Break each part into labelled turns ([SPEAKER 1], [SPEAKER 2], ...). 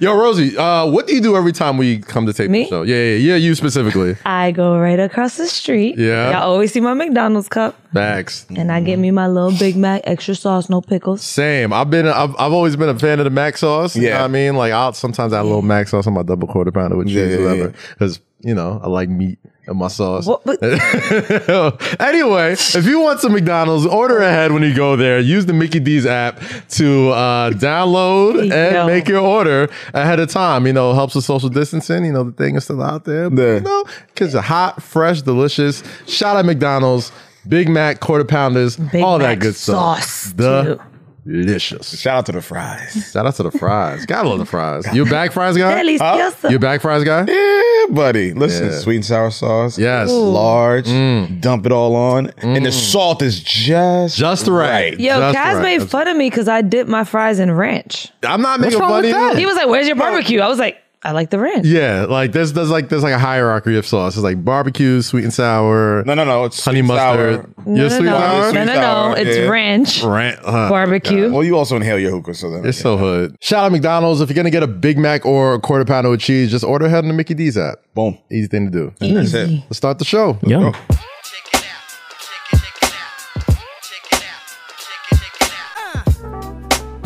[SPEAKER 1] Yo, Rosie, uh, what do you do every time we come to tape
[SPEAKER 2] Me?
[SPEAKER 1] the show? Yeah, yeah, yeah, you specifically.
[SPEAKER 2] I go right across the street.
[SPEAKER 1] Yeah.
[SPEAKER 2] Y'all always see my McDonald's cup.
[SPEAKER 1] Thanks.
[SPEAKER 2] And I get me my little Big Mac, extra sauce, no pickles.
[SPEAKER 1] Same. I've been. I've, I've always been a fan of the mac sauce. You know
[SPEAKER 3] Yeah.
[SPEAKER 1] what I mean, like I'll sometimes add a little mac sauce on my double quarter pounder with cheese,
[SPEAKER 3] Yeah, yeah, yeah.
[SPEAKER 1] whatever. Because you know I like meat in my sauce.
[SPEAKER 2] What- but-
[SPEAKER 1] anyway, if you want some McDonald's, order ahead when you go there. Use the Mickey D's app to uh, download and
[SPEAKER 2] Yo.
[SPEAKER 1] make your order ahead of time. You know, it helps with social distancing. You know, the thing is still out there. But,
[SPEAKER 3] Yeah.
[SPEAKER 1] You know, because it's hot, fresh, delicious. Shout out McDonald's. Big Mac, quarter pounders,
[SPEAKER 2] Big
[SPEAKER 1] all
[SPEAKER 2] Mac
[SPEAKER 1] that good
[SPEAKER 2] sauce,
[SPEAKER 1] stuff. Delicious.
[SPEAKER 3] Shout out to the fries.
[SPEAKER 1] Shout out to the fries. Gotta love the fries. You a back fries guy?
[SPEAKER 2] Delicioso.
[SPEAKER 1] You a back fries guy?
[SPEAKER 3] Yeah, buddy. Listen,
[SPEAKER 1] Yeah.
[SPEAKER 3] sweet and sour sauce.
[SPEAKER 1] Yes. Ooh.
[SPEAKER 3] Large. Dump it all on. And the salt is just
[SPEAKER 1] Just right.
[SPEAKER 2] Yo,
[SPEAKER 1] Just
[SPEAKER 2] Kaz
[SPEAKER 1] right.
[SPEAKER 2] made
[SPEAKER 1] That's-
[SPEAKER 2] fun of me because I dipped my fries in ranch.
[SPEAKER 1] I'm not making
[SPEAKER 3] wrong
[SPEAKER 1] fun of
[SPEAKER 3] with
[SPEAKER 1] you.
[SPEAKER 3] that?
[SPEAKER 2] He was like, Where's your barbecue? I was like, I like the ranch.
[SPEAKER 1] Yeah, like there's there's like there's like a hierarchy of sauce. It's like barbecue, sweet and sour,
[SPEAKER 3] No, no, no. It's
[SPEAKER 1] honey
[SPEAKER 3] sweet and
[SPEAKER 1] mustard.
[SPEAKER 3] sour.
[SPEAKER 1] You're
[SPEAKER 2] no,
[SPEAKER 1] sweet
[SPEAKER 2] no,
[SPEAKER 1] and sour.
[SPEAKER 2] no, no, no, no.
[SPEAKER 3] Sweet
[SPEAKER 2] It's
[SPEAKER 3] sour, yeah.
[SPEAKER 2] ranch,
[SPEAKER 1] Rant, huh?
[SPEAKER 2] barbecue.
[SPEAKER 3] Well, you also inhale your hookah, so then.
[SPEAKER 1] It's so hood. Shout out McDonald's. If you're gonna get a Big Mac or a quarter pounder with cheese, just order ahead on the Mickey D's app.
[SPEAKER 3] Boom.
[SPEAKER 1] Easy thing to do.
[SPEAKER 3] That's it.
[SPEAKER 1] Let's start the show.
[SPEAKER 4] Yum.
[SPEAKER 5] Check it out. Check it, check it out. Check it out. Check it, check it out.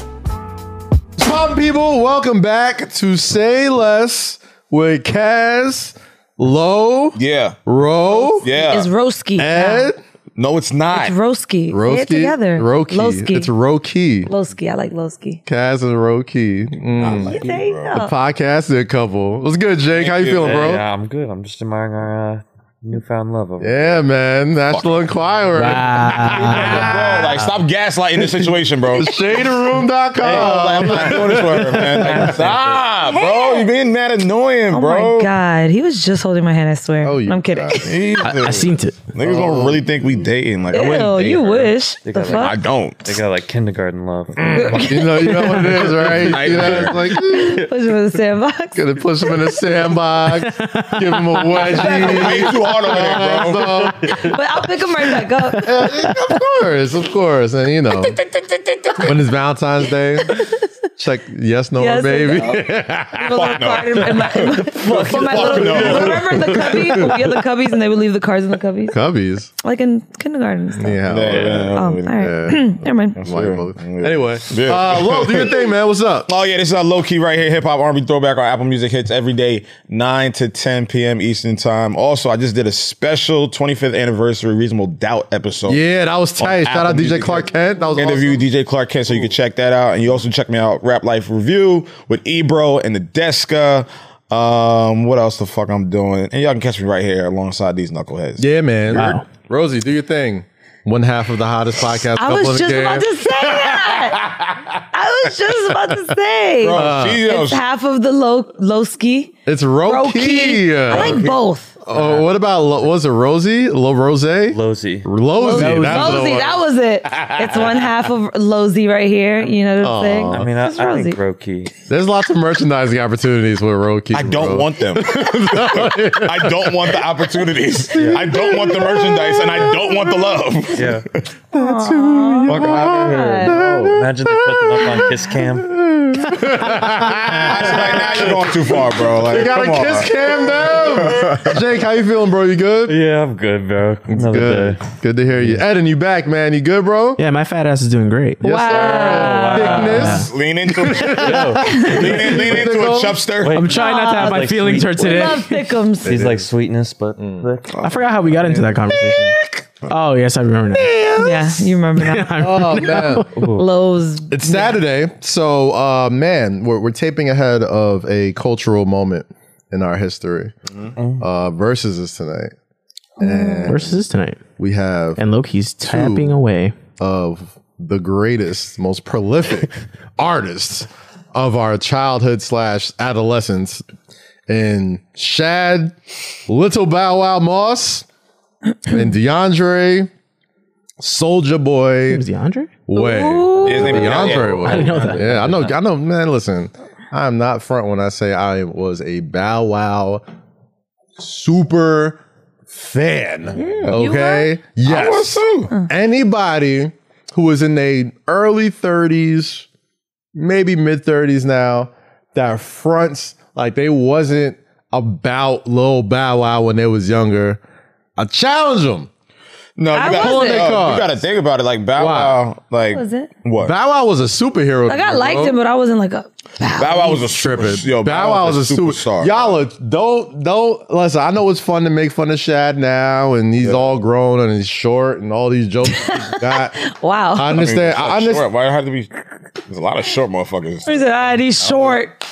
[SPEAKER 1] What's poppin', people? Welcome back to Say Less with Kaz, Low,
[SPEAKER 3] Yeah.
[SPEAKER 1] Roe,
[SPEAKER 3] Yeah.
[SPEAKER 2] It's roski.
[SPEAKER 1] Ed,
[SPEAKER 3] no, it's not.
[SPEAKER 2] Roski. Say
[SPEAKER 1] Roski,
[SPEAKER 2] it together.
[SPEAKER 1] Roki.
[SPEAKER 2] Loski.
[SPEAKER 1] It's Roki.
[SPEAKER 2] Loski. I like Loski.
[SPEAKER 1] Kaz and Roki. Mm.
[SPEAKER 3] I like
[SPEAKER 2] There
[SPEAKER 3] you,
[SPEAKER 2] you
[SPEAKER 3] bro.
[SPEAKER 2] go.
[SPEAKER 1] Podcasted couple. What's good, Jake? How you
[SPEAKER 3] you.
[SPEAKER 1] feeling, bro?
[SPEAKER 4] Yeah, I'm good. I'm just admiring our uh, newfound love. Over yeah.
[SPEAKER 1] Yeah, man. National Enquirer.
[SPEAKER 3] Bro, like, stop gaslighting this situation, bro.
[SPEAKER 1] Shaderoom.com.
[SPEAKER 3] I'm not doing this for her, man. Like, stop, bro. You're being mad annoying,
[SPEAKER 2] Oh
[SPEAKER 3] bro.
[SPEAKER 2] my God. He was just holding my hand, I swear.
[SPEAKER 1] Oh, you
[SPEAKER 2] I'm kidding.
[SPEAKER 1] got it.
[SPEAKER 4] I seen it.
[SPEAKER 3] Niggas don't really think we dating. Like, I
[SPEAKER 2] Ew,
[SPEAKER 3] wouldn't date
[SPEAKER 2] you
[SPEAKER 3] her.
[SPEAKER 2] wish.
[SPEAKER 4] They
[SPEAKER 2] The
[SPEAKER 4] got, like,
[SPEAKER 2] fuck?
[SPEAKER 3] I don't.
[SPEAKER 4] They got like kindergarten love. Mm.
[SPEAKER 1] you, know, you know what it is, right? You know, it's like, mm,
[SPEAKER 2] Push him in the sandbox.
[SPEAKER 1] gonna push him in a sandbox, give him a wedgie.
[SPEAKER 3] You too hard over there, bro.
[SPEAKER 1] So,
[SPEAKER 2] But I'll pick him right back up.
[SPEAKER 1] of course, of course. And you know, when it's Valentine's Day, check yes, no,
[SPEAKER 2] Yes,
[SPEAKER 1] or maybe.
[SPEAKER 2] Leave a little
[SPEAKER 3] no.
[SPEAKER 2] card in my- in my- in my- for my
[SPEAKER 3] fuck
[SPEAKER 2] little-
[SPEAKER 3] no.
[SPEAKER 2] Remember the cubby? We had the cubbies and they would leave the cards in the cubbies?
[SPEAKER 1] Cubbies.
[SPEAKER 2] Like in kindergarten and stuff.
[SPEAKER 1] Yeah.
[SPEAKER 3] Yeah.
[SPEAKER 2] Oh, all right. Never mind.
[SPEAKER 1] White
[SPEAKER 3] Sure.
[SPEAKER 1] folks.
[SPEAKER 3] Yeah.
[SPEAKER 1] Anyway,
[SPEAKER 3] Yeah.
[SPEAKER 1] uh, Lo, do your thing, man. What's up?
[SPEAKER 3] Oh yeah, this is a low key right here. Hip hop R&B throwback on Apple Music hits every day, nine to ten p.m. Eastern time. Also, I just did a special 25th anniversary Reasonable Doubt episode.
[SPEAKER 1] Yeah, that was tight.
[SPEAKER 3] on
[SPEAKER 1] Shout out
[SPEAKER 3] Apple
[SPEAKER 1] DJ
[SPEAKER 3] Music.
[SPEAKER 1] Clark Kent. That was
[SPEAKER 3] Interview
[SPEAKER 1] awesome.
[SPEAKER 3] DJ Clark Kent, so you can check that out. And you also check me out, Rap Life Review with Ebro and the Deska. Um, what else the fuck I'm doing? And y'all can catch me right here alongside these knuckleheads.
[SPEAKER 1] Yeah, man. Rosie, do your thing. One half of the hottest podcast.
[SPEAKER 2] I
[SPEAKER 1] couple in the
[SPEAKER 2] was just
[SPEAKER 1] game.
[SPEAKER 2] about to say that. I was just about to say.
[SPEAKER 3] Bro,
[SPEAKER 1] Uh,
[SPEAKER 3] she, you know,
[SPEAKER 2] it's half of the low low ski.
[SPEAKER 1] It's Roki.
[SPEAKER 2] Roki. I like both.
[SPEAKER 1] oh, what about Lo- what was it Rosie? Lo Rose? Lo-
[SPEAKER 4] Lozy.
[SPEAKER 1] Lozy. That's the
[SPEAKER 2] Lozy,
[SPEAKER 1] one.
[SPEAKER 2] that was it. It's one half of Lozy right here. You know what I'm saying?
[SPEAKER 4] I mean, I,
[SPEAKER 2] It's
[SPEAKER 4] I think
[SPEAKER 2] Rosie.
[SPEAKER 4] Roki.
[SPEAKER 1] There's lots of merchandising opportunities with Roki.
[SPEAKER 3] I don't want them. I don't want the opportunities. I don't want the merchandise, and I don't want the love.
[SPEAKER 4] Yeah. Fuck outta here. No. Oh, Imagine they put them up on Kiss Cam.
[SPEAKER 3] right now, you're going too far, bro. Like,
[SPEAKER 1] You gotta
[SPEAKER 3] come on.
[SPEAKER 1] kiss cam down. Jake, how you feeling, bro? You good?
[SPEAKER 4] Yeah, I'm good, bro. Another
[SPEAKER 1] Good.
[SPEAKER 4] day.
[SPEAKER 1] Good to hear you. Eden, you back, man. You good, bro?
[SPEAKER 6] Yeah, my fat ass is doing great.
[SPEAKER 1] Yes,
[SPEAKER 2] Wow.
[SPEAKER 1] sir. Thickness.
[SPEAKER 3] Lean into, lean, in, lean into a chubster.
[SPEAKER 4] Wait,
[SPEAKER 6] I'm trying not to have my
[SPEAKER 4] Like
[SPEAKER 6] feelings
[SPEAKER 4] sweet.
[SPEAKER 6] hurt today.
[SPEAKER 2] Love Thickums.
[SPEAKER 4] he's like sweetness, but thick.
[SPEAKER 6] I forgot how we got into that conversation. Oh yes, I remember now.
[SPEAKER 2] Yeah, you remember now.
[SPEAKER 1] Oh man.
[SPEAKER 2] Lowe's.
[SPEAKER 1] It's Saturday, so uh, man, we're, we're taping ahead of a cultural moment in our history. Uh, versus is tonight.
[SPEAKER 6] Versus this tonight,
[SPEAKER 1] We have
[SPEAKER 6] and Loki's tapping away.
[SPEAKER 1] of the greatest, most prolific artists of our childhood slash adolescence, in Shad, Little Bow Wow Moss, and DeAndre, Soldier Boy,
[SPEAKER 6] Is DeAndre?
[SPEAKER 1] Way.
[SPEAKER 3] His name is
[SPEAKER 1] Beyond
[SPEAKER 3] Kanye.
[SPEAKER 1] very well.
[SPEAKER 6] I didn't know that.
[SPEAKER 1] Yeah, I know. I know, man. Listen, I'm not front when I say I was a Bow Wow super fan. Okay.
[SPEAKER 3] I was
[SPEAKER 1] Yes.
[SPEAKER 3] too.
[SPEAKER 1] Anybody who was in their early 30s, maybe mid 30s now, that fronts like they wasn't about Lil Bow Wow when they was younger. I challenge them.
[SPEAKER 3] No,
[SPEAKER 2] I
[SPEAKER 3] you gotta,
[SPEAKER 2] wasn't.
[SPEAKER 3] no, you gotta think about it. Like Bow
[SPEAKER 1] Why?
[SPEAKER 3] Wow, like
[SPEAKER 2] was it?
[SPEAKER 3] what?
[SPEAKER 1] Bow Wow was a superhero.
[SPEAKER 2] Like I liked him, but I wasn't like a.
[SPEAKER 3] Bow Wow was a super,
[SPEAKER 1] tripping.
[SPEAKER 3] yo,
[SPEAKER 1] Bow Wow was a superstar. Y'all are, don't don't listen. I know it's fun to make fun of Shad now, and he's all grown and he's short, and all these jokes. he's got.
[SPEAKER 2] Wow.
[SPEAKER 1] I
[SPEAKER 2] i
[SPEAKER 3] I mean,
[SPEAKER 1] understand.
[SPEAKER 3] it's
[SPEAKER 1] I,
[SPEAKER 3] not
[SPEAKER 1] understand.
[SPEAKER 3] Short. Why had to be? There's a lot of short motherfuckers.
[SPEAKER 2] he said, ah, he's short.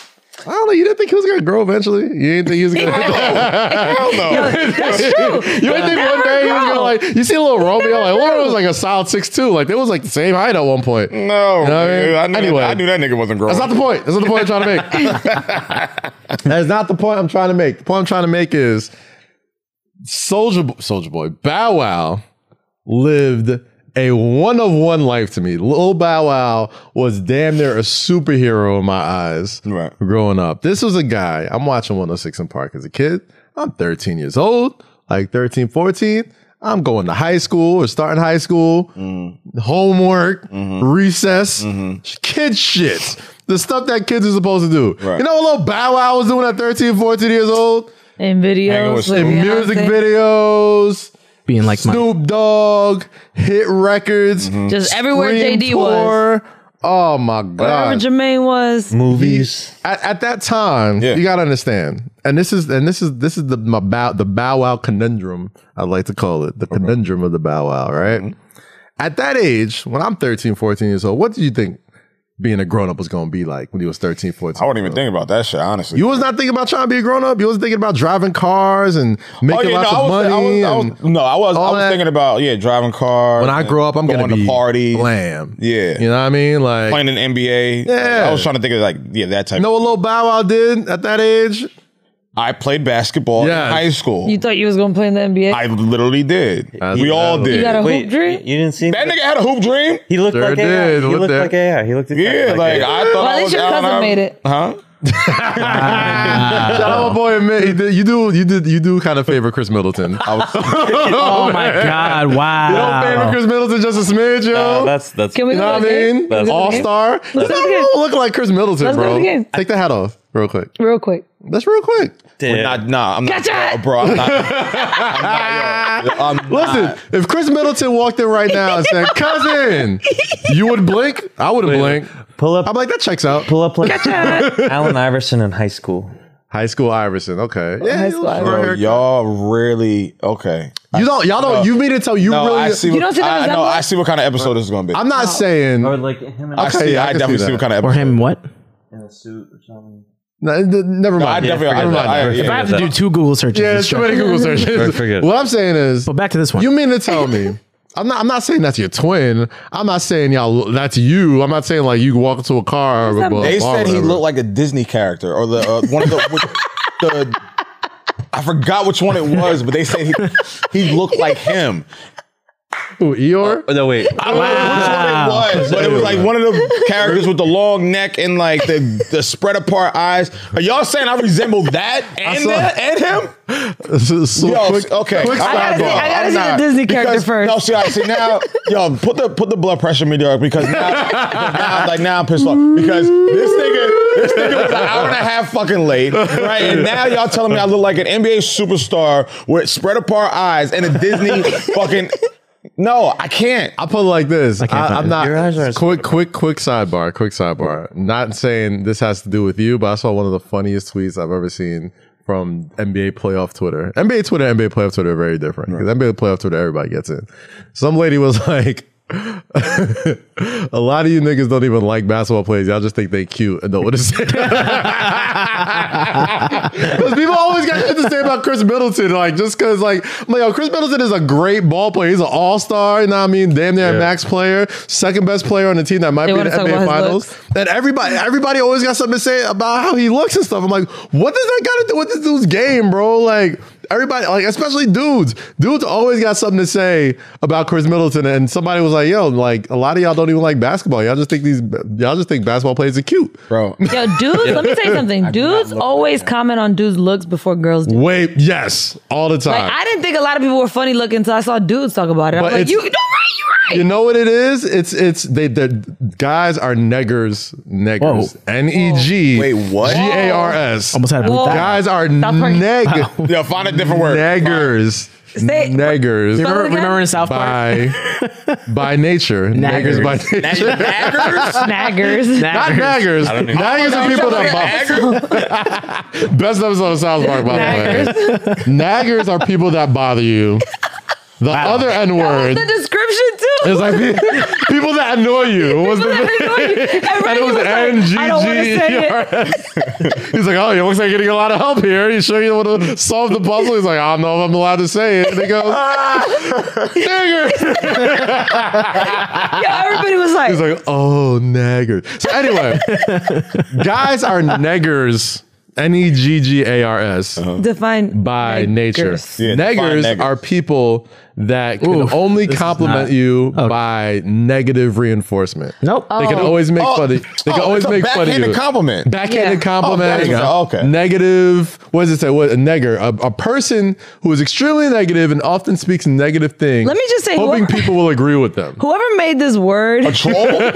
[SPEAKER 1] I don't know. You didn't think he was gonna grow eventually. You didn't think he was gonna.
[SPEAKER 3] Hell no.
[SPEAKER 2] That's true.
[SPEAKER 1] you didn't think one day he was gonna
[SPEAKER 2] grow.
[SPEAKER 1] like. You see little Romeo. Like Laura was like a solid six two. Like they was like the same height at one point.
[SPEAKER 3] No,
[SPEAKER 1] You know what I mean?
[SPEAKER 3] dude, I, knew
[SPEAKER 1] Anyway.
[SPEAKER 3] that, I knew that nigga wasn't growing.
[SPEAKER 1] That's not the point. That's not the point I'm trying to make. That's not the point I'm trying to make. The point I'm trying to make is Soldier Soldier Boy Bow Wow lived a one of one life to me. Lil Bow Wow was damn near a superhero in my eyes
[SPEAKER 3] Right.
[SPEAKER 1] growing up. This was a guy. I'm watching 106 in Park as a kid. I'm 13 years old, like 13, 14. I'm going to high school or starting high school
[SPEAKER 3] Mm-hmm.
[SPEAKER 1] homework, recess, kid shit. The stuff that kids are supposed to do.
[SPEAKER 3] Right.
[SPEAKER 1] You know what little Bow Wow was doing at 13, 14 years old?
[SPEAKER 2] In
[SPEAKER 3] Hanging
[SPEAKER 2] videos,
[SPEAKER 3] with
[SPEAKER 2] with
[SPEAKER 1] In
[SPEAKER 2] Beyonce.
[SPEAKER 1] music videos,
[SPEAKER 6] Being like my
[SPEAKER 1] Snoop Dogg, hit records.
[SPEAKER 3] Mm-hmm.
[SPEAKER 2] just everywhere
[SPEAKER 1] Scream
[SPEAKER 2] JD was,
[SPEAKER 1] tour. Oh my
[SPEAKER 2] wherever
[SPEAKER 1] God.
[SPEAKER 2] Jermaine was.
[SPEAKER 4] Movies.
[SPEAKER 1] At, at that time,
[SPEAKER 3] Yeah.
[SPEAKER 1] you gotta understand, and this is and this is this is the my bow the bow wow conundrum I like to call it the conundrum of the bow wow. Right
[SPEAKER 3] Mm-hmm.
[SPEAKER 1] at that age, when I'm 13, 14 years old, what did you think being a grown up was gonna be like when you was 13, 14?
[SPEAKER 3] I wouldn't even think about that shit, honestly.
[SPEAKER 1] You was not thinking about trying to be a grown up. You was thinking about driving cars and making lots of money.
[SPEAKER 3] Oh, I was,
[SPEAKER 1] and-
[SPEAKER 3] no, I was, I
[SPEAKER 1] all
[SPEAKER 3] was
[SPEAKER 1] that.
[SPEAKER 3] thinking about yeah, driving cars.
[SPEAKER 1] when I
[SPEAKER 3] and
[SPEAKER 1] grow up, I'm gonna
[SPEAKER 3] going
[SPEAKER 1] be
[SPEAKER 3] to party,
[SPEAKER 1] glam.
[SPEAKER 3] Yeah.
[SPEAKER 1] you know what I mean. Like
[SPEAKER 3] playing in the NBA.
[SPEAKER 1] Yeah.
[SPEAKER 3] I was trying to think of like yeah, that type.
[SPEAKER 1] know what little Bow Wow did at that age?
[SPEAKER 3] I played basketball
[SPEAKER 1] Yes.
[SPEAKER 3] in high school.
[SPEAKER 2] You thought you was gonna play in the NBA?
[SPEAKER 3] I literally did.
[SPEAKER 1] That's
[SPEAKER 3] we all
[SPEAKER 1] valid.
[SPEAKER 3] did.
[SPEAKER 2] You got a hoop
[SPEAKER 4] Wait, you,
[SPEAKER 2] dream?
[SPEAKER 4] you didn't see
[SPEAKER 3] that nigga had a hoop dream.
[SPEAKER 4] He looked
[SPEAKER 1] Sure
[SPEAKER 4] like AI.
[SPEAKER 1] did,
[SPEAKER 4] He
[SPEAKER 1] with
[SPEAKER 4] looked
[SPEAKER 1] that-
[SPEAKER 4] like AI. He looked exactly
[SPEAKER 3] Yeah, like
[SPEAKER 4] AI.
[SPEAKER 3] I thought
[SPEAKER 2] Well, at
[SPEAKER 3] I was
[SPEAKER 2] least your
[SPEAKER 3] out and
[SPEAKER 2] cousin
[SPEAKER 3] I-
[SPEAKER 2] made it.
[SPEAKER 3] Huh?
[SPEAKER 1] Shout out my boy, man. He did- You do, you did, you do kind of favor Chris Middleton. I was,
[SPEAKER 6] Oh my God!
[SPEAKER 1] you don't favor
[SPEAKER 6] Wow.
[SPEAKER 1] Chris Middleton just a smidge, yo.
[SPEAKER 4] Oh, that's that's.
[SPEAKER 2] Can we
[SPEAKER 1] you know what
[SPEAKER 2] go to
[SPEAKER 1] I
[SPEAKER 2] the game?
[SPEAKER 1] mean?
[SPEAKER 4] That's-
[SPEAKER 1] All star.
[SPEAKER 2] Let's go to the game.
[SPEAKER 1] don't look like Chris Middleton,
[SPEAKER 2] Let's go to
[SPEAKER 1] bro.
[SPEAKER 2] the game.
[SPEAKER 1] Take the hat off real quick.
[SPEAKER 2] Real quick.
[SPEAKER 1] That's real quick.
[SPEAKER 4] did.
[SPEAKER 3] Nah, nah, I'm not,
[SPEAKER 2] Gotcha!
[SPEAKER 3] bro. I'm not. I'm not, yo. I'm
[SPEAKER 1] Listen,
[SPEAKER 3] not.
[SPEAKER 1] if Chris Middleton walked in right now and said, "Cousin," you would blink. I would have blinked.
[SPEAKER 4] pull
[SPEAKER 1] I'm
[SPEAKER 4] up.
[SPEAKER 1] like, that checks out.
[SPEAKER 4] Pull up like Allen Iverson in high school.
[SPEAKER 1] High school Iverson. Okay. Yeah.
[SPEAKER 2] High school
[SPEAKER 1] short
[SPEAKER 2] Iverson.
[SPEAKER 1] haircut.
[SPEAKER 3] y'all really okay.
[SPEAKER 1] You don't. Y'all don't. You mean to tell you
[SPEAKER 3] No,
[SPEAKER 1] really?
[SPEAKER 3] I see. What,
[SPEAKER 2] You don't see the
[SPEAKER 3] I, no,
[SPEAKER 2] resemblance?
[SPEAKER 3] I see what kind of episode this is going to be.
[SPEAKER 1] I'm not saying.
[SPEAKER 4] Or like him in,
[SPEAKER 3] I see.
[SPEAKER 1] Okay, yeah, I
[SPEAKER 3] I,
[SPEAKER 1] can see
[SPEAKER 3] definitely see,
[SPEAKER 1] that.
[SPEAKER 3] what kind of
[SPEAKER 6] Or
[SPEAKER 3] episode.
[SPEAKER 6] him? What?
[SPEAKER 4] in a suit or something.
[SPEAKER 1] No, n- n- never
[SPEAKER 3] I
[SPEAKER 1] mind.
[SPEAKER 3] definitely
[SPEAKER 1] Never
[SPEAKER 3] get that.
[SPEAKER 1] mind.
[SPEAKER 3] I,
[SPEAKER 6] If I
[SPEAKER 3] yeah.
[SPEAKER 6] have to do two Google searches,
[SPEAKER 1] Yeah,
[SPEAKER 6] it's
[SPEAKER 1] it's too
[SPEAKER 6] short.
[SPEAKER 1] many Google searches.
[SPEAKER 4] Forget it.
[SPEAKER 1] what I'm saying is,
[SPEAKER 6] But back to this one.
[SPEAKER 1] you mean to tell me? I'm not. I'm not saying that's your twin. I'm not saying y'all. That's you. I'm not saying like you walk into a car. Or a
[SPEAKER 2] that-
[SPEAKER 1] bus
[SPEAKER 3] They
[SPEAKER 1] or
[SPEAKER 3] said he
[SPEAKER 1] whatever.
[SPEAKER 3] looked like a Disney character or the uh, one of the, with the. I forgot which one it was, but they said he, he looked like him.
[SPEAKER 1] Who, Eeyore.
[SPEAKER 4] Oh, no, wait.
[SPEAKER 3] I don't know which one it was, but it was like one of the characters with the long neck and like the, the spread apart eyes. Are y'all saying I resemble that and
[SPEAKER 1] saw-
[SPEAKER 3] that and him?
[SPEAKER 1] So- so
[SPEAKER 3] Yo,
[SPEAKER 1] quick-
[SPEAKER 3] okay.
[SPEAKER 1] quick
[SPEAKER 2] I gotta
[SPEAKER 1] sidebar.
[SPEAKER 2] see- I gotta
[SPEAKER 3] I'm
[SPEAKER 2] see the Disney character
[SPEAKER 3] because,
[SPEAKER 2] first.
[SPEAKER 3] No, see, I see now. Yo, put the put the blood pressure meter up because now, now, like now I'm pissed off because this nigga this nigga was an hour and a half fucking late, right? And now y'all telling me I look like an NBA superstar with spread apart eyes and a Disney fucking. No, I can't.
[SPEAKER 1] I put it like this. I
[SPEAKER 6] can't
[SPEAKER 1] I,
[SPEAKER 6] find
[SPEAKER 1] am
[SPEAKER 6] it.
[SPEAKER 1] not.
[SPEAKER 4] Your eyes are-
[SPEAKER 1] quick, quick, quick sidebar. Quick sidebar. Not saying this has to do with you, but I saw one of the funniest tweets I've ever seen from NBA playoff Twitter. NBA Twitter, NBA playoff Twitter are very different because NBA playoff Twitter everybody gets in. Some lady was like. a lot of you niggas don't even like basketball players. Y'all just think they cute and don't want to say. Because people always got shit to say about Chris Middleton. Like, just because, like, I'm like, yo, Chris Middleton is a great ball player. He's an all star, you know what I mean? Damn near a max player, second best player on the team that might
[SPEAKER 2] They
[SPEAKER 1] be in
[SPEAKER 2] wanna
[SPEAKER 1] the
[SPEAKER 2] talk about
[SPEAKER 1] NBA
[SPEAKER 2] his
[SPEAKER 1] Finals. And everybody everybody always got something to say about how he looks and stuff. I'm like, what does that got to do with this dude's game, bro? Like, everybody, like especially dudes, dudes always got something to say about Chris Middleton. And somebody was like, "Yo, like a lot of y'all don't even like basketball. Y'all just think these, y'all just think basketball players are cute."
[SPEAKER 3] bro.
[SPEAKER 2] Yo, dudes, let me tell you something. Dudes always comment on dudes' looks before girls do.
[SPEAKER 1] Wait, yes, all the time.
[SPEAKER 2] Like, I didn't think a lot of people were funny looking until I saw dudes talk about it. I'm
[SPEAKER 1] But
[SPEAKER 2] like,
[SPEAKER 1] it's-
[SPEAKER 2] you, no, right, you're right.
[SPEAKER 1] you know what it is? It's it's they the guys are neggers, neggers. N e g
[SPEAKER 3] Wait, what?
[SPEAKER 1] G a r s.
[SPEAKER 6] Almost had a
[SPEAKER 2] Whoa.
[SPEAKER 6] that.
[SPEAKER 1] Guys are
[SPEAKER 2] Stop her.
[SPEAKER 1] neg
[SPEAKER 3] Yo, find a different word.
[SPEAKER 1] neggers,
[SPEAKER 2] Say-
[SPEAKER 1] neggers
[SPEAKER 6] Remember,
[SPEAKER 2] again?
[SPEAKER 6] remember in South Park?
[SPEAKER 1] by by nature, neggers by nature.
[SPEAKER 3] Naggers?
[SPEAKER 2] Snaggers.
[SPEAKER 1] Not naggers. Naggers are people that bother. Best episode of South Park, by the way. Naggers are people that bother you. The other N word
[SPEAKER 2] the description too.
[SPEAKER 1] is like pe- people that annoy you. What was
[SPEAKER 2] People
[SPEAKER 1] the
[SPEAKER 2] that annoy you. And
[SPEAKER 1] and it
[SPEAKER 2] Randy
[SPEAKER 1] was
[SPEAKER 2] was
[SPEAKER 1] N G
[SPEAKER 2] like, I don't want to
[SPEAKER 1] G
[SPEAKER 2] say
[SPEAKER 1] E
[SPEAKER 2] it.
[SPEAKER 1] R S. He's like, oh, it looks like you're getting a lot of help here. You sure you want to solve the puzzle? He's like, I don't know if I'm allowed to say it. And he goes, nigger.
[SPEAKER 2] Yo, everybody was like,
[SPEAKER 1] He's like, oh, nagger. So anyway, guys are neggers. N e g g a r s
[SPEAKER 2] define
[SPEAKER 1] by
[SPEAKER 2] neggers.
[SPEAKER 1] nature.
[SPEAKER 3] Yeah,
[SPEAKER 1] neggers,
[SPEAKER 3] define neggers.
[SPEAKER 1] are people that can
[SPEAKER 6] Oof,
[SPEAKER 1] only
[SPEAKER 6] this is
[SPEAKER 1] compliment
[SPEAKER 6] not-
[SPEAKER 1] you by negative reinforcement.
[SPEAKER 6] Nope.
[SPEAKER 1] They can always make
[SPEAKER 3] Oh,
[SPEAKER 1] fun of. They can
[SPEAKER 3] oh,
[SPEAKER 1] always
[SPEAKER 3] it's a
[SPEAKER 1] make fun of
[SPEAKER 3] backhanded
[SPEAKER 1] you.
[SPEAKER 3] compliment.
[SPEAKER 1] Backhanded
[SPEAKER 2] Yeah.
[SPEAKER 1] compliment.
[SPEAKER 3] Oh, there you go. Okay.
[SPEAKER 1] Negative. What does it say? What a negger. A, a person who is extremely negative and often speaks negative things.
[SPEAKER 2] Let me just say,
[SPEAKER 1] hoping
[SPEAKER 2] whoever-
[SPEAKER 1] people will agree with them.
[SPEAKER 2] Whoever made this word, let
[SPEAKER 3] Troll?
[SPEAKER 2] me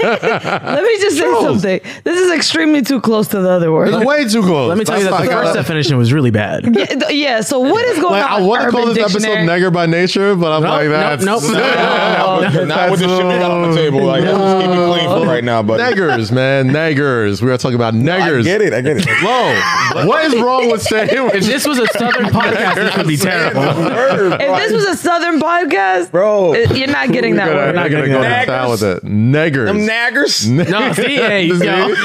[SPEAKER 2] just say something. This is extremely too close to the other word.
[SPEAKER 1] It's way too close.
[SPEAKER 6] Let me tell you that the first definition was really bad.
[SPEAKER 2] Yeah, th- yeah, so what is going
[SPEAKER 1] Like,
[SPEAKER 2] on?
[SPEAKER 1] I
[SPEAKER 2] with
[SPEAKER 1] want to
[SPEAKER 2] Urban
[SPEAKER 1] call this
[SPEAKER 2] Dictionary?
[SPEAKER 1] episode "Negger by Nature," but I'm like,
[SPEAKER 6] nope,
[SPEAKER 1] that's
[SPEAKER 6] nope, nope,
[SPEAKER 3] No,
[SPEAKER 6] no, no, no.
[SPEAKER 3] not with the shit they got on the table. Like, let's just keep it clean for right now, but
[SPEAKER 1] Neggers, man, neggers. We are talking about neggers.
[SPEAKER 3] I get it. I get it.
[SPEAKER 1] Whoa, what is wrong with saying?
[SPEAKER 6] If this was a Southern podcast, this would be terrible.
[SPEAKER 2] If this was a Southern podcast,
[SPEAKER 3] Bro.
[SPEAKER 2] it- you're not getting that
[SPEAKER 1] I'm
[SPEAKER 2] word.
[SPEAKER 1] not gonna go to town with it. Neggers.
[SPEAKER 3] Them naggers?
[SPEAKER 6] No, see, hey, yo.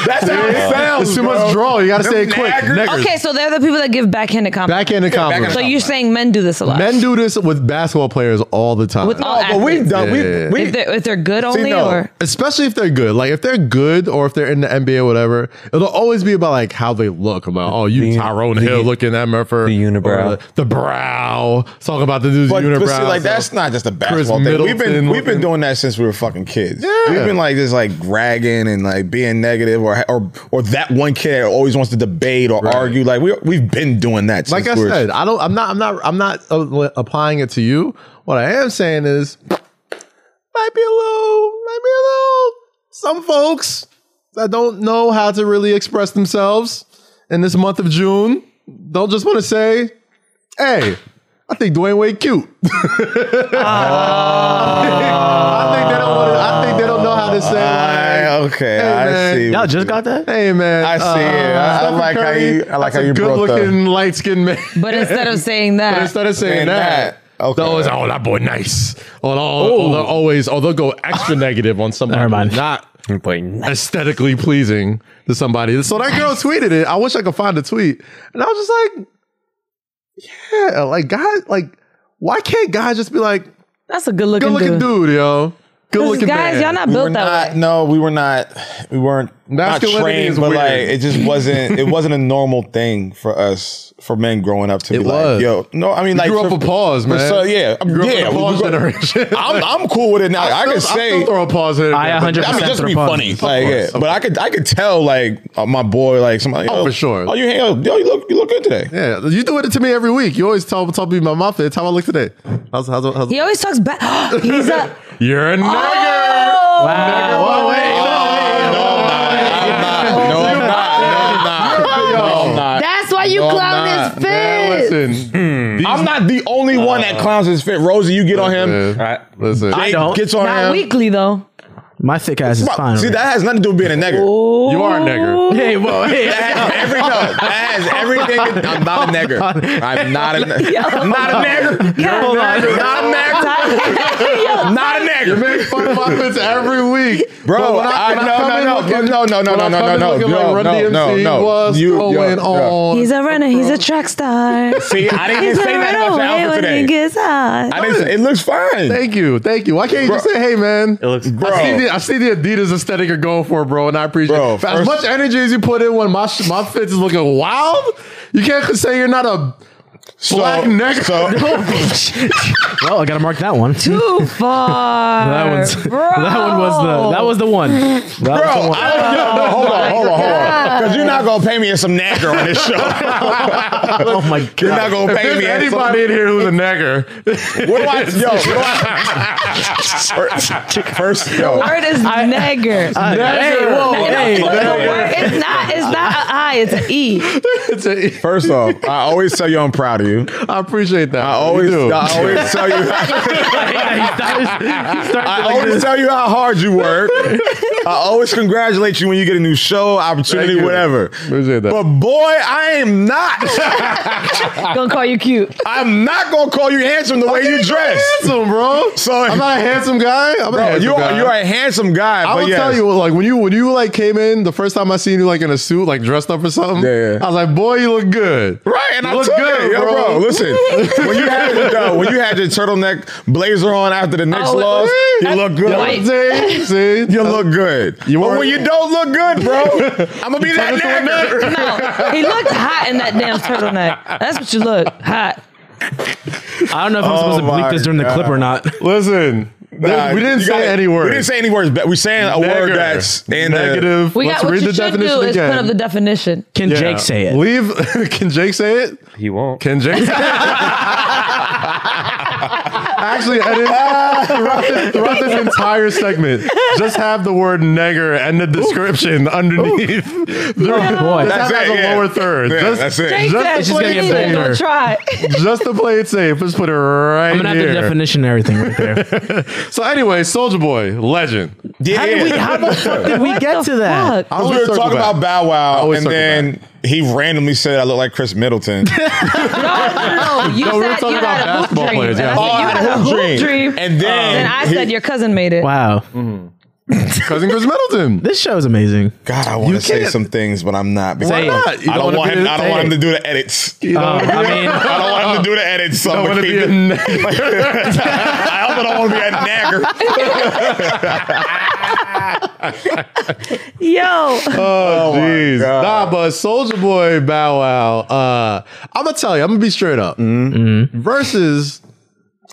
[SPEAKER 3] That's how it sounds.
[SPEAKER 1] It's too much
[SPEAKER 3] bro.
[SPEAKER 1] draw. You gotta
[SPEAKER 3] Them
[SPEAKER 1] say it quick.
[SPEAKER 3] naggers.
[SPEAKER 1] Neggers.
[SPEAKER 2] Okay, so they're the people that give backhanded compliments.
[SPEAKER 1] Backhanded compliments.
[SPEAKER 2] so you're saying men do this a lot.
[SPEAKER 1] Men do this with basketball players all the time.
[SPEAKER 2] With all
[SPEAKER 3] Oh, but we've
[SPEAKER 2] athletes.
[SPEAKER 3] done.
[SPEAKER 1] Yeah.
[SPEAKER 3] We, we,
[SPEAKER 2] if they're, if they're good only,
[SPEAKER 3] no.
[SPEAKER 2] or
[SPEAKER 1] Especially if they're good. Like if they're good or if they're in the NBA or whatever, it'll always be about like how they look. About oh, you Tyrone Hill looking at Murphy.
[SPEAKER 4] the unibrow.
[SPEAKER 1] Or The, the brow. It's all about the dude's
[SPEAKER 3] But,
[SPEAKER 1] unibrow.
[SPEAKER 3] but see, like
[SPEAKER 1] So-
[SPEAKER 3] that's not just a basketball thing. We've been
[SPEAKER 1] Middleton
[SPEAKER 3] we've been
[SPEAKER 1] looking-
[SPEAKER 3] doing that since we were fucking kids.
[SPEAKER 1] Yeah.
[SPEAKER 3] We've been like just like ragging and like being negative or or or that one kid that always wants to debate or argue. Like we we've been doing that. Since
[SPEAKER 1] like I
[SPEAKER 3] we were,
[SPEAKER 1] said, I don't. I'm not. I'm not. I'm not uh, applying it to you. What I am saying is, might be a little. Might be a little. Some folks that don't know how to really express themselves in this month of June, they'll just want to say, "Hey, I think Dwayne Wade cute." I think they don't. Wanna, I think they don't know how to say.
[SPEAKER 3] I,
[SPEAKER 1] Like,
[SPEAKER 3] okay,
[SPEAKER 1] Hey,
[SPEAKER 3] I
[SPEAKER 1] man.
[SPEAKER 3] see.
[SPEAKER 6] Y'all just got that?
[SPEAKER 1] hey man, uh,
[SPEAKER 3] I see it. I- I like how you- I like how you
[SPEAKER 1] good
[SPEAKER 3] brought that.
[SPEAKER 1] looking light skinned man.
[SPEAKER 2] but instead of saying that,
[SPEAKER 1] But instead of saying
[SPEAKER 3] Saying
[SPEAKER 1] that,
[SPEAKER 3] that. Okay.
[SPEAKER 1] they're always, oh, that boy nice. Or they'll, or they'll always, or they'll go extra negative on somebody.
[SPEAKER 6] Never mind.
[SPEAKER 1] who's Not
[SPEAKER 4] Wait,
[SPEAKER 1] aesthetically pleasing to somebody. So that girl tweeted it. I wish I could find the tweet. And I was just like, yeah, like, guys, like, why can't guys just be like,
[SPEAKER 2] that's a good looking,
[SPEAKER 1] good looking
[SPEAKER 2] dude.
[SPEAKER 1] dude, yo? Good looking
[SPEAKER 2] guys,
[SPEAKER 1] man.
[SPEAKER 2] y'all not
[SPEAKER 3] we were
[SPEAKER 2] built that
[SPEAKER 3] not.
[SPEAKER 2] way.
[SPEAKER 3] No, we were not. We weren't not
[SPEAKER 1] Masculinity
[SPEAKER 3] trained,
[SPEAKER 1] is
[SPEAKER 3] but
[SPEAKER 1] weird.
[SPEAKER 3] like it just wasn't. It wasn't a normal thing for us for men growing up to
[SPEAKER 1] It
[SPEAKER 3] be
[SPEAKER 1] was.
[SPEAKER 3] like, yo, no. I mean, like
[SPEAKER 1] grew up
[SPEAKER 3] for-
[SPEAKER 1] with pause,
[SPEAKER 3] for
[SPEAKER 1] man.
[SPEAKER 3] So, yeah,
[SPEAKER 1] You grew up
[SPEAKER 3] yeah.
[SPEAKER 1] with the
[SPEAKER 3] we
[SPEAKER 1] pause
[SPEAKER 3] grew-
[SPEAKER 1] generation.
[SPEAKER 3] I'm I'm cool with it now. I,
[SPEAKER 1] still-
[SPEAKER 3] can
[SPEAKER 1] still
[SPEAKER 3] say.
[SPEAKER 1] throw a pause in.
[SPEAKER 6] I 100%
[SPEAKER 3] I mean, just
[SPEAKER 6] throw
[SPEAKER 3] be
[SPEAKER 6] pauses.
[SPEAKER 3] funny,
[SPEAKER 6] Of
[SPEAKER 3] like, yeah.
[SPEAKER 1] course.
[SPEAKER 3] but I could, I could tell, like uh, my boy, like somebody.
[SPEAKER 1] Oh,
[SPEAKER 3] yo,
[SPEAKER 1] for sure.
[SPEAKER 3] Oh, you, hang- yo, yo, you look, you look good today.
[SPEAKER 1] Yeah, you do it to me every week. You always tell, tell me my mouth. That's how I look today. How's, how's, how's,
[SPEAKER 2] He always talks back. He's a
[SPEAKER 1] You're a nigger.
[SPEAKER 6] Wow.
[SPEAKER 1] Oh, wait,
[SPEAKER 3] No, I'm not. No, I'm Oh, not. No, I'm not.
[SPEAKER 2] That's why you
[SPEAKER 3] No, I'm
[SPEAKER 2] clown
[SPEAKER 3] not.
[SPEAKER 2] his fit.
[SPEAKER 1] listen,
[SPEAKER 3] I'm not the only one that clowns his fit. Rosie, you get on him.
[SPEAKER 1] man, listen.
[SPEAKER 3] Jake
[SPEAKER 6] don't.
[SPEAKER 3] gets on
[SPEAKER 2] Not
[SPEAKER 3] him.
[SPEAKER 2] weekly though.
[SPEAKER 6] My thick ass is
[SPEAKER 3] Bro,
[SPEAKER 6] fine.
[SPEAKER 3] See,
[SPEAKER 6] already.
[SPEAKER 3] that has nothing to do with being a nigger.
[SPEAKER 1] you are a nigger.
[SPEAKER 6] Hey, whoa, hey.
[SPEAKER 3] That has every no, that has everything. to- I'm not a nigger. I'm not a nigger. I'm not a nigger.
[SPEAKER 2] Hold
[SPEAKER 3] Not a nigger.
[SPEAKER 2] Yo,
[SPEAKER 3] Not a
[SPEAKER 1] You
[SPEAKER 3] nigger.
[SPEAKER 1] make fun of my fits every week,
[SPEAKER 3] Bro,
[SPEAKER 1] But when
[SPEAKER 3] I,
[SPEAKER 1] when
[SPEAKER 3] no,
[SPEAKER 1] come in
[SPEAKER 3] no, no,
[SPEAKER 1] looking-
[SPEAKER 3] no, no, no,
[SPEAKER 1] when I
[SPEAKER 3] no, no,
[SPEAKER 1] come in
[SPEAKER 3] no,
[SPEAKER 1] looking
[SPEAKER 3] no,
[SPEAKER 1] like
[SPEAKER 3] no,
[SPEAKER 1] Run
[SPEAKER 3] no,
[SPEAKER 1] DMC
[SPEAKER 3] no.
[SPEAKER 1] was
[SPEAKER 3] You-
[SPEAKER 1] going
[SPEAKER 3] yeah, yeah.
[SPEAKER 1] on.
[SPEAKER 2] He's a runner. He's a track star.
[SPEAKER 3] See, I didn't
[SPEAKER 2] He's
[SPEAKER 3] even
[SPEAKER 2] a
[SPEAKER 3] say that about your
[SPEAKER 2] runaway
[SPEAKER 3] outfit
[SPEAKER 2] when he
[SPEAKER 3] today.
[SPEAKER 2] gets high.
[SPEAKER 3] I didn't say, it looks fine.
[SPEAKER 1] Thank you, thank you. Why can't you just
[SPEAKER 3] Bro.
[SPEAKER 1] say, "Hey, man"?
[SPEAKER 4] it looks
[SPEAKER 3] Bro.
[SPEAKER 1] I see, the, I see the Adidas aesthetic you're going for, bro, and I appreciate
[SPEAKER 3] Bro,
[SPEAKER 1] it. For as
[SPEAKER 3] first-
[SPEAKER 1] much energy as you put in when my sh- my fits is looking wild, you can't say you're not a
[SPEAKER 3] So,
[SPEAKER 1] Black neck.
[SPEAKER 3] So,
[SPEAKER 6] well, I gotta mark that one.
[SPEAKER 2] Too far.
[SPEAKER 6] That one's
[SPEAKER 2] bro.
[SPEAKER 6] that one was the that was the one. That
[SPEAKER 3] bro,
[SPEAKER 6] was the one.
[SPEAKER 3] I, yo, no, hold on, hold on, hold on. Because you're not gonna pay me in some nagger on this show.
[SPEAKER 6] oh my god!
[SPEAKER 3] You're not gonna pay
[SPEAKER 1] There's
[SPEAKER 3] me in some-
[SPEAKER 1] anybody in here who's a nagger.
[SPEAKER 3] What do I? Yo, what do I? First, yo,
[SPEAKER 2] Word is nigger.
[SPEAKER 6] hey, whoa, hey,
[SPEAKER 2] The word- it's not. It's not an I. It's an E.
[SPEAKER 1] It's a-
[SPEAKER 3] first off, I always tell you I'm proud of you.
[SPEAKER 1] I appreciate that.
[SPEAKER 3] I always,
[SPEAKER 1] You do.
[SPEAKER 3] I always tell you,
[SPEAKER 6] He started
[SPEAKER 3] I
[SPEAKER 6] like
[SPEAKER 3] always
[SPEAKER 6] this.
[SPEAKER 3] tell you how hard you work. I always congratulate you when you get a new show, opportunity,
[SPEAKER 1] Thank you.
[SPEAKER 3] whatever.
[SPEAKER 1] Appreciate that.
[SPEAKER 3] But boy, I am not.
[SPEAKER 2] Gonna call you cute.
[SPEAKER 3] I'm not gonna call you handsome the way you dress.
[SPEAKER 1] handsome, bro.
[SPEAKER 3] So-
[SPEAKER 1] I'm not a handsome guy. I'm a
[SPEAKER 3] Bro,
[SPEAKER 1] handsome
[SPEAKER 3] you are
[SPEAKER 1] guy.
[SPEAKER 3] you are a handsome guy.
[SPEAKER 1] I
[SPEAKER 3] but
[SPEAKER 1] will
[SPEAKER 3] yes.
[SPEAKER 1] tell you, like when you when you like came in the first time I seen you like in a suit, like dressed up or something.
[SPEAKER 3] Yeah, yeah.
[SPEAKER 1] I was like, boy, you look good.
[SPEAKER 3] Right, and
[SPEAKER 1] You
[SPEAKER 3] I
[SPEAKER 1] look
[SPEAKER 3] took
[SPEAKER 1] good,
[SPEAKER 3] it. Yo,
[SPEAKER 1] bro.
[SPEAKER 3] bro. Listen, when you had your, yo, when you had your turtleneck blazer on after the Knicks
[SPEAKER 2] Oh,
[SPEAKER 3] loss, you
[SPEAKER 2] that's
[SPEAKER 3] look good.
[SPEAKER 2] white.
[SPEAKER 1] See, see,
[SPEAKER 3] You look good.
[SPEAKER 1] You
[SPEAKER 3] but
[SPEAKER 1] weren't-
[SPEAKER 3] when you don't look good, bro, I'm gonna be that
[SPEAKER 1] turned into a
[SPEAKER 3] nigga.
[SPEAKER 2] No, he looked hot in that damn turtleneck. That's what you look hot.
[SPEAKER 6] I don't know if I'm
[SPEAKER 3] Oh
[SPEAKER 6] supposed to
[SPEAKER 3] my
[SPEAKER 6] bleep this during the clip or not.
[SPEAKER 1] Listen,
[SPEAKER 3] Nah,
[SPEAKER 1] we didn't
[SPEAKER 3] you
[SPEAKER 1] say
[SPEAKER 3] gotta-
[SPEAKER 1] any word.
[SPEAKER 3] We didn't say any words, but we saying a word
[SPEAKER 1] Nigger.
[SPEAKER 3] that's in the-
[SPEAKER 1] negative.
[SPEAKER 2] We
[SPEAKER 1] Let's
[SPEAKER 2] got what
[SPEAKER 1] read
[SPEAKER 2] you
[SPEAKER 1] the
[SPEAKER 2] should
[SPEAKER 1] definition
[SPEAKER 2] do is
[SPEAKER 1] again.
[SPEAKER 2] put up the definition.
[SPEAKER 6] Can
[SPEAKER 1] Yeah.
[SPEAKER 6] Jake say it?
[SPEAKER 1] Leave. Can Jake say it?
[SPEAKER 4] He won't.
[SPEAKER 1] Can Jake? Actually, edit throughout this, throughout this entire segment. Just have the word "nigger" and the description underneath.
[SPEAKER 6] Oh boy,
[SPEAKER 1] Just have
[SPEAKER 3] That's
[SPEAKER 1] it
[SPEAKER 3] it,
[SPEAKER 1] as a
[SPEAKER 3] yeah.
[SPEAKER 1] lower third.
[SPEAKER 3] Yeah,
[SPEAKER 1] just,
[SPEAKER 3] that's it.
[SPEAKER 2] Jake
[SPEAKER 1] Just
[SPEAKER 2] said,
[SPEAKER 1] it's just
[SPEAKER 2] "Please
[SPEAKER 1] gonna get
[SPEAKER 2] don't
[SPEAKER 6] bigger."
[SPEAKER 2] try.
[SPEAKER 1] just to play it safe, let's put it right
[SPEAKER 6] I'm gonna have
[SPEAKER 1] here.
[SPEAKER 6] the definition and everything right there.
[SPEAKER 1] so anyway, Soldier Boy, legend.
[SPEAKER 3] Yeah.
[SPEAKER 6] How did we? How the fuck did we
[SPEAKER 2] What
[SPEAKER 6] get
[SPEAKER 2] the
[SPEAKER 6] to that?
[SPEAKER 2] fuck?
[SPEAKER 1] I
[SPEAKER 3] we
[SPEAKER 1] always
[SPEAKER 3] were
[SPEAKER 1] circle
[SPEAKER 3] talking
[SPEAKER 1] back.
[SPEAKER 3] about Bow Wow,
[SPEAKER 1] always
[SPEAKER 3] and
[SPEAKER 1] circle
[SPEAKER 3] then he randomly said I look like Chris Middleton.
[SPEAKER 2] No, no, no. You
[SPEAKER 1] No, we were
[SPEAKER 2] said
[SPEAKER 1] talking
[SPEAKER 2] you
[SPEAKER 1] about
[SPEAKER 2] had a hoop
[SPEAKER 1] basketball
[SPEAKER 2] dream.
[SPEAKER 1] players,
[SPEAKER 2] And I
[SPEAKER 1] yeah.
[SPEAKER 2] said,
[SPEAKER 1] Oh,
[SPEAKER 2] you
[SPEAKER 3] I
[SPEAKER 2] had a hoop dream.
[SPEAKER 3] And then
[SPEAKER 2] And I
[SPEAKER 3] he-
[SPEAKER 2] said your cousin made it.
[SPEAKER 6] Wow,
[SPEAKER 1] Mm. Cousin Chris Middleton.
[SPEAKER 6] this show is amazing.
[SPEAKER 3] God, I want to say
[SPEAKER 1] can't-
[SPEAKER 3] some things, but I'm not. because
[SPEAKER 6] Say it.
[SPEAKER 3] I
[SPEAKER 1] You don't
[SPEAKER 3] don't
[SPEAKER 1] wanna
[SPEAKER 3] want
[SPEAKER 1] be
[SPEAKER 3] him.
[SPEAKER 1] the
[SPEAKER 3] I don't want him to
[SPEAKER 1] same.
[SPEAKER 3] do the edits.
[SPEAKER 1] You know,
[SPEAKER 6] Um,
[SPEAKER 1] I
[SPEAKER 6] I mean,
[SPEAKER 3] I don't want him to do the edits. So I'm
[SPEAKER 1] don't
[SPEAKER 3] gonna
[SPEAKER 1] want to
[SPEAKER 3] keep
[SPEAKER 1] be a
[SPEAKER 3] it.
[SPEAKER 1] nigger.
[SPEAKER 3] I also don't want to be a nagger.
[SPEAKER 2] Yo.
[SPEAKER 1] Oh, jeez.
[SPEAKER 3] God.
[SPEAKER 1] nah, but Soldier Boy Bow Wow. Uh, I'm gonna tell you, I'm gonna be straight up.
[SPEAKER 6] Mm-hmm.
[SPEAKER 1] Versus,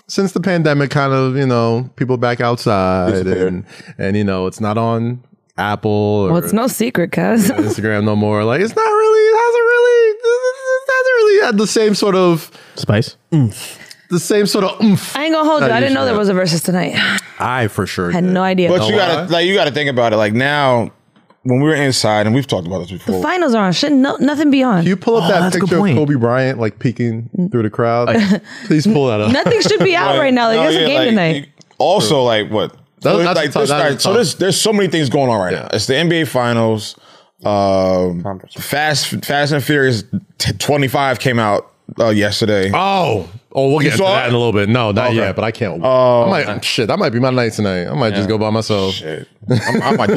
[SPEAKER 1] since the pandemic, kind of you know people back outside and and you know it's not on Apple or
[SPEAKER 2] Well, it's no secret, cuz.
[SPEAKER 1] Instagram no more. Like it's not really, it hasn't really, it hasn't really had the same sort of
[SPEAKER 6] Spice.
[SPEAKER 1] the same sort of oomph.
[SPEAKER 2] I ain't gonna hold you.
[SPEAKER 1] No,
[SPEAKER 2] I
[SPEAKER 1] you
[SPEAKER 2] didn't know there
[SPEAKER 1] should.
[SPEAKER 2] was a versus tonight.
[SPEAKER 1] I for sure.
[SPEAKER 2] Had no idea.
[SPEAKER 3] But you
[SPEAKER 1] why?
[SPEAKER 3] gotta like you gotta think about it. Like now, when we were inside, and we've talked about this before.
[SPEAKER 2] Finals are on. Shit, no, nothing beyond.
[SPEAKER 1] you pull up
[SPEAKER 6] Oh,
[SPEAKER 1] that
[SPEAKER 6] that's a good
[SPEAKER 1] picture of
[SPEAKER 6] point.
[SPEAKER 1] Kobe Bryant like peeking through the crowd? Please pull that up.
[SPEAKER 2] nothing should be out
[SPEAKER 3] Like,
[SPEAKER 2] right now. Like,
[SPEAKER 3] no,
[SPEAKER 2] there's
[SPEAKER 3] yeah,
[SPEAKER 2] a game
[SPEAKER 3] like,
[SPEAKER 2] tonight.
[SPEAKER 3] Also, like what?
[SPEAKER 1] That-
[SPEAKER 3] so,
[SPEAKER 1] that's the time-
[SPEAKER 3] like, this-
[SPEAKER 1] that's
[SPEAKER 3] like,
[SPEAKER 1] the
[SPEAKER 3] so
[SPEAKER 1] time.
[SPEAKER 3] there's there's so many things going on right now. It's the NBA Finals. Um,
[SPEAKER 4] Conference.
[SPEAKER 3] Fast Fast and Furious t- 25 came out uh, yesterday.
[SPEAKER 1] Oh, oh, we'll get to
[SPEAKER 3] saw
[SPEAKER 1] that
[SPEAKER 3] it?
[SPEAKER 1] in a little bit. No, not
[SPEAKER 3] Okay.
[SPEAKER 1] yet, but I can't. Oh, I might, shit, that might be my night tonight. I might just go by myself.
[SPEAKER 3] Shit. I'm- I might do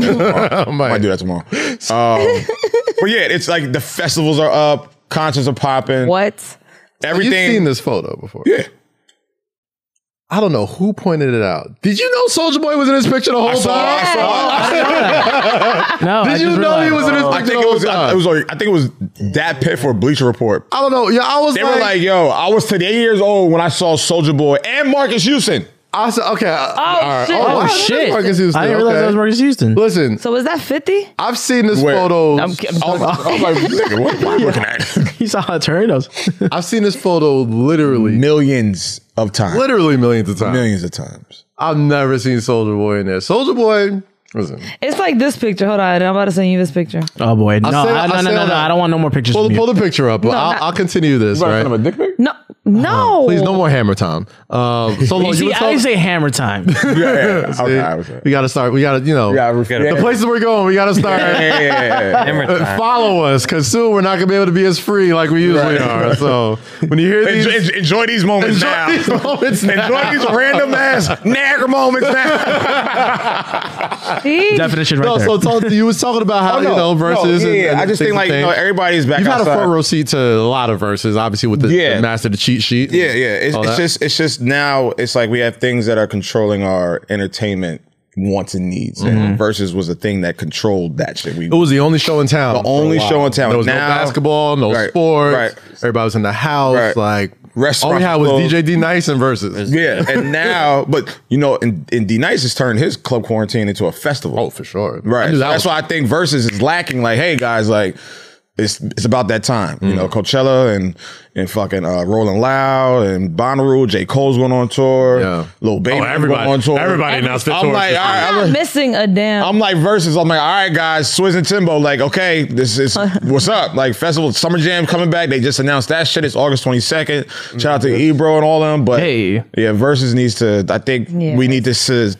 [SPEAKER 3] that tomorrow. I
[SPEAKER 1] might.
[SPEAKER 3] might do that tomorrow. Um, but yeah, it's like the festivals are up, concerts are popping.
[SPEAKER 2] What?
[SPEAKER 1] You've
[SPEAKER 3] Everything.
[SPEAKER 1] seen this photo before.
[SPEAKER 3] Yeah.
[SPEAKER 1] I don't know who pointed it out. Did you know Soldier Boy was in this picture the
[SPEAKER 2] Oh,
[SPEAKER 1] whole
[SPEAKER 3] I saw,
[SPEAKER 1] time?
[SPEAKER 3] I saw, I saw.
[SPEAKER 6] No, I
[SPEAKER 1] Did you
[SPEAKER 6] just
[SPEAKER 1] know he
[SPEAKER 6] realized.
[SPEAKER 1] was in this
[SPEAKER 2] Oh,
[SPEAKER 1] picture
[SPEAKER 3] I think
[SPEAKER 1] the
[SPEAKER 3] it
[SPEAKER 1] whole
[SPEAKER 3] was. I,
[SPEAKER 1] time?
[SPEAKER 3] it was. Like, I think it was that pit for Bleacher Report.
[SPEAKER 1] I don't know. Yeah, I was
[SPEAKER 3] They
[SPEAKER 1] like,
[SPEAKER 3] were like, "Yo, I was today years old when I saw Soldier Boy and Marcus Houston."
[SPEAKER 1] I said, okay. Oh,
[SPEAKER 2] shit. Oh,
[SPEAKER 6] shit.
[SPEAKER 1] Marcus Houston.
[SPEAKER 6] I didn't realize
[SPEAKER 1] okay.
[SPEAKER 6] that was Marcus Houston.
[SPEAKER 1] Listen,
[SPEAKER 2] So was that 50?
[SPEAKER 1] I've seen this
[SPEAKER 3] Where?
[SPEAKER 1] photo.
[SPEAKER 2] I'm kidding.
[SPEAKER 3] I was, I was like, "Nigga, what am I looking at?"
[SPEAKER 6] He saw how it turned. I was-
[SPEAKER 1] I've seen this photo literally,
[SPEAKER 3] Millions of times.
[SPEAKER 1] literally millions of times.
[SPEAKER 3] Millions of times.
[SPEAKER 1] I've never seen Soldier Boy in there. Soldier Boy, listen.
[SPEAKER 2] It's like this picture. Hold on. I'm about to send you this picture.
[SPEAKER 6] Oh boy, no,
[SPEAKER 1] say-
[SPEAKER 6] I, no,
[SPEAKER 1] I'll
[SPEAKER 6] no,
[SPEAKER 1] say
[SPEAKER 6] no,
[SPEAKER 1] all
[SPEAKER 6] no,
[SPEAKER 1] that.
[SPEAKER 6] I don't want no more pictures.
[SPEAKER 1] Pull,
[SPEAKER 6] from you.
[SPEAKER 1] pull the picture up. I'll,
[SPEAKER 2] not-
[SPEAKER 1] I'll continue this. Right?
[SPEAKER 3] dick pic?
[SPEAKER 2] No, no.
[SPEAKER 1] Please, no more hammer time. Um, so
[SPEAKER 6] Oh. You
[SPEAKER 1] long,
[SPEAKER 6] see,
[SPEAKER 1] you were
[SPEAKER 6] I
[SPEAKER 1] talking-
[SPEAKER 6] didn't say hammer time.
[SPEAKER 3] Yeah, yeah. yeah. Okay, I was
[SPEAKER 1] we got to start. We got to, you know,
[SPEAKER 3] yeah, I was-
[SPEAKER 4] Forget about
[SPEAKER 1] the
[SPEAKER 4] it.
[SPEAKER 1] places we're going. We got to start.
[SPEAKER 3] yeah, yeah, yeah, yeah.
[SPEAKER 4] Hammer time.
[SPEAKER 1] Follow us, because soon we're not gonna be able to be as free like we usually
[SPEAKER 3] Right.
[SPEAKER 1] are. So when you hear
[SPEAKER 3] Enjoy,
[SPEAKER 1] these,
[SPEAKER 3] enjoy these moments
[SPEAKER 1] Enjoy
[SPEAKER 3] now.
[SPEAKER 1] these moments
[SPEAKER 3] enjoy
[SPEAKER 1] now.
[SPEAKER 3] these random ass nagger moments now.
[SPEAKER 2] See?
[SPEAKER 6] Definition right
[SPEAKER 1] no.
[SPEAKER 6] there.
[SPEAKER 1] So talk, you was talking about how
[SPEAKER 3] Oh, no.
[SPEAKER 1] you know
[SPEAKER 3] No,
[SPEAKER 1] verses.
[SPEAKER 3] yeah,
[SPEAKER 1] and-
[SPEAKER 3] yeah.
[SPEAKER 1] and
[SPEAKER 3] I just
[SPEAKER 1] things
[SPEAKER 3] think
[SPEAKER 1] and
[SPEAKER 3] like you
[SPEAKER 1] things.
[SPEAKER 3] know, everybody's back.
[SPEAKER 1] You've had a
[SPEAKER 3] outside.
[SPEAKER 1] front row seat to a lot of verses, obviously with the, the
[SPEAKER 3] Yeah.
[SPEAKER 1] master the cheat sheet. and
[SPEAKER 3] Yeah, yeah. It's,
[SPEAKER 1] all
[SPEAKER 3] it's
[SPEAKER 1] that.
[SPEAKER 3] just it's just now it's like we have things that are controlling our entertainment wants and needs.
[SPEAKER 1] Mm-hmm.
[SPEAKER 3] And versus was a thing that controlled that shit. We
[SPEAKER 1] It was the only show in town.
[SPEAKER 3] the only
[SPEAKER 1] for a while.
[SPEAKER 3] show in town.
[SPEAKER 1] There was
[SPEAKER 3] Now-
[SPEAKER 1] no basketball, no
[SPEAKER 3] Right,
[SPEAKER 1] sports.
[SPEAKER 3] right.
[SPEAKER 1] Everybody was in the house.
[SPEAKER 3] Right.
[SPEAKER 1] Like All
[SPEAKER 3] restaurant.
[SPEAKER 1] we had was
[SPEAKER 3] closed.
[SPEAKER 1] DJ D Nice and versus.
[SPEAKER 3] Yeah, and now, but you know, and, and D Nice has turned his club quarantine into a festival.
[SPEAKER 1] Oh, for sure. I
[SPEAKER 3] Right.
[SPEAKER 1] knew that
[SPEAKER 3] That's
[SPEAKER 1] was-
[SPEAKER 3] why I think Versus is lacking. Like, hey guys, like it's it's about that time. You
[SPEAKER 1] Mm.
[SPEAKER 3] know, Coachella and and fucking uh, Rolling Loud and Bonnaroo, J. Cole's going on tour.
[SPEAKER 1] Yeah.
[SPEAKER 3] Lil Baby
[SPEAKER 7] Oh, everybody-
[SPEAKER 3] going on tour.
[SPEAKER 7] everybody announced their
[SPEAKER 3] I'm
[SPEAKER 7] tours
[SPEAKER 3] like,
[SPEAKER 7] this
[SPEAKER 3] all
[SPEAKER 7] week.
[SPEAKER 3] right,
[SPEAKER 2] I'm
[SPEAKER 3] I'm
[SPEAKER 2] not
[SPEAKER 3] like-
[SPEAKER 2] missing a damn.
[SPEAKER 3] I'm like versus. I'm like, all right, guys, Swizz and Timbo. Like, okay, this is what's up. Like, festival Summer Jam coming back. They just announced that shit. It's August 22nd. Shout out to Ebro and all them. But
[SPEAKER 6] Hey.
[SPEAKER 3] yeah, versus needs to. I think
[SPEAKER 2] Yeah.
[SPEAKER 3] we need this to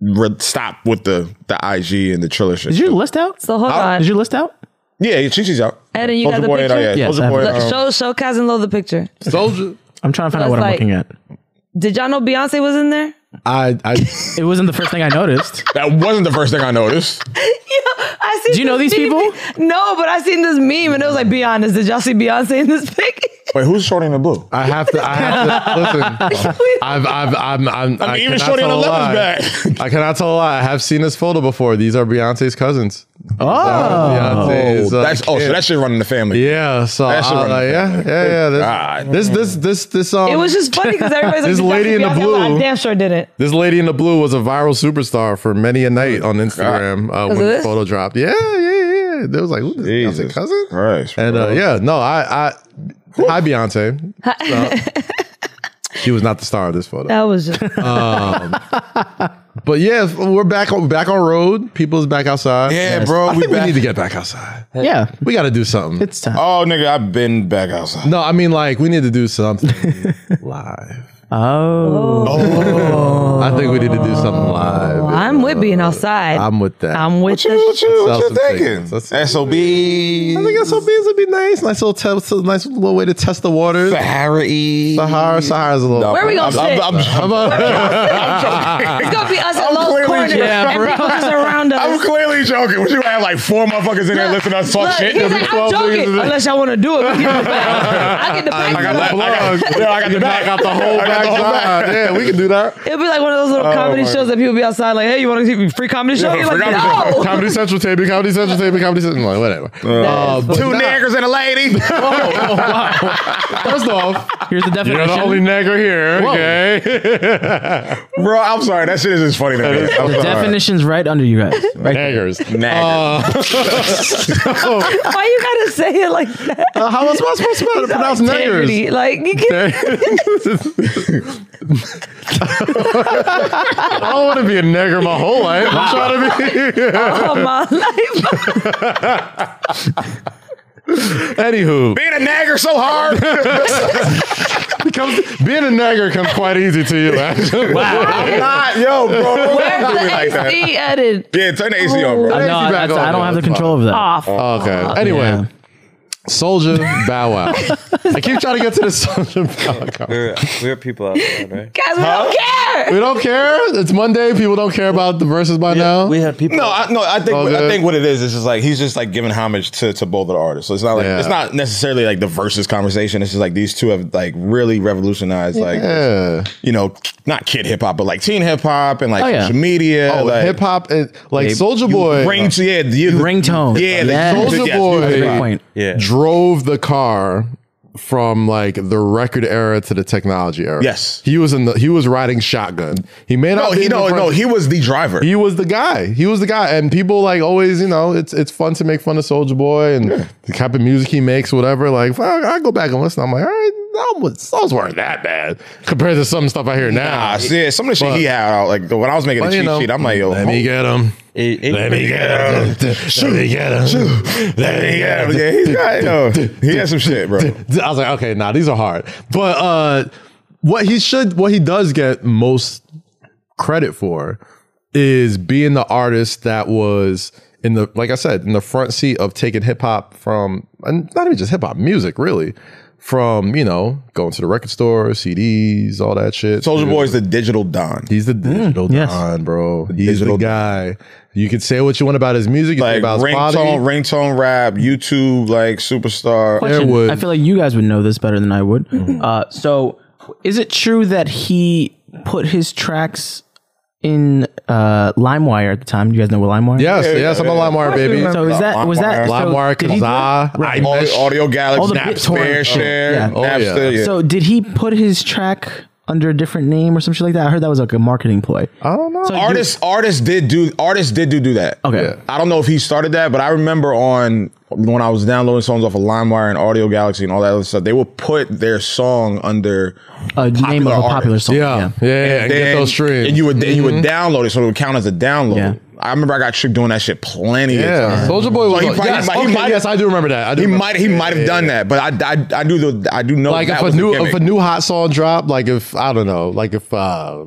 [SPEAKER 3] re- stop with the the IG and the Triller shit.
[SPEAKER 6] Did your list out?
[SPEAKER 2] so hold on.
[SPEAKER 6] Did your list out?
[SPEAKER 3] Yeah, yeah, Chi-Chi's out.
[SPEAKER 2] Ed, and you
[SPEAKER 3] Soldier
[SPEAKER 2] got the
[SPEAKER 3] Boy
[SPEAKER 2] picture?
[SPEAKER 3] ain't out yet.
[SPEAKER 6] Yes,
[SPEAKER 3] Soldier
[SPEAKER 6] I have
[SPEAKER 3] Boy
[SPEAKER 6] it.
[SPEAKER 3] ain't
[SPEAKER 2] Look,
[SPEAKER 3] out.
[SPEAKER 2] show show Cousin Lo the picture.
[SPEAKER 1] Soldier.
[SPEAKER 6] I'm trying to find
[SPEAKER 2] So
[SPEAKER 6] out what
[SPEAKER 2] it's
[SPEAKER 6] I'm
[SPEAKER 2] like-
[SPEAKER 6] looking at.
[SPEAKER 2] Did y'all know Beyonce was in there?
[SPEAKER 1] I I
[SPEAKER 6] It wasn't the first thing I noticed.
[SPEAKER 3] that wasn't the first thing I noticed.
[SPEAKER 2] I see.
[SPEAKER 6] Do you know these people?
[SPEAKER 2] No, but I seen this meme and it was like, be honest, did y'all see Beyonce in this pic?
[SPEAKER 3] Wait, who's shorting the blue?
[SPEAKER 1] I have to. I have to listen. I've, I've, I'm, I'm. I
[SPEAKER 3] mean, even
[SPEAKER 1] cannot
[SPEAKER 3] Shorty on
[SPEAKER 1] tell
[SPEAKER 3] the
[SPEAKER 1] a lie.
[SPEAKER 3] left is back.
[SPEAKER 1] I cannot tell a lie. I have seen this photo before. These are Beyonce's cousins. Oh, Beyonce's, uh,
[SPEAKER 3] that's oh, so
[SPEAKER 1] kid.
[SPEAKER 3] that shit running the family.
[SPEAKER 1] yeah. So
[SPEAKER 3] that shit
[SPEAKER 1] I,
[SPEAKER 3] running
[SPEAKER 1] like,
[SPEAKER 3] the
[SPEAKER 1] yeah,
[SPEAKER 3] family.
[SPEAKER 1] yeah, yeah. This,
[SPEAKER 3] God.
[SPEAKER 1] this, this, this, this, um,
[SPEAKER 2] It was just funny because everybody's like,
[SPEAKER 1] This
[SPEAKER 2] "Did y'all
[SPEAKER 1] lady
[SPEAKER 2] see
[SPEAKER 1] in the
[SPEAKER 2] Beyonce?" I'm like,
[SPEAKER 1] blue.
[SPEAKER 2] I damn sure didn't.
[SPEAKER 1] this lady in the blue was a viral superstar for many a night on Instagram uh, when
[SPEAKER 2] of
[SPEAKER 1] the
[SPEAKER 2] this?
[SPEAKER 1] photo dropped. Yeah, yeah, yeah. There was like, ooh, this is
[SPEAKER 3] Jesus
[SPEAKER 1] Beyonce's cousin.
[SPEAKER 3] Christ,
[SPEAKER 1] And uh,
[SPEAKER 3] bro.
[SPEAKER 1] yeah, no, I, I, hi Beyonce. Uh, she was not the star of this photo.
[SPEAKER 2] That was just
[SPEAKER 1] But yeah, we're back on back on road. People's back outside.
[SPEAKER 3] Yeah, bro,
[SPEAKER 1] I
[SPEAKER 3] we
[SPEAKER 1] think we
[SPEAKER 3] back.
[SPEAKER 1] need to get back outside.
[SPEAKER 6] Yeah,
[SPEAKER 1] We got to do something.
[SPEAKER 6] it's time.
[SPEAKER 3] Oh, nigga, I've been back outside.
[SPEAKER 1] No, I mean like we need to do something live.
[SPEAKER 6] Oh,
[SPEAKER 1] I think we need to do something live.
[SPEAKER 2] I'm with being outside. I'm,
[SPEAKER 1] I'm with that.
[SPEAKER 2] with
[SPEAKER 3] What you,
[SPEAKER 2] the
[SPEAKER 3] what you,
[SPEAKER 1] Sell
[SPEAKER 3] what you
[SPEAKER 1] some
[SPEAKER 3] thinking?
[SPEAKER 1] tickets. Let's see.
[SPEAKER 3] Sob.
[SPEAKER 1] I think SLBs would be nice. Nice little test. Nice little way to test the waters.
[SPEAKER 3] Sahara.
[SPEAKER 1] Sahara, Sahara's a little.
[SPEAKER 3] No,
[SPEAKER 2] Where we gonna
[SPEAKER 3] I'm- I'm-
[SPEAKER 2] sit?
[SPEAKER 3] I'm- I'm-
[SPEAKER 1] How about-
[SPEAKER 2] It's gonna be us at
[SPEAKER 3] I'm
[SPEAKER 2] Lowe's
[SPEAKER 3] clearly
[SPEAKER 2] Corner
[SPEAKER 3] joking.
[SPEAKER 2] and people just around us.
[SPEAKER 3] I'm clearly joking. What you have like four motherfuckers in there listening to us talk
[SPEAKER 2] Look,
[SPEAKER 3] shit?
[SPEAKER 2] he's like, I'm joking. Unless y'all want to do it, we get the bag. I get the bag.
[SPEAKER 1] I got that
[SPEAKER 2] for that.
[SPEAKER 1] blog.
[SPEAKER 3] Yeah, I got the back.
[SPEAKER 1] I got the whole
[SPEAKER 3] I got the whole
[SPEAKER 1] back. Yeah, we can do that. Oh
[SPEAKER 2] It'll be like one of those little comedy shows that people be outside like, hey, you want to see free comedy show?
[SPEAKER 3] Yeah,
[SPEAKER 2] You're
[SPEAKER 3] free
[SPEAKER 2] like,
[SPEAKER 3] comedy show.
[SPEAKER 2] no.
[SPEAKER 1] Comedy Central taping, Comedy Central taping, Comedy Central, like, whatever. Uh, but
[SPEAKER 3] Two
[SPEAKER 1] nah,
[SPEAKER 3] niggers and a lady.
[SPEAKER 1] First off,
[SPEAKER 6] here's the definition.
[SPEAKER 1] you're the only nigger here. Okay.
[SPEAKER 3] Bro, I'm sorry. That shit is just funny to me. I'm
[SPEAKER 6] the
[SPEAKER 3] sorry.
[SPEAKER 6] definition's right under you guys. Right. there.
[SPEAKER 1] Niggers.
[SPEAKER 3] Nah.
[SPEAKER 2] Why you gotta say it like that?
[SPEAKER 1] Uh, how was I supposed to pronounce niggers?
[SPEAKER 2] Integrity. Like, you can't.
[SPEAKER 1] I don't want to be a nigger my whole life. I'm trying to be.
[SPEAKER 2] Oh my life.
[SPEAKER 1] Anywho,
[SPEAKER 3] Being a nagger so hard.
[SPEAKER 1] becomes, being a nigger comes quite easy to you. Actually.
[SPEAKER 3] I'm not, yo, bro. Don't
[SPEAKER 2] Where's
[SPEAKER 3] do me like
[SPEAKER 2] the
[SPEAKER 3] that.
[SPEAKER 2] AC edit
[SPEAKER 3] Yeah, turn the AC on, bro.
[SPEAKER 1] Turn the
[SPEAKER 6] No,
[SPEAKER 1] AC back
[SPEAKER 6] that's-
[SPEAKER 1] on.
[SPEAKER 6] I don't have the
[SPEAKER 1] That's
[SPEAKER 6] control of that.
[SPEAKER 2] off?
[SPEAKER 1] Uh, Okay. Anyway,
[SPEAKER 6] Yeah.
[SPEAKER 1] Soldier Bow Wow. I keep trying to get to the Soldier Bow Wow. conversation.
[SPEAKER 4] We're, we're people outside, right?
[SPEAKER 2] Guys, we don't care.
[SPEAKER 1] We don't care. It's Monday. People don't care about the verses by now.
[SPEAKER 4] We had people.
[SPEAKER 3] No, I, no, I think
[SPEAKER 1] All
[SPEAKER 3] I
[SPEAKER 1] good.
[SPEAKER 3] think what it is is just like he's just like giving homage to, to both of the artists. So it's not like
[SPEAKER 1] Yeah.
[SPEAKER 3] it's not necessarily like the versus conversation. It's just like these two have like really revolutionized like
[SPEAKER 1] yeah.
[SPEAKER 3] you know not kid hip hop but like teen hip hop and like
[SPEAKER 6] Oh, yeah.
[SPEAKER 3] social media.
[SPEAKER 1] Oh,
[SPEAKER 3] like,
[SPEAKER 1] hip hop. it- Like Soldier Boy.
[SPEAKER 3] ring to yeah, you,
[SPEAKER 6] Ringtone.
[SPEAKER 3] Yeah, the yes.
[SPEAKER 6] Yes.
[SPEAKER 1] Soulja
[SPEAKER 3] yes,
[SPEAKER 1] Boy.
[SPEAKER 3] yes,
[SPEAKER 6] Great
[SPEAKER 1] Hey.
[SPEAKER 6] point.
[SPEAKER 4] yeah.
[SPEAKER 1] drove the car from like the record era to the technology era.
[SPEAKER 3] Yes.
[SPEAKER 1] he was in the he was riding shotgun. He may not.
[SPEAKER 3] No,
[SPEAKER 1] be
[SPEAKER 3] he
[SPEAKER 1] in the
[SPEAKER 3] no
[SPEAKER 1] front-
[SPEAKER 3] no he was the driver.
[SPEAKER 1] He was the guy. He was the guy, and people like always, you know, it's it's fun to make fun of Soldier Boy and the type of music he makes, whatever. Like, I, I go back and listen. I'm like, all right, that was, those weren't that bad compared to some stuff I hear now.
[SPEAKER 3] Nah, yeah, some of the shit he had out. Like when I was making the
[SPEAKER 1] But,
[SPEAKER 3] cheat
[SPEAKER 1] you know,
[SPEAKER 3] sheet, I'm like, yo, oh,
[SPEAKER 1] let me
[SPEAKER 3] homie.
[SPEAKER 1] get him.
[SPEAKER 4] It- it-
[SPEAKER 1] Let me get him. Let me get him. Let me
[SPEAKER 3] yeah,
[SPEAKER 1] get him.
[SPEAKER 3] yeah, he's got, yo, he had some shit, bro.
[SPEAKER 1] I was like, okay, nah, these are hard. But uh what he should what he does get most credit for is being the artist that was in the like I said, in the front seat of taking hip hop from and not even just hip hop, music really. From, you know, going to the record store, CDs, all that shit.
[SPEAKER 3] Soldier
[SPEAKER 1] to-
[SPEAKER 3] Boy's the digital don.
[SPEAKER 1] He's the digital
[SPEAKER 6] yes.
[SPEAKER 1] don, bro. Mm, He's
[SPEAKER 3] digital-
[SPEAKER 1] the guy. You can say what you want about his music, you
[SPEAKER 3] Like
[SPEAKER 1] can say about his
[SPEAKER 3] ringtone,
[SPEAKER 1] quality.
[SPEAKER 3] ringtone rap, YouTube, like superstar.
[SPEAKER 6] Question.
[SPEAKER 1] would- Mm-hmm.
[SPEAKER 6] I feel like you guys would know this better than I would. Uh, so, is it true that he put his tracks in uh, LimeWire at the time. Do you guys know what LimeWire? is?
[SPEAKER 1] Yes, yes, I'm a LimeWire baby.
[SPEAKER 6] So is that was that so
[SPEAKER 1] LimeWire,
[SPEAKER 6] did he do
[SPEAKER 1] Kazaa,
[SPEAKER 6] that? Right.
[SPEAKER 3] Audio, Audio
[SPEAKER 6] All
[SPEAKER 3] Galaxy,
[SPEAKER 6] the
[SPEAKER 3] Napster,
[SPEAKER 6] BitTorrent shit.
[SPEAKER 3] Share,
[SPEAKER 6] Yeah.
[SPEAKER 1] Oh, yeah.
[SPEAKER 3] Napster. Yeah.
[SPEAKER 6] So did he put his track under a different name or some shit like that? I heard that was like a marketing ploy.
[SPEAKER 1] I don't know.
[SPEAKER 6] So you-
[SPEAKER 3] artists, artists did do artists did do do that.
[SPEAKER 6] Okay.
[SPEAKER 1] Yeah.
[SPEAKER 3] I don't know if he started that, but I remember on when I was downloading songs off of LimeWire and Audio Galaxy and all that other stuff, they would put their song under
[SPEAKER 6] A name of a
[SPEAKER 3] artist.
[SPEAKER 6] popular song. Mm-hmm.
[SPEAKER 1] yeah, yeah, yeah, yeah, and get those streams.
[SPEAKER 3] and you would then you would download it, so it would count as a download.
[SPEAKER 6] Yeah.
[SPEAKER 3] I remember I got tricked doing that shit plenty of
[SPEAKER 1] yeah,
[SPEAKER 3] times.
[SPEAKER 1] Soldier Boy was.
[SPEAKER 3] So he
[SPEAKER 1] like,
[SPEAKER 3] probably-
[SPEAKER 1] yes,
[SPEAKER 3] he might- he
[SPEAKER 1] okay,
[SPEAKER 3] might-
[SPEAKER 1] yes, I do remember that. I do
[SPEAKER 3] He
[SPEAKER 1] remember
[SPEAKER 3] might
[SPEAKER 1] that.
[SPEAKER 3] he might have done that, but I, I I do the I do know
[SPEAKER 1] like
[SPEAKER 3] that
[SPEAKER 1] if a
[SPEAKER 3] was the
[SPEAKER 1] new if
[SPEAKER 3] gimmick.
[SPEAKER 1] a new hot song drop, like if I don't know, like if uh,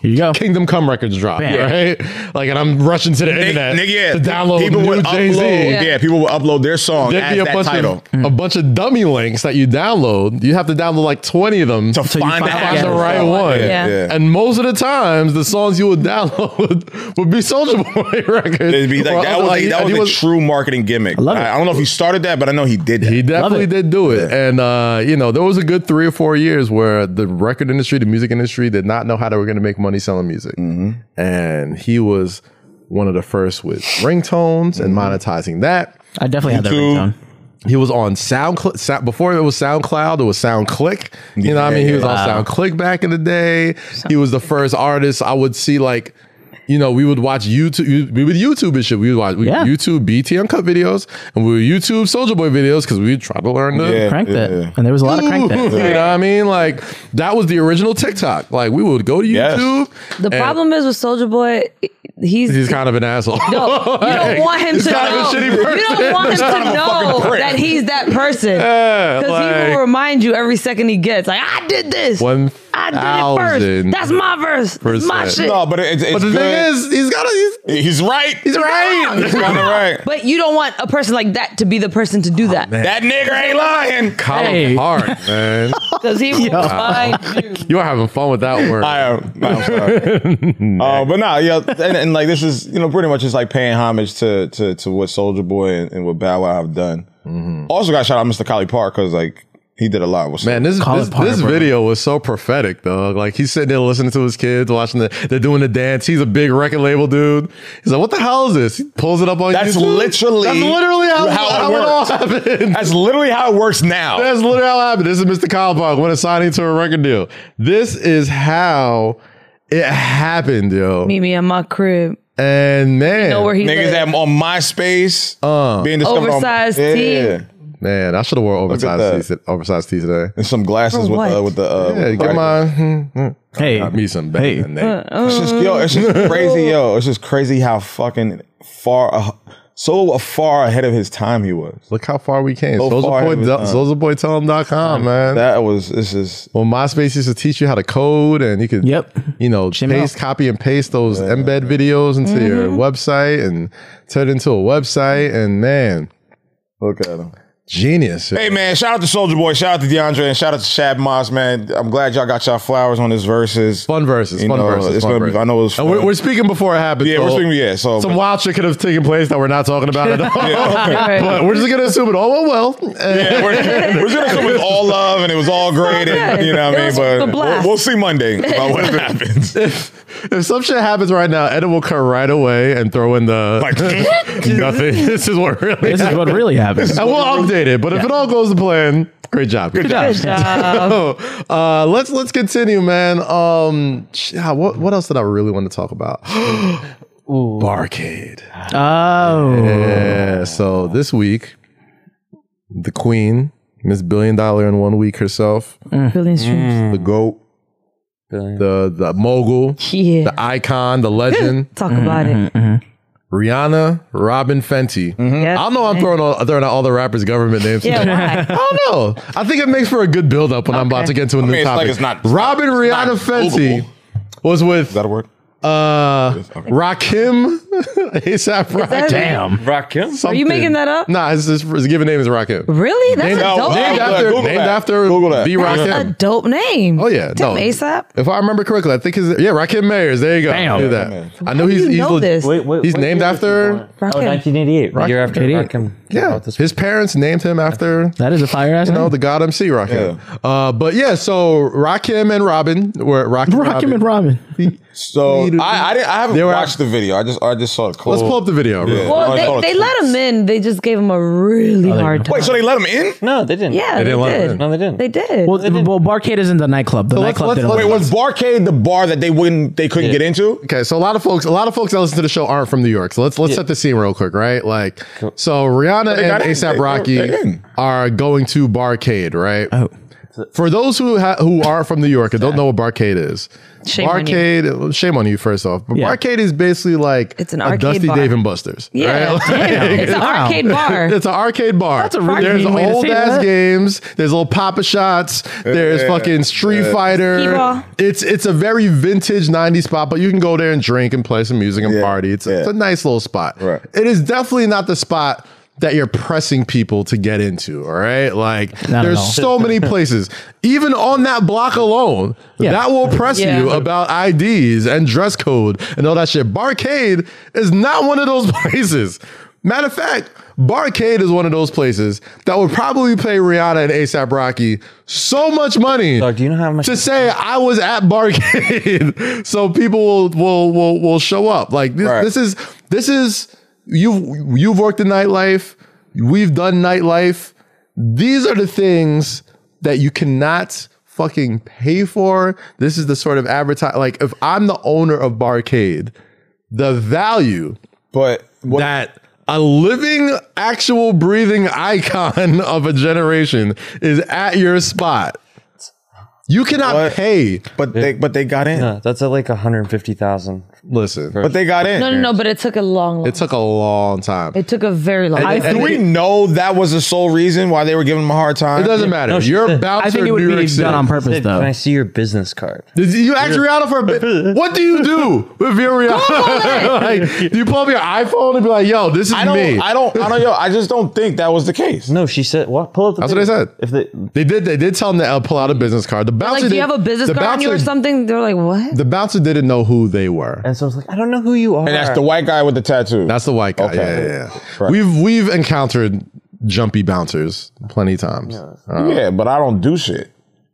[SPEAKER 6] Here you go.
[SPEAKER 1] Kingdom Come records drop,
[SPEAKER 6] Bam.
[SPEAKER 1] right? Like, and I'm rushing to the
[SPEAKER 3] Nigga-
[SPEAKER 1] internet
[SPEAKER 3] nigga, yeah,
[SPEAKER 1] to download
[SPEAKER 3] people
[SPEAKER 1] new
[SPEAKER 3] would
[SPEAKER 1] Jay Z.
[SPEAKER 3] upload, yeah. people would upload their song
[SPEAKER 1] There'd
[SPEAKER 3] as
[SPEAKER 1] be a
[SPEAKER 3] that
[SPEAKER 1] bunch
[SPEAKER 3] title.
[SPEAKER 1] of a bunch of dummy links that you download. You have to download like twenty of them
[SPEAKER 3] To
[SPEAKER 1] to
[SPEAKER 6] you
[SPEAKER 3] find,
[SPEAKER 6] find
[SPEAKER 1] find the
[SPEAKER 6] Yeah.
[SPEAKER 1] right one.
[SPEAKER 2] Yeah.
[SPEAKER 3] Yeah.
[SPEAKER 1] And most of the times, the songs you would download would be Soldier Boy records.
[SPEAKER 3] It'd be
[SPEAKER 1] Or
[SPEAKER 3] like that
[SPEAKER 1] other-
[SPEAKER 3] was,
[SPEAKER 1] like,
[SPEAKER 3] a, that
[SPEAKER 1] and
[SPEAKER 3] was,
[SPEAKER 1] he
[SPEAKER 3] a true marketing gimmick. I,
[SPEAKER 6] love it.
[SPEAKER 3] I don't know if he started that, but I know he did that.
[SPEAKER 1] He definitely
[SPEAKER 6] it.
[SPEAKER 1] did do it. And, uh, you know, there was a good three or four years where the record industry, the music industry did not know how they were going to make money selling music.
[SPEAKER 6] Mm-hmm.
[SPEAKER 1] And he was one of the first with ringtones and
[SPEAKER 6] Mm-hmm.
[SPEAKER 1] monetizing that.
[SPEAKER 6] I definitely had that ringtone.
[SPEAKER 1] He was on SoundCloud Sound, before it was SoundCloud. It was SoundClick. You know, what I mean, he was on SoundClick back in the day. He was the first artist I would see. Like, you know, we would watch YouTube. We would YouTube and shit. We would watch we
[SPEAKER 6] Yeah.
[SPEAKER 1] YouTube BT Uncut videos, and we would YouTube Soldier Boy videos because we would try to learn the
[SPEAKER 3] Yeah.
[SPEAKER 6] Crank that. And there was a lot of crank
[SPEAKER 1] you know
[SPEAKER 6] that.
[SPEAKER 1] what I mean? Like that was the original TikTok. Like we would go to
[SPEAKER 3] Yes.
[SPEAKER 1] YouTube.
[SPEAKER 2] The problem is with Soldier Boy, he's.
[SPEAKER 1] He's kind of an asshole.
[SPEAKER 2] no, you don't want him
[SPEAKER 1] He's
[SPEAKER 2] to
[SPEAKER 1] kind of a
[SPEAKER 2] know.
[SPEAKER 1] shitty
[SPEAKER 2] You
[SPEAKER 1] person.
[SPEAKER 2] don't want him to know that he's that person.
[SPEAKER 1] Yeah,
[SPEAKER 2] Because he
[SPEAKER 1] like-
[SPEAKER 2] will remind you every second he gets. Like, I did this.
[SPEAKER 1] One
[SPEAKER 2] I did it
[SPEAKER 1] thousand
[SPEAKER 2] first. That's my verse. That's my
[SPEAKER 1] percent.
[SPEAKER 2] shit.
[SPEAKER 3] No, but it, it's
[SPEAKER 1] But the thing is, he's got a, he's,
[SPEAKER 3] thing is, he's right.
[SPEAKER 1] he's right.
[SPEAKER 3] He's kind of right.
[SPEAKER 2] But you don't want a person like that to be the person to do that.
[SPEAKER 3] That nigger ain't lying.
[SPEAKER 1] Colin
[SPEAKER 6] Hey.
[SPEAKER 1] Hart, man.
[SPEAKER 2] Because he will find you.
[SPEAKER 1] You are having fun with that word.
[SPEAKER 3] I am. I'm sorry. uh, but nah, yeah, and, and like this is you know pretty much just like paying homage to to to what Soldier Boy and, and what Bow Wow have done. Also got shout out Mr. Collie Park because like he did a lot with
[SPEAKER 1] Mm-hmm. Man, this
[SPEAKER 6] Colin
[SPEAKER 1] this,
[SPEAKER 6] Parker,
[SPEAKER 1] this
[SPEAKER 6] bro.
[SPEAKER 1] video was so prophetic, though. Like he's sitting there listening to his kids, watching the they're doing the dance. He's a big record label dude. He's like, "What the hell is this?" He pulls it up on
[SPEAKER 3] That's
[SPEAKER 1] YouTube.
[SPEAKER 3] literally
[SPEAKER 1] that's literally how,
[SPEAKER 3] how it
[SPEAKER 1] how it all
[SPEAKER 3] works.
[SPEAKER 1] happened.
[SPEAKER 3] That's literally how it works now.
[SPEAKER 1] That's literally how it happened. This is Mr. Kalbach when signing to a record deal. This is how it happened, yo.
[SPEAKER 2] Meet me in my crib.
[SPEAKER 1] And man, Uh.
[SPEAKER 2] Know where he lives.
[SPEAKER 3] Niggas that on MySpace being discovered
[SPEAKER 2] Oversized
[SPEAKER 3] on, yeah,
[SPEAKER 2] tee.
[SPEAKER 3] yeah.
[SPEAKER 1] man, I should have wore
[SPEAKER 3] that.
[SPEAKER 1] oversized tees, oversized tees today.
[SPEAKER 3] and some glasses
[SPEAKER 2] For
[SPEAKER 3] with the
[SPEAKER 2] what?
[SPEAKER 3] with the uh,
[SPEAKER 1] Yeah,
[SPEAKER 3] with
[SPEAKER 1] get
[SPEAKER 3] the-
[SPEAKER 1] my
[SPEAKER 6] Hey,
[SPEAKER 1] got me some bang
[SPEAKER 6] Hey.
[SPEAKER 1] in there.
[SPEAKER 2] Uh,
[SPEAKER 3] It's just yo, it's just crazy, yo. It's just crazy how fucking far, uh, so far ahead of his time he was.
[SPEAKER 1] Look how far we came.
[SPEAKER 3] So far
[SPEAKER 1] Souljaboy,
[SPEAKER 3] it was
[SPEAKER 1] do-
[SPEAKER 3] done.
[SPEAKER 1] souljaboytellem.com, man.
[SPEAKER 3] That was this is
[SPEAKER 1] well, MySpace used to teach you how to code, and you could,
[SPEAKER 6] Yep.
[SPEAKER 1] you know,
[SPEAKER 6] Shim
[SPEAKER 1] paste,
[SPEAKER 6] out. Mm-hmm.
[SPEAKER 1] copy, and paste those embed videos into your website and turn it into a website. And man,
[SPEAKER 3] look at him.
[SPEAKER 1] genius.
[SPEAKER 3] Hey man, shout out to Soldier Boy, shout out to DeAndre, and shout out to Shab Moss, man. I'm glad y'all got y'all flowers on this verses.
[SPEAKER 1] Fun verses,
[SPEAKER 3] You
[SPEAKER 1] fun
[SPEAKER 3] know,
[SPEAKER 1] verses.
[SPEAKER 3] it's
[SPEAKER 1] fun
[SPEAKER 3] gonna be-
[SPEAKER 1] verses.
[SPEAKER 3] I know it was
[SPEAKER 1] And we're,
[SPEAKER 3] fun.
[SPEAKER 1] we're speaking before it happened.
[SPEAKER 3] Yeah, we're speaking- yeah, so-
[SPEAKER 1] some wild shit could have taken place that we're not talking about at all.
[SPEAKER 2] Right.
[SPEAKER 1] But we're just gonna assume it all went well. And-
[SPEAKER 3] Yeah, we're, we're just gonna come with all love, and it was all great, and you know what
[SPEAKER 2] It
[SPEAKER 3] I mean.
[SPEAKER 2] was
[SPEAKER 3] But
[SPEAKER 2] a
[SPEAKER 3] we'll,
[SPEAKER 2] blast.
[SPEAKER 3] we'll see Monday about what happens.
[SPEAKER 1] If, if some shit happens right now, Ed will cut right away and throw in the
[SPEAKER 3] Like,
[SPEAKER 1] nothing. This is what really.
[SPEAKER 6] this is what really happened.
[SPEAKER 1] and we'll update it. But if it all goes to plan, great job. Good
[SPEAKER 2] Good job.
[SPEAKER 1] Uh, let's let's continue, man. Um, sh- ah, what what else did I really want to talk about? Barcade.
[SPEAKER 6] Oh.
[SPEAKER 1] Yeah. So this week, the Queen, Miss Billion Dollar in one week herself,
[SPEAKER 2] Billion streams.
[SPEAKER 1] the goat, the the mogul,
[SPEAKER 2] Yeah.
[SPEAKER 1] the Mm-hmm. icon, the legend.
[SPEAKER 2] Talk about it.
[SPEAKER 1] Rihanna, Robin Fenty.
[SPEAKER 2] Yes.
[SPEAKER 1] I don't know. why I'm throwing all, throwing out all the rappers' government names.
[SPEAKER 2] Mm-hmm. Yeah,
[SPEAKER 1] I
[SPEAKER 2] why?
[SPEAKER 1] don't know. I think it makes for a good build up when I'm about to get into a new
[SPEAKER 3] mean, it's like
[SPEAKER 1] topic.
[SPEAKER 3] it's not-
[SPEAKER 1] Robin
[SPEAKER 3] it's not
[SPEAKER 1] Rihanna Fenty
[SPEAKER 3] Googleable.
[SPEAKER 1] was with
[SPEAKER 3] that a word?
[SPEAKER 1] uh,
[SPEAKER 3] Okay.
[SPEAKER 1] Rakim ASAP
[SPEAKER 2] that-
[SPEAKER 1] Rocky.
[SPEAKER 6] Damn.
[SPEAKER 4] Rakim?
[SPEAKER 2] Are you making that up?
[SPEAKER 1] Nah, his, his, his given name is Rocket.
[SPEAKER 2] Really? That's
[SPEAKER 1] No,
[SPEAKER 2] a dope
[SPEAKER 1] named
[SPEAKER 2] name.
[SPEAKER 3] that.
[SPEAKER 1] after,
[SPEAKER 3] Google
[SPEAKER 1] named
[SPEAKER 3] that.
[SPEAKER 1] after
[SPEAKER 3] Google that.
[SPEAKER 1] B
[SPEAKER 2] That's a
[SPEAKER 1] Rocket.
[SPEAKER 2] dope name.
[SPEAKER 1] Oh yeah, no.
[SPEAKER 2] Tim ASAP.
[SPEAKER 1] If I remember correctly, I think his yeah, Rocket Mayers. There you go.
[SPEAKER 6] Bam.
[SPEAKER 1] Do that. I know
[SPEAKER 2] How do
[SPEAKER 1] he's
[SPEAKER 2] you
[SPEAKER 1] he's
[SPEAKER 2] know
[SPEAKER 1] leg-
[SPEAKER 2] this?
[SPEAKER 7] Wait, wait,
[SPEAKER 1] He's
[SPEAKER 7] what
[SPEAKER 1] named
[SPEAKER 7] year was
[SPEAKER 1] after-
[SPEAKER 7] he born?
[SPEAKER 2] Rockin'.
[SPEAKER 7] Oh, 1988.
[SPEAKER 1] Rock-
[SPEAKER 7] Rock-
[SPEAKER 4] Year after
[SPEAKER 6] Idiot.
[SPEAKER 4] Rakim.
[SPEAKER 1] Yeah, his parents named him after
[SPEAKER 6] That is a fire ass
[SPEAKER 1] you know
[SPEAKER 6] name.
[SPEAKER 1] the God MC Rocket. Uh, but yeah, so Rakim and Robin were Rakim,
[SPEAKER 6] Rockin' and Robin.
[SPEAKER 3] So
[SPEAKER 1] Needle-
[SPEAKER 3] I, I, didn't, I haven't
[SPEAKER 1] They were-
[SPEAKER 3] watched the video. I just I just saw it.
[SPEAKER 1] Let's pull up the video. real
[SPEAKER 3] Yeah.
[SPEAKER 1] quick.
[SPEAKER 3] Oh,
[SPEAKER 2] Well,
[SPEAKER 3] I thought
[SPEAKER 2] they,
[SPEAKER 3] it
[SPEAKER 2] they
[SPEAKER 3] was-
[SPEAKER 2] let him in. They just gave him a really hard time.
[SPEAKER 3] Wait, so Oh, they let him in?
[SPEAKER 4] No, they didn't.
[SPEAKER 2] yeah,
[SPEAKER 1] They
[SPEAKER 2] they,
[SPEAKER 1] didn't let him in.
[SPEAKER 2] did.
[SPEAKER 4] No, they didn't.
[SPEAKER 2] They did.
[SPEAKER 6] Well, well, Barcade isn't the nightclub. The
[SPEAKER 1] let's-
[SPEAKER 6] nightclub
[SPEAKER 1] let's-
[SPEAKER 6] didn't.
[SPEAKER 1] let's-
[SPEAKER 3] Wait, was Barcade the bar that they wouldn't they couldn't get into?
[SPEAKER 1] Okay, so a lot of folks, a lot of folks that listen to the show aren't from New York. So let's let's set the scene real quick, right? Like, so Rihanna
[SPEAKER 3] They
[SPEAKER 1] and
[SPEAKER 3] got in. They-
[SPEAKER 1] ASAP
[SPEAKER 3] they- they
[SPEAKER 1] Rocky
[SPEAKER 3] in.
[SPEAKER 1] are going to Barcade, right? Oh. For those who ha- who are from New York and don't know what Barcade is,
[SPEAKER 2] Shame on you.
[SPEAKER 1] Barcade, shame on you first off. But
[SPEAKER 6] Yeah.
[SPEAKER 1] Barcade is basically like
[SPEAKER 2] It's an
[SPEAKER 1] a
[SPEAKER 2] arcade
[SPEAKER 1] Dusty
[SPEAKER 2] bar.
[SPEAKER 1] Dave and Buster's.
[SPEAKER 2] yeah,
[SPEAKER 1] right?
[SPEAKER 2] damn. it's an
[SPEAKER 6] Wow.
[SPEAKER 2] arcade bar.
[SPEAKER 1] It's an arcade bar.
[SPEAKER 6] That's a really
[SPEAKER 1] There's
[SPEAKER 6] mean way to
[SPEAKER 1] old
[SPEAKER 6] say
[SPEAKER 1] ass
[SPEAKER 6] that.
[SPEAKER 1] games. There's little Papa Shots. There's fucking Street Fighter.
[SPEAKER 2] T-ball.
[SPEAKER 1] It's it's a very vintage '90s spot, but you can go there and drink and play some music and
[SPEAKER 3] Yeah,
[SPEAKER 1] party. It's, it's
[SPEAKER 3] yeah.
[SPEAKER 1] a nice little spot.
[SPEAKER 3] Right.
[SPEAKER 1] It is definitely not the spot that you're pressing people to get into. All right, like
[SPEAKER 6] Not at
[SPEAKER 1] there's
[SPEAKER 6] all.
[SPEAKER 1] so many places, even on that block alone,
[SPEAKER 6] Yeah.
[SPEAKER 1] that will press
[SPEAKER 2] Yeah.
[SPEAKER 1] you about IDs and dress code and all that shit. Barcade is not one of those places. Matter of fact, Barcade is one of those places that would probably pay Rihanna and ASAP Rocky so much money
[SPEAKER 4] Dog, do you know how much?
[SPEAKER 1] to say I was at Barcade, so people will will will, will show up. Like this,
[SPEAKER 3] Right.
[SPEAKER 1] this is this is you've you've worked in nightlife, we've done nightlife. These are the things that you cannot fucking pay for. This is the sort of advertise. Like if I'm the owner of Barcade, the value
[SPEAKER 3] But what,
[SPEAKER 1] that a living, actual, breathing icon of a generation is at your spot. You cannot
[SPEAKER 3] What?
[SPEAKER 1] pay.
[SPEAKER 3] but they but they got in.
[SPEAKER 4] No, that's at like 150,000.
[SPEAKER 1] Listen,
[SPEAKER 3] But they got in.
[SPEAKER 2] no, no, no. But it took a long.
[SPEAKER 1] it took a long time. It
[SPEAKER 2] It took a very long.
[SPEAKER 1] I-
[SPEAKER 2] time.
[SPEAKER 3] Do we know that was the sole reason why they were giving him a hard time?
[SPEAKER 1] doesn't matter. You're a bouncer
[SPEAKER 6] I think it
[SPEAKER 1] in
[SPEAKER 6] would
[SPEAKER 1] New
[SPEAKER 6] be
[SPEAKER 1] York City.
[SPEAKER 6] done on purpose
[SPEAKER 4] Said, Can I
[SPEAKER 6] though.
[SPEAKER 4] see your business card?
[SPEAKER 1] Did you ask Rihanna for a bit? What do you do with your Rihanna? like, do you pull up your iPhone and be like, "Yo, this is
[SPEAKER 3] I don't.
[SPEAKER 1] me"?
[SPEAKER 3] I don't. I don't. Yo, I just don't think that was the case.
[SPEAKER 4] No, she said, what? Pull up the
[SPEAKER 1] That's what I
[SPEAKER 4] video.
[SPEAKER 1] said.
[SPEAKER 4] If they,
[SPEAKER 1] they did. They did tell him to uh, pull out a business card. The bouncer.
[SPEAKER 2] Like, do
[SPEAKER 1] did-
[SPEAKER 2] you have a business
[SPEAKER 1] the
[SPEAKER 2] card on you or
[SPEAKER 1] bouncer-
[SPEAKER 2] something? They're like, what?
[SPEAKER 1] The bouncer didn't know who they were.
[SPEAKER 4] and so I was like, I don't know who you are.
[SPEAKER 3] And that's the white guy with the tattoo.
[SPEAKER 1] That's the white guy.
[SPEAKER 3] Okay.
[SPEAKER 1] Yeah, yeah, yeah.
[SPEAKER 3] Right.
[SPEAKER 1] We've we've encountered jumpy bouncers plenty times.
[SPEAKER 3] yeah. But I don't do shit.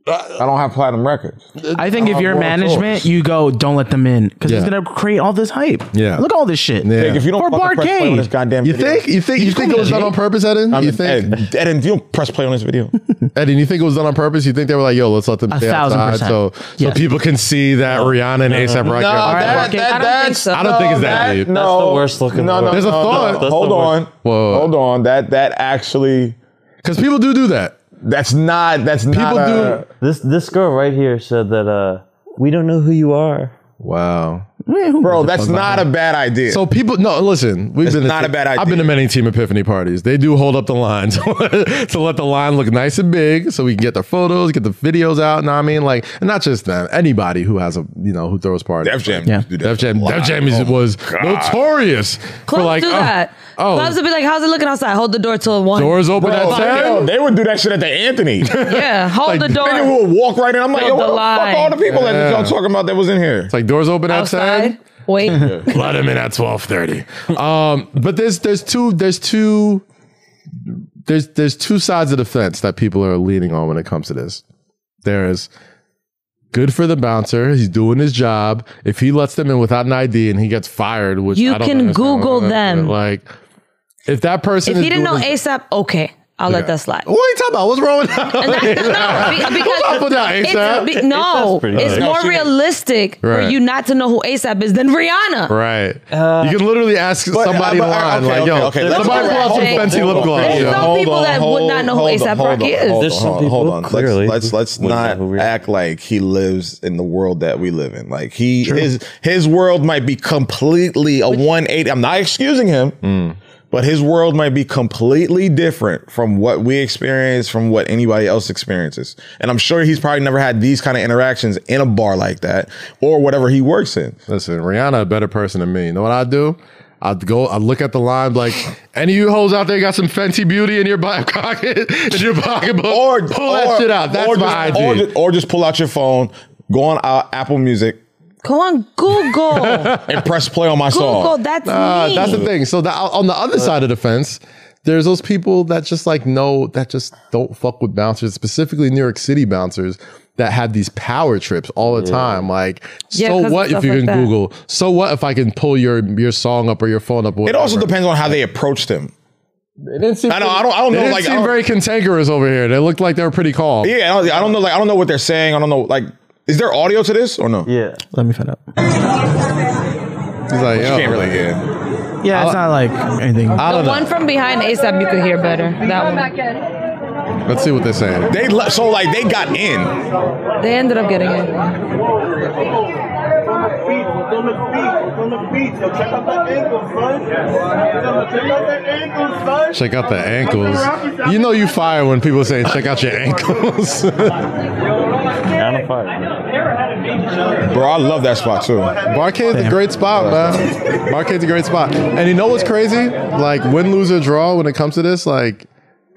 [SPEAKER 3] I don't have platinum records.
[SPEAKER 6] I think if you're
[SPEAKER 3] well, of course.
[SPEAKER 6] management, you go don't let them in because
[SPEAKER 1] Yeah.
[SPEAKER 6] it's gonna create all this hype.
[SPEAKER 1] Yeah.
[SPEAKER 6] look at all this shit.
[SPEAKER 1] Yeah.
[SPEAKER 3] Like, if you don't
[SPEAKER 6] Or
[SPEAKER 3] fucking press play on
[SPEAKER 6] Barcade.
[SPEAKER 3] this goddamn,
[SPEAKER 1] You
[SPEAKER 3] video,
[SPEAKER 1] think you think you think it was done on purpose, Eden?
[SPEAKER 3] I'm
[SPEAKER 1] you
[SPEAKER 3] in-
[SPEAKER 1] think
[SPEAKER 3] Ed, Ed, if you don't press play on this video,
[SPEAKER 1] Eden? You think it was done on purpose? You think they were like, "Yo, let's let them stay
[SPEAKER 6] thousand
[SPEAKER 1] outside
[SPEAKER 6] percent.
[SPEAKER 1] so so
[SPEAKER 6] Yes.
[SPEAKER 1] people can see that Rihanna and ASAP Rocky." are
[SPEAKER 6] that-
[SPEAKER 1] outside."
[SPEAKER 2] I don't
[SPEAKER 6] that-
[SPEAKER 2] think
[SPEAKER 3] that's-
[SPEAKER 2] so.
[SPEAKER 1] I don't think it's that deep.
[SPEAKER 3] No,
[SPEAKER 4] That's the worst looking
[SPEAKER 3] No,
[SPEAKER 4] one.
[SPEAKER 3] no,
[SPEAKER 1] There's a
[SPEAKER 3] no, no,
[SPEAKER 1] thought.
[SPEAKER 3] no.
[SPEAKER 1] That's
[SPEAKER 3] Hold
[SPEAKER 4] the
[SPEAKER 3] on.
[SPEAKER 1] Whoa.
[SPEAKER 3] Hold on. That that actually.
[SPEAKER 1] Because people do do that.
[SPEAKER 3] That's not. That's not.
[SPEAKER 1] People
[SPEAKER 3] a-
[SPEAKER 4] This, this girl right here said that uh, we don't know who you are.
[SPEAKER 1] Wow.
[SPEAKER 6] Yeah, who
[SPEAKER 3] Bro,
[SPEAKER 6] gives a
[SPEAKER 3] that's
[SPEAKER 6] fuck about
[SPEAKER 3] not
[SPEAKER 6] that?
[SPEAKER 3] a bad idea.
[SPEAKER 1] So people, no, listen. We've
[SPEAKER 3] It's
[SPEAKER 1] been to-
[SPEAKER 3] not a bad
[SPEAKER 1] I've been
[SPEAKER 3] idea.
[SPEAKER 1] to many team epiphany parties. They do hold up the line to, to let the line look nice and big, so we can get their photos, get the videos out. And I mean, like, and not just them. Anybody who has a you know who throws parties.
[SPEAKER 3] Def Jam.
[SPEAKER 6] Yeah.
[SPEAKER 3] do that
[SPEAKER 1] Def Jam,
[SPEAKER 3] a lot.
[SPEAKER 1] Def Jam is,
[SPEAKER 3] Oh,
[SPEAKER 1] was
[SPEAKER 3] God.
[SPEAKER 1] notorious for
[SPEAKER 2] Clubs
[SPEAKER 1] like
[SPEAKER 2] do
[SPEAKER 1] oh,
[SPEAKER 2] that.
[SPEAKER 1] oh,
[SPEAKER 2] Clubs would be like, how's it looking outside? Hold the door till one.
[SPEAKER 1] doors open
[SPEAKER 3] Bro,
[SPEAKER 1] at ten.
[SPEAKER 3] yo, they would do that shit at the Anthony. Nigga
[SPEAKER 2] Yeah, hold the door.
[SPEAKER 3] would walk right in. I'm like, yo,
[SPEAKER 2] Build
[SPEAKER 3] what
[SPEAKER 2] the
[SPEAKER 3] the fuck?
[SPEAKER 2] line.
[SPEAKER 3] All the people that y'all talking about that was in here.
[SPEAKER 1] It's like doors open at
[SPEAKER 2] Outside.
[SPEAKER 1] ten.
[SPEAKER 2] Wait.
[SPEAKER 1] Let them in at twelve thirty. Um, but there's there's two there's two there's there's two sides of the fence that people are leaning on when it comes to this. There's good for the bouncer. He's doing his job. If he lets them in without an ID and he gets fired, which
[SPEAKER 2] You
[SPEAKER 1] I don't
[SPEAKER 2] can
[SPEAKER 1] understand why
[SPEAKER 2] Google
[SPEAKER 1] not, but,
[SPEAKER 2] them.
[SPEAKER 1] Like if that person
[SPEAKER 2] If
[SPEAKER 1] is
[SPEAKER 2] he didn't know
[SPEAKER 1] doing his-
[SPEAKER 2] ASAP, okay, I'll let that slide.
[SPEAKER 1] What are you talking about? What's wrong with that?
[SPEAKER 2] And that's, no, be-
[SPEAKER 1] I'll put down
[SPEAKER 2] because
[SPEAKER 1] A$AP.
[SPEAKER 2] it's, be- no,
[SPEAKER 4] A$AP's pretty
[SPEAKER 2] it's
[SPEAKER 4] good.
[SPEAKER 2] more
[SPEAKER 3] No, she-
[SPEAKER 2] realistic
[SPEAKER 1] Right.
[SPEAKER 2] for you not to know who ASAP is than Rihanna.
[SPEAKER 1] Right. you can literally ask somebody
[SPEAKER 3] Uh, but,
[SPEAKER 1] in
[SPEAKER 3] uh,
[SPEAKER 1] line,
[SPEAKER 3] okay,
[SPEAKER 1] like,
[SPEAKER 3] okay,
[SPEAKER 1] yo,
[SPEAKER 3] okay, let's
[SPEAKER 1] somebody
[SPEAKER 2] do
[SPEAKER 1] pull out
[SPEAKER 2] that.
[SPEAKER 1] some
[SPEAKER 2] Hold
[SPEAKER 1] fancy
[SPEAKER 2] on,
[SPEAKER 1] lip
[SPEAKER 2] hold on,
[SPEAKER 1] gloss.
[SPEAKER 2] hold
[SPEAKER 1] yo.
[SPEAKER 2] on. some people that would not know who
[SPEAKER 3] hold on,
[SPEAKER 2] A$AP
[SPEAKER 3] hold on,
[SPEAKER 2] Rocky is.
[SPEAKER 3] Hold on,
[SPEAKER 4] There's some
[SPEAKER 3] hold on, hold
[SPEAKER 4] people
[SPEAKER 3] on.
[SPEAKER 4] clearly
[SPEAKER 3] Let's, let's let's
[SPEAKER 4] would know
[SPEAKER 3] not
[SPEAKER 4] who we are.
[SPEAKER 3] act like he lives in the world that we live in. Like he his his world might be completely a 180. I'm not excusing him. But his world might be completely different from what we experience, from what anybody else experiences. And I'm sure he's probably never had these kind of interactions in a bar like that or whatever he works in.
[SPEAKER 1] Listen, Rihanna, a better person than me. You know what I do? I'd go, I'd look at the line, like, any of you hoes out there got some Fenty Beauty in your back pocket, in your pocketbook?
[SPEAKER 3] or
[SPEAKER 1] pull
[SPEAKER 3] or,
[SPEAKER 1] that shit out. That's
[SPEAKER 3] or
[SPEAKER 1] my
[SPEAKER 3] just,
[SPEAKER 1] idea.
[SPEAKER 3] Or just, or just pull out your phone, go on uh, Apple Music,
[SPEAKER 2] Go on Google.
[SPEAKER 3] and press play on my
[SPEAKER 2] Google.
[SPEAKER 3] song.
[SPEAKER 2] That's
[SPEAKER 1] Uh,
[SPEAKER 2] me.
[SPEAKER 1] that's the thing. So the, on the other side of the fence, there's those people that just like know that just don't fuck with bouncers, specifically New York City bouncers that have these power trips all the time. Like,
[SPEAKER 2] Yeah,
[SPEAKER 1] so
[SPEAKER 2] 'cause of
[SPEAKER 1] what if
[SPEAKER 2] stuff
[SPEAKER 1] you
[SPEAKER 2] like
[SPEAKER 1] can
[SPEAKER 2] that.
[SPEAKER 1] Google? So what if I can pull your your song up or your phone up?
[SPEAKER 3] It also depends on how they approached him.
[SPEAKER 1] It didn't seem
[SPEAKER 3] I don't- I don't- I don't
[SPEAKER 1] they
[SPEAKER 3] know,
[SPEAKER 1] didn't
[SPEAKER 3] like, I
[SPEAKER 1] seem
[SPEAKER 3] don't-
[SPEAKER 1] very cantankerous over here. They looked like they were pretty calm.
[SPEAKER 3] Yeah, I don't, I don't know. Like I don't know what they're saying. I don't know. Like, is there audio to this or no?
[SPEAKER 4] Yeah.
[SPEAKER 6] Let me find out.
[SPEAKER 1] He's like,
[SPEAKER 3] You
[SPEAKER 1] yo,
[SPEAKER 3] can't really hear. Uh,
[SPEAKER 6] Yeah, it's not like anything.
[SPEAKER 1] I
[SPEAKER 2] The
[SPEAKER 1] don't
[SPEAKER 2] one
[SPEAKER 1] know.
[SPEAKER 2] from behind ASAP you could hear better. That one.
[SPEAKER 1] Let's see what they're saying.
[SPEAKER 3] They le- so like they got in.
[SPEAKER 2] They ended up getting it.
[SPEAKER 7] on the beach, on the beach. Yo, check out the ankles, son. Yo, check out the ankles, son.
[SPEAKER 1] Check out the ankles. You know you fire when people say, check out your ankles.
[SPEAKER 4] Down the fire.
[SPEAKER 3] Bro, I love that spot too.
[SPEAKER 1] Barcade's a great spot, man. Barcade's a great spot. And you know what's crazy? Like win, lose, or draw when it comes to this, like